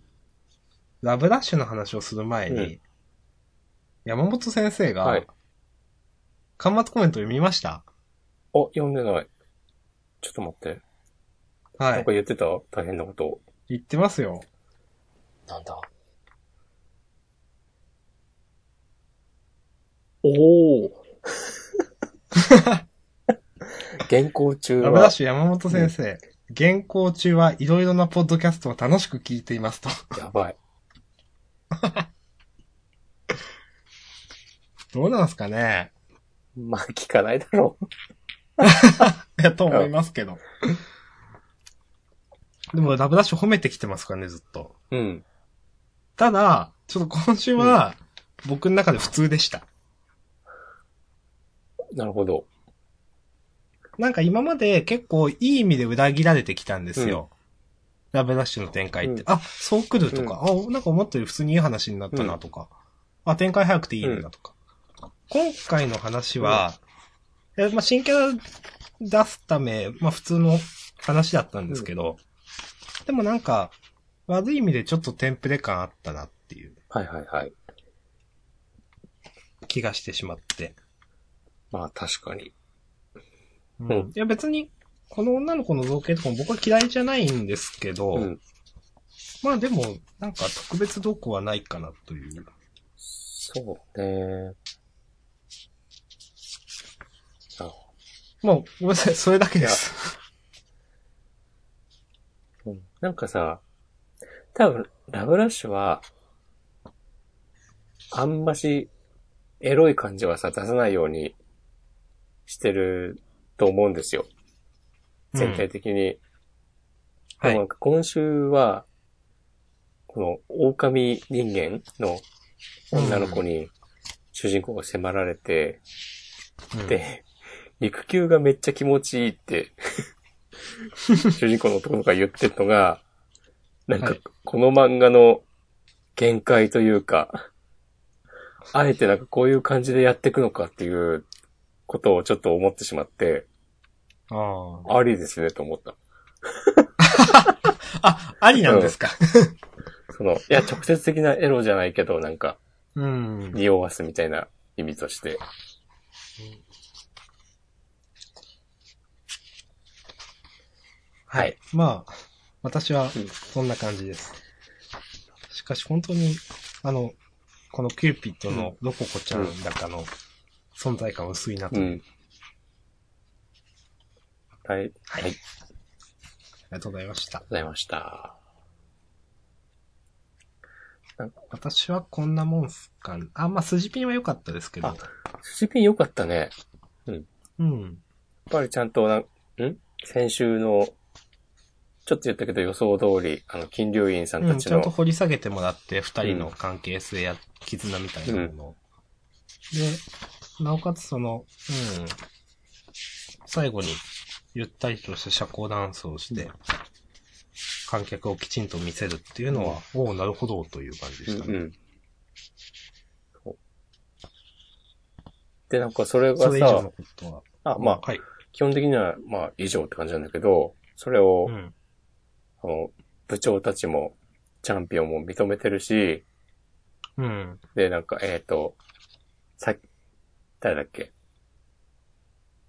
Speaker 2: ラブラッシュの話をする前に、
Speaker 1: うん
Speaker 2: 山本先生が、
Speaker 1: はい
Speaker 2: 巻末コメント読みました
Speaker 1: あ、読んでない。ちょっと待って。
Speaker 2: は
Speaker 1: なん
Speaker 2: い
Speaker 1: か。言ってた大変なこと。
Speaker 2: 言ってますよ。
Speaker 1: なんだおお <laughs> 原稿中
Speaker 2: ラブラッ
Speaker 1: は、
Speaker 2: シュ山本先生、原稿中はいろいろなポッドキャストを楽しく聞いていますと。 <laughs>
Speaker 1: やばい。
Speaker 2: どうなんすかね <laughs>
Speaker 1: まあ、聞かないだろう。
Speaker 2: いや、と思いますけど。でも、ラブダッシュ褒めてきてますからね、ずっと。
Speaker 1: うん。
Speaker 2: ただ、ちょっと今週は、僕の中で普通でした。
Speaker 1: なるほど。
Speaker 2: なんか今まで結構いい意味で裏切られてきたんですよ。ラブダッシュの展開って。
Speaker 1: うん
Speaker 2: あ、そう来るとか、あ、なんか思ったより普通にいい話になったなとか、あ、展開早くていいんだとか。今回の話は、いやまあ、新キャラ出すため、まあ普通の話だったんですけど、でもなんか、悪い意味でちょっとテンプレ感あったなっていう
Speaker 1: はいはいはい。
Speaker 2: 気がしてしまって。
Speaker 1: まあ、確かに。
Speaker 2: うんいや別に、この女の子の造形とかも僕は嫌いじゃないんですけど、
Speaker 1: うん。
Speaker 2: まあでも、なんか特別動向はないかなという。
Speaker 1: そうね。あ
Speaker 2: もう、ごめんなさい、それだけです。
Speaker 1: うんなんかさ、多分、ラブラッシュは、あんまし、エロい感じはさ、出さないようにしてると思うんですよ。全体的に。
Speaker 2: は
Speaker 1: でもないん。か今週は、この、狼人間の女の子に、主人公が迫られて、
Speaker 2: うん、
Speaker 1: で、肉球がめっちゃ気持ちいいって、主人公の男の子が言ってるのが、なん
Speaker 2: は
Speaker 1: か
Speaker 2: い、
Speaker 1: この漫画の限界というか、あえてなんかこういう感じでやっていくのかっていうことをちょっと思ってしまって、
Speaker 2: あ
Speaker 1: ありですねと思った。
Speaker 2: あ。あ、ありなんですか。
Speaker 1: その、いや、直接的なエロじゃないけど、なんか、
Speaker 2: うん。
Speaker 1: 匂わすみたいな意味として。
Speaker 2: はいい。まあ、私は
Speaker 1: うん、
Speaker 2: そんな感じです。しかし本当に、あの、このキューピッドのロココちゃんだかの存在感薄いな
Speaker 1: う
Speaker 2: と。あり
Speaker 1: ん。はい、はい、ありがとう
Speaker 2: がとうございました。
Speaker 1: ございました。
Speaker 2: 私はこんなもんすかね。あ、まあ、筋ピンは良かったですけど
Speaker 1: あ。スジピン良かったね。
Speaker 2: うん。
Speaker 1: やっぱりちゃんとなん、ん先週の、ちょっと言ったけど予想通り、あの、金龍院さん
Speaker 2: う
Speaker 1: た
Speaker 2: ん、
Speaker 1: ち
Speaker 2: ちゃ
Speaker 1: の、
Speaker 2: んと掘り下げてもらって、二人の関係性や絆みたいなものを、で、なおかつその、うん、最後に、ゆったりとした社交ダンスをして、観客をきちんと見せるっていうのは、おおなるほど、という感じでした
Speaker 1: う
Speaker 2: ね。
Speaker 1: ん、うんそうで、なんかそれが
Speaker 2: それ以上
Speaker 1: さ
Speaker 2: の、ことは。
Speaker 1: あ、まあ、
Speaker 2: はい。
Speaker 1: 基本的には、まあ、以上って感じなんだけど、それを、
Speaker 2: うん。
Speaker 1: あの、部長たちも、チャンピオンも認めてるし、
Speaker 2: うん。
Speaker 1: で、なんか、えっ、と、さっき、誰だっけ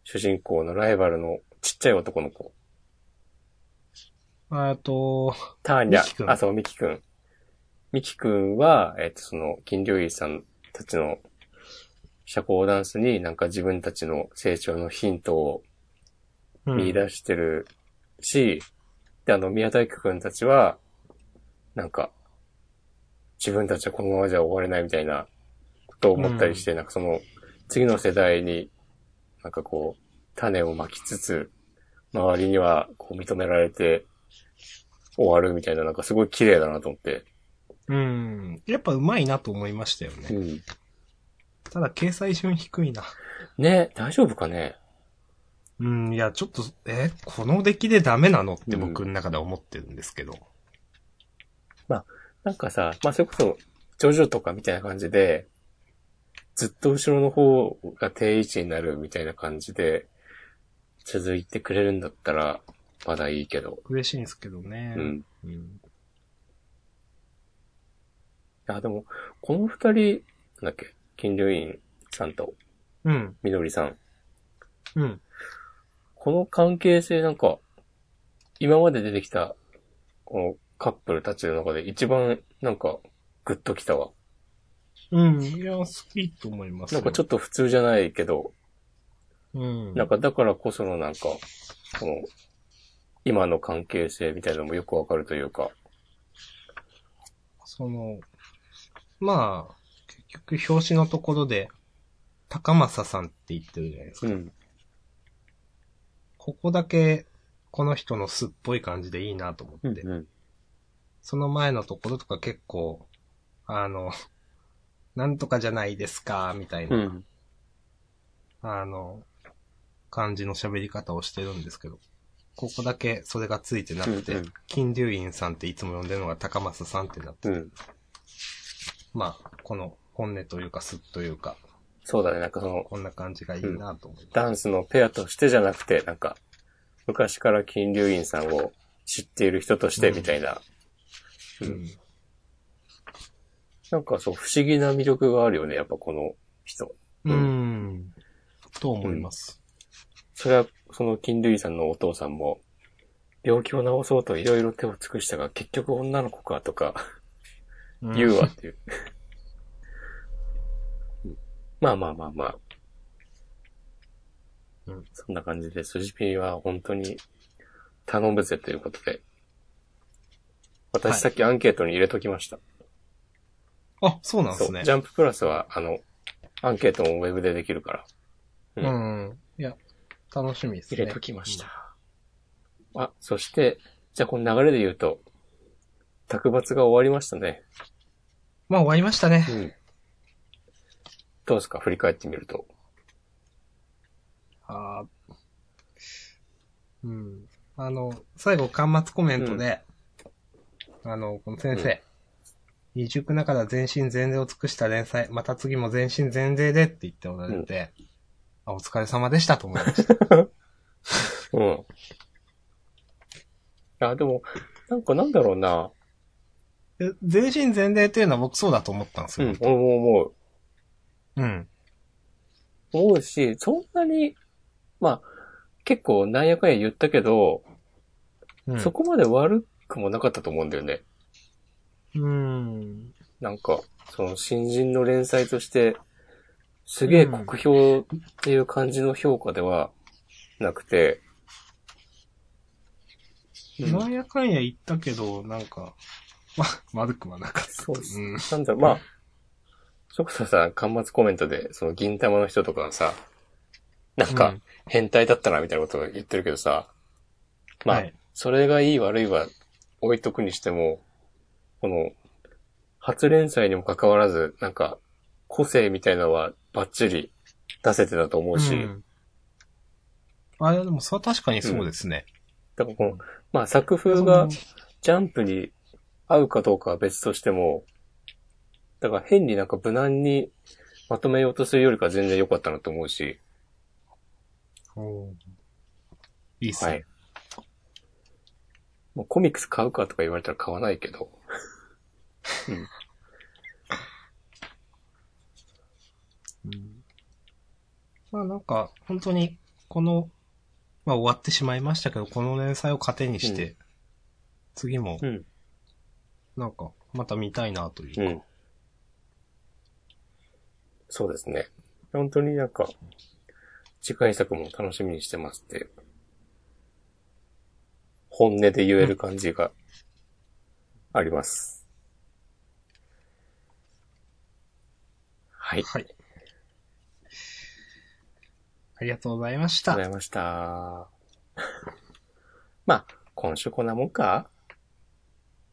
Speaker 1: 主人公のライバルのちっちゃい男の子。
Speaker 2: えっと、
Speaker 1: ターニャ
Speaker 2: ミキ。君
Speaker 1: あ、そう、ミキくん。ミキ君は、えっ、と、その、金龍医さんたちの社交ダンスになんか自分たちの成長のヒントを
Speaker 2: うん
Speaker 1: 見出してるし、で、あの、宮大工君たちは、なんか、自分たちはこのままじゃ終われないみたいなことを思ったりして、なんかその、次の世代に、なんかこう、種をまきつつ、周りにはこう認められて終わるみたいな、なんかすごい綺麗だなと思って。
Speaker 2: うん。やっぱうまいなと思いましたよね。ただ、掲載順低いな。
Speaker 1: ね、大丈夫かね
Speaker 2: うん、いや、ちょっと、え、この出来でダメなのって僕の中では思ってるんですけど。
Speaker 1: なんかさ、まあ、それこそ、ジョジョとかみたいな感じで、ずっと後ろの方が定位置になるみたいな感じで、続いてくれるんだったら、まだいいけど。
Speaker 2: 嬉しいんですけどね。
Speaker 1: うん。い
Speaker 2: うん。
Speaker 1: や、でも、この二人、なんだっけ、金龍院さんと
Speaker 2: うん。
Speaker 1: みどりさん。
Speaker 2: うん。
Speaker 1: この関係性なんか、今まで出てきた、このカップルたちの中で一番、なんか、グッときたわ。
Speaker 2: うん。いや、好きと思います
Speaker 1: な
Speaker 2: よ。
Speaker 1: んかちょっと普通じゃないけど、
Speaker 2: うん。
Speaker 1: なんかだからこそのなんか、この、今の関係性みたいなのもよくわかるというか、
Speaker 2: その、まあ、結局表紙のところで、高政さんって言ってるじゃないですか。
Speaker 1: うん。
Speaker 2: ここだけ、この人のすっぽい感じでいいなと思って。
Speaker 1: うん。
Speaker 2: その前のところとか結構、あの、なんとかじゃないですか、みたいな、
Speaker 1: うん。
Speaker 2: あの、感じの喋り方をしてるんですけど、ここだけそれがついてなくて、
Speaker 1: うんうん
Speaker 2: 金龍院さんっていつも呼んでるのが高政さんってなって、
Speaker 1: うん。
Speaker 2: まあ、この本音というか、すっというか、
Speaker 1: そうだね、なんかその、
Speaker 2: こんな感じがいいなと思います。
Speaker 1: ダンスのペアとしてじゃなくて、なんか、昔から金龍院さんを知っている人としてみたいな、うん
Speaker 2: うん
Speaker 1: なんかそう、不思議な魅力があるよね、やっぱこの人。
Speaker 2: う
Speaker 1: うん
Speaker 2: ん。と思います。
Speaker 1: それは、その金龍院さんのお父さんも、病気を治そうといろいろ手を尽くしたが、結局女の子かとか、言うわっていう。 <laughs> まあまあまあまあ。
Speaker 2: うん
Speaker 1: そんな感じで、スジピーは本当に頼むぜということで。
Speaker 2: はい
Speaker 1: 私さっきアンケートに入れときました。
Speaker 2: あ、そうなんで
Speaker 1: そ
Speaker 2: す
Speaker 1: う。
Speaker 2: ね
Speaker 1: ジ。ャンププラスは、あの、アンケートもウェブでできるから、
Speaker 2: う。
Speaker 1: うん
Speaker 2: いや、楽しみですね。
Speaker 1: 入れときました。あ、そして、じゃあこの流れで言うと、卓抜が終わりましたね。
Speaker 2: うん。まあ終わりましたね
Speaker 1: う。ん。どうですか振り返ってみると。
Speaker 2: あーうん。あの、最後、端末コメントで、あの、この先生、未熟なから全身全霊を尽くした連載、また次も全身全霊でって言っておられて、あ、お疲れ様でしたと思いました。
Speaker 1: うん。あ、でも、なんかなんだろうな。
Speaker 2: で <laughs> 全身全霊っていうのは僕そうだと思ったんです
Speaker 1: う
Speaker 2: よ
Speaker 1: ん。。俺も思う。
Speaker 2: うん。
Speaker 1: 思うし、そんなに、まあ、結構なんやかんや言ったけど、
Speaker 2: うん。
Speaker 1: そこまで悪くもなかったと思うんだよね。
Speaker 2: うん。
Speaker 1: なんか、その新人の連載として、すげえ酷評っていう感じの評価ではなくて、うん
Speaker 2: なんやかんや言ったけど、なんか、ま、悪くはなかっ
Speaker 1: そう
Speaker 2: た。うん。
Speaker 1: なんだろう、まあ、それこそさ、端末コメントで、その銀玉の人とかさ、なん
Speaker 2: う
Speaker 1: か
Speaker 2: ん、
Speaker 1: 変態だったな、みたいなことを言ってるけどさ、まあ、
Speaker 2: はい
Speaker 1: それがいい悪いは置いとくにしても、この、初連載にもかかわらず、なんか、個性みたいなのはバッチリ出せてたと思うし、
Speaker 2: うんあれ、でも、それは確かにそうですね。
Speaker 1: だからこの、まあ作風がジャンプに合うかどうかは別としても、だから変になんか無難にまとめようとするよりか全然良かったなと思うし、
Speaker 2: おーいいっす
Speaker 1: は
Speaker 2: ね
Speaker 1: い。。もうコミックス買うかとか言われたら買わないけど。うん。
Speaker 2: うんまあなんか、本当に、この、まあ終わってしまいましたけど、この連載を糧にして、次も
Speaker 1: うん、
Speaker 2: なんか、また見たいなという。
Speaker 1: うん。そうですね。本当になんか、次回作も楽しみにしてますって、本音で言える感じがあります。はい。
Speaker 2: はい。ありがとうございまし
Speaker 1: ありがとうござ
Speaker 2: た。
Speaker 1: いました。 <laughs> まあ、今週こんなもんか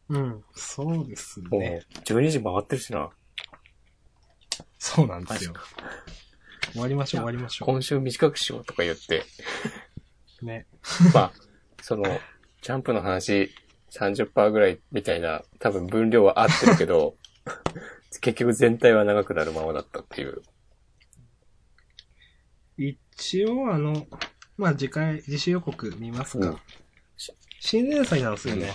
Speaker 2: うん。そうです
Speaker 1: もう
Speaker 2: ね。
Speaker 1: 12時回ってるしな。
Speaker 2: そうなんですよ。終わりましょう、終わりましょ
Speaker 1: 今週短くしようとか言って。
Speaker 2: う。ね。
Speaker 1: まあ、その、ジャンプの話30%ぐらいみたいな、多分分量は合ってるけど、 <laughs> 結局全体は長くなるままだったっていう。
Speaker 2: 一応、あの、まあ、次回、自主予告見ますか。
Speaker 1: うん
Speaker 2: し新連載なんですよね。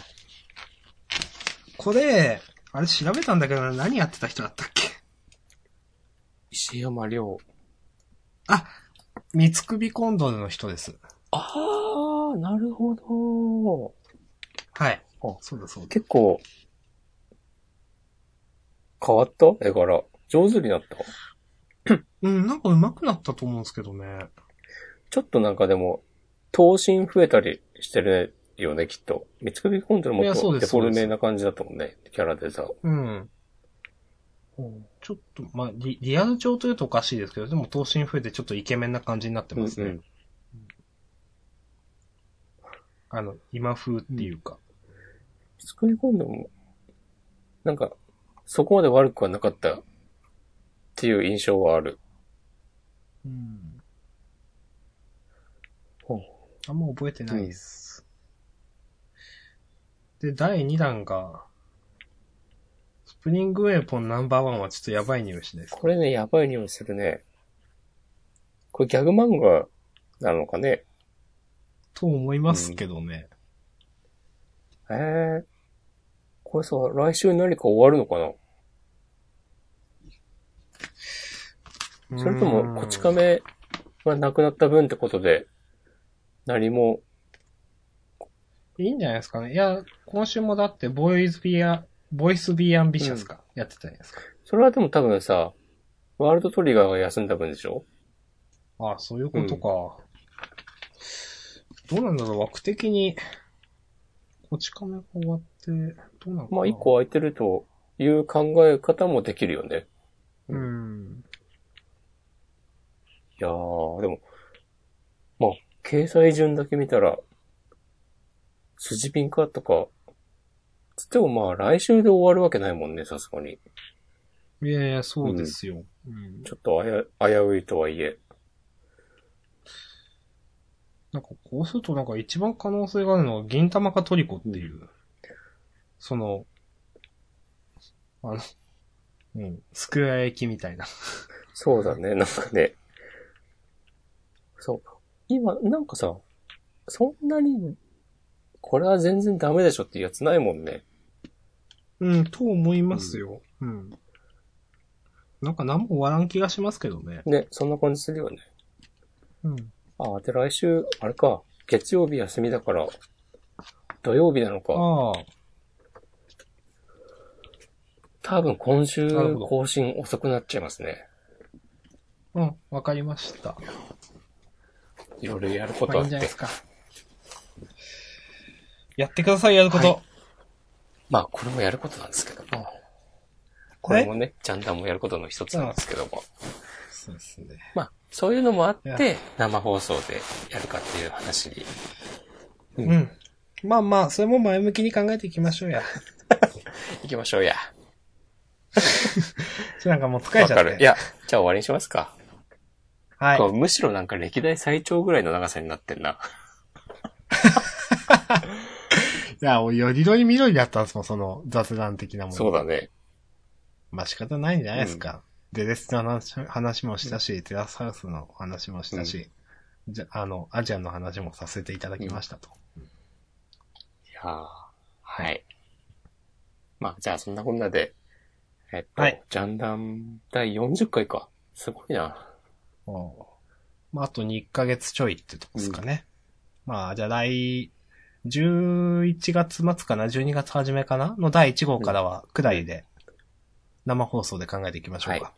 Speaker 2: これ、あれ調べたんだけどな何やってた人だったっけ
Speaker 1: 石山亮。
Speaker 2: 三つ首コンドルの人です。
Speaker 1: あー、なるほど。
Speaker 2: はい
Speaker 1: あ。
Speaker 2: そうだそうだ。
Speaker 1: 結構、変わった絵柄。上手になった。
Speaker 2: うん、なんか上手くなったと思うんですけどね。
Speaker 1: ちょっとなんかでも、頭身増えたりしてるよね、きっと。三つ首コントのも
Speaker 2: い
Speaker 1: っ
Speaker 2: やそ
Speaker 1: と
Speaker 2: う
Speaker 1: デ
Speaker 2: です
Speaker 1: フォルメな感じだったもんね、キャラでさ。
Speaker 2: うん。ちょっと、まあリ、リアル調というとおかしいですけど、でも、頭身増えてちょっとイケメンな感じになってますね。
Speaker 1: うんうん
Speaker 2: あの、今風っていうか。
Speaker 1: 作り込んでも、なんか、そこまで悪くはなかったっていう印象はある。
Speaker 2: うん。
Speaker 1: ほう
Speaker 2: あんま覚えてないです。で、第2弾が、スプリングウェポンナンバーワンはちょっとやばい匂いしです。
Speaker 1: これね、やばい匂いするね。これギャグ漫画なのかね
Speaker 2: と思いますけどね。
Speaker 1: えー、これさ、来週何か終わるのかなそれと
Speaker 2: うん
Speaker 1: も、こち亀がなくなった分ってことで、何も、
Speaker 2: いいんじゃないですかね。いや、今週もだって、ボーイズビア、ボイスビーアンビシャスか、やってたじゃないですか。
Speaker 1: それはでも多分さ、ワールドトリガーが休んだ分でしょ
Speaker 2: ああ、そういうことか。どうなんだろう、枠的に、こち亀が終わって、どうなのかな
Speaker 1: まあ一個空いてるという考え方もできるよね。
Speaker 2: うん。
Speaker 1: いやー、でも、まあ、掲載順だけ見たら、筋ピンかとか、つってもまあ来週で終わるわけないもんね、さすがに。
Speaker 2: いやいや、そうですよ。うん。
Speaker 1: ちょっと危う危ういとはいえ。
Speaker 2: なんか、こうするとなんか一番可能性があるのは、銀玉かトリコっていう、その、あの、うん、スクエア駅みたいな。
Speaker 1: そうだね、なんかね。そう。今、なんかさ、そんなに、これは全然ダメでしょっていうやつないもんね。
Speaker 2: うん、と思いますよ。うん。なんか何も終わらん気がしますけどね。
Speaker 1: ね、そんな感じするよね。
Speaker 2: うん。
Speaker 1: あー、で来週、あれか、月曜日休みだから、土曜日なのか。
Speaker 2: ああ、
Speaker 1: 多分今週
Speaker 2: なるほど
Speaker 1: 更新遅くなっちゃいますね。
Speaker 2: うん、わかりました。
Speaker 1: いろいろやるこ
Speaker 2: ま
Speaker 1: とあ
Speaker 2: あいい
Speaker 1: っ
Speaker 2: んじゃないで
Speaker 1: て。
Speaker 2: すか。やってください、やること。
Speaker 1: はまあこれもやることなんですけども。これもね、ジャンダンもやることの一つなんですけども。
Speaker 2: そうですね。
Speaker 1: まあそういうのもあっ
Speaker 2: い
Speaker 1: て
Speaker 2: や、
Speaker 1: 生放送でやるかっていう話に。うん
Speaker 2: うん。まあまあ、それも前向きに考えていきまし <laughs> ょうや。
Speaker 1: 行きましょうや。
Speaker 2: ちょなんかもう疲れ
Speaker 1: わ
Speaker 2: ちゃ
Speaker 1: か
Speaker 2: っ
Speaker 1: る。
Speaker 2: て。
Speaker 1: いや、じゃあ終わりにしますか。
Speaker 2: はい。
Speaker 1: こうむしろなんか歴代最長ぐらいの長さになってんな。
Speaker 2: いや、よりどり緑だったんですもん、その雑談的なもの。
Speaker 1: そうだね。
Speaker 2: まあ仕方ないんじゃないですか。デレスの話話もしたし、テラスハウスの話もしたし、じゃ、あの、アジアの話もさせていただきましたと。
Speaker 1: いやーはい。まあじゃあそんなこんなで、えっと、
Speaker 2: はい
Speaker 1: ジャンダン第40回か。すごいな。
Speaker 2: おうまあ、あと2ヶ月ちょいってとこですかね。まあ、じゃあ来、 11月末かな ?12 月初めかなの第1号からは、くらいで、生放送で考えていきましょうか。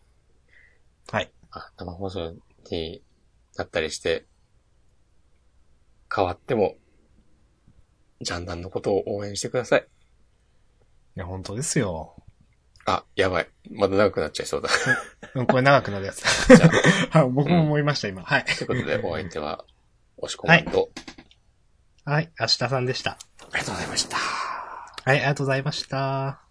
Speaker 2: はい。
Speaker 1: あ、生放送になったりして、変わっても、ジャンダンのことを応援してください。
Speaker 2: いや、本当ですよ。
Speaker 1: あ、やばい。まだ長くなっちゃいそうだ。
Speaker 2: うん、これ長くなるやつ。
Speaker 1: <laughs> じゃあ、
Speaker 2: はい <laughs> 僕も思いました、今。はい。
Speaker 1: ということで、お相手は、押し込まんと、
Speaker 2: はい、明日さんでした。
Speaker 1: ありがとうございました。
Speaker 2: はい、ありがとうございました。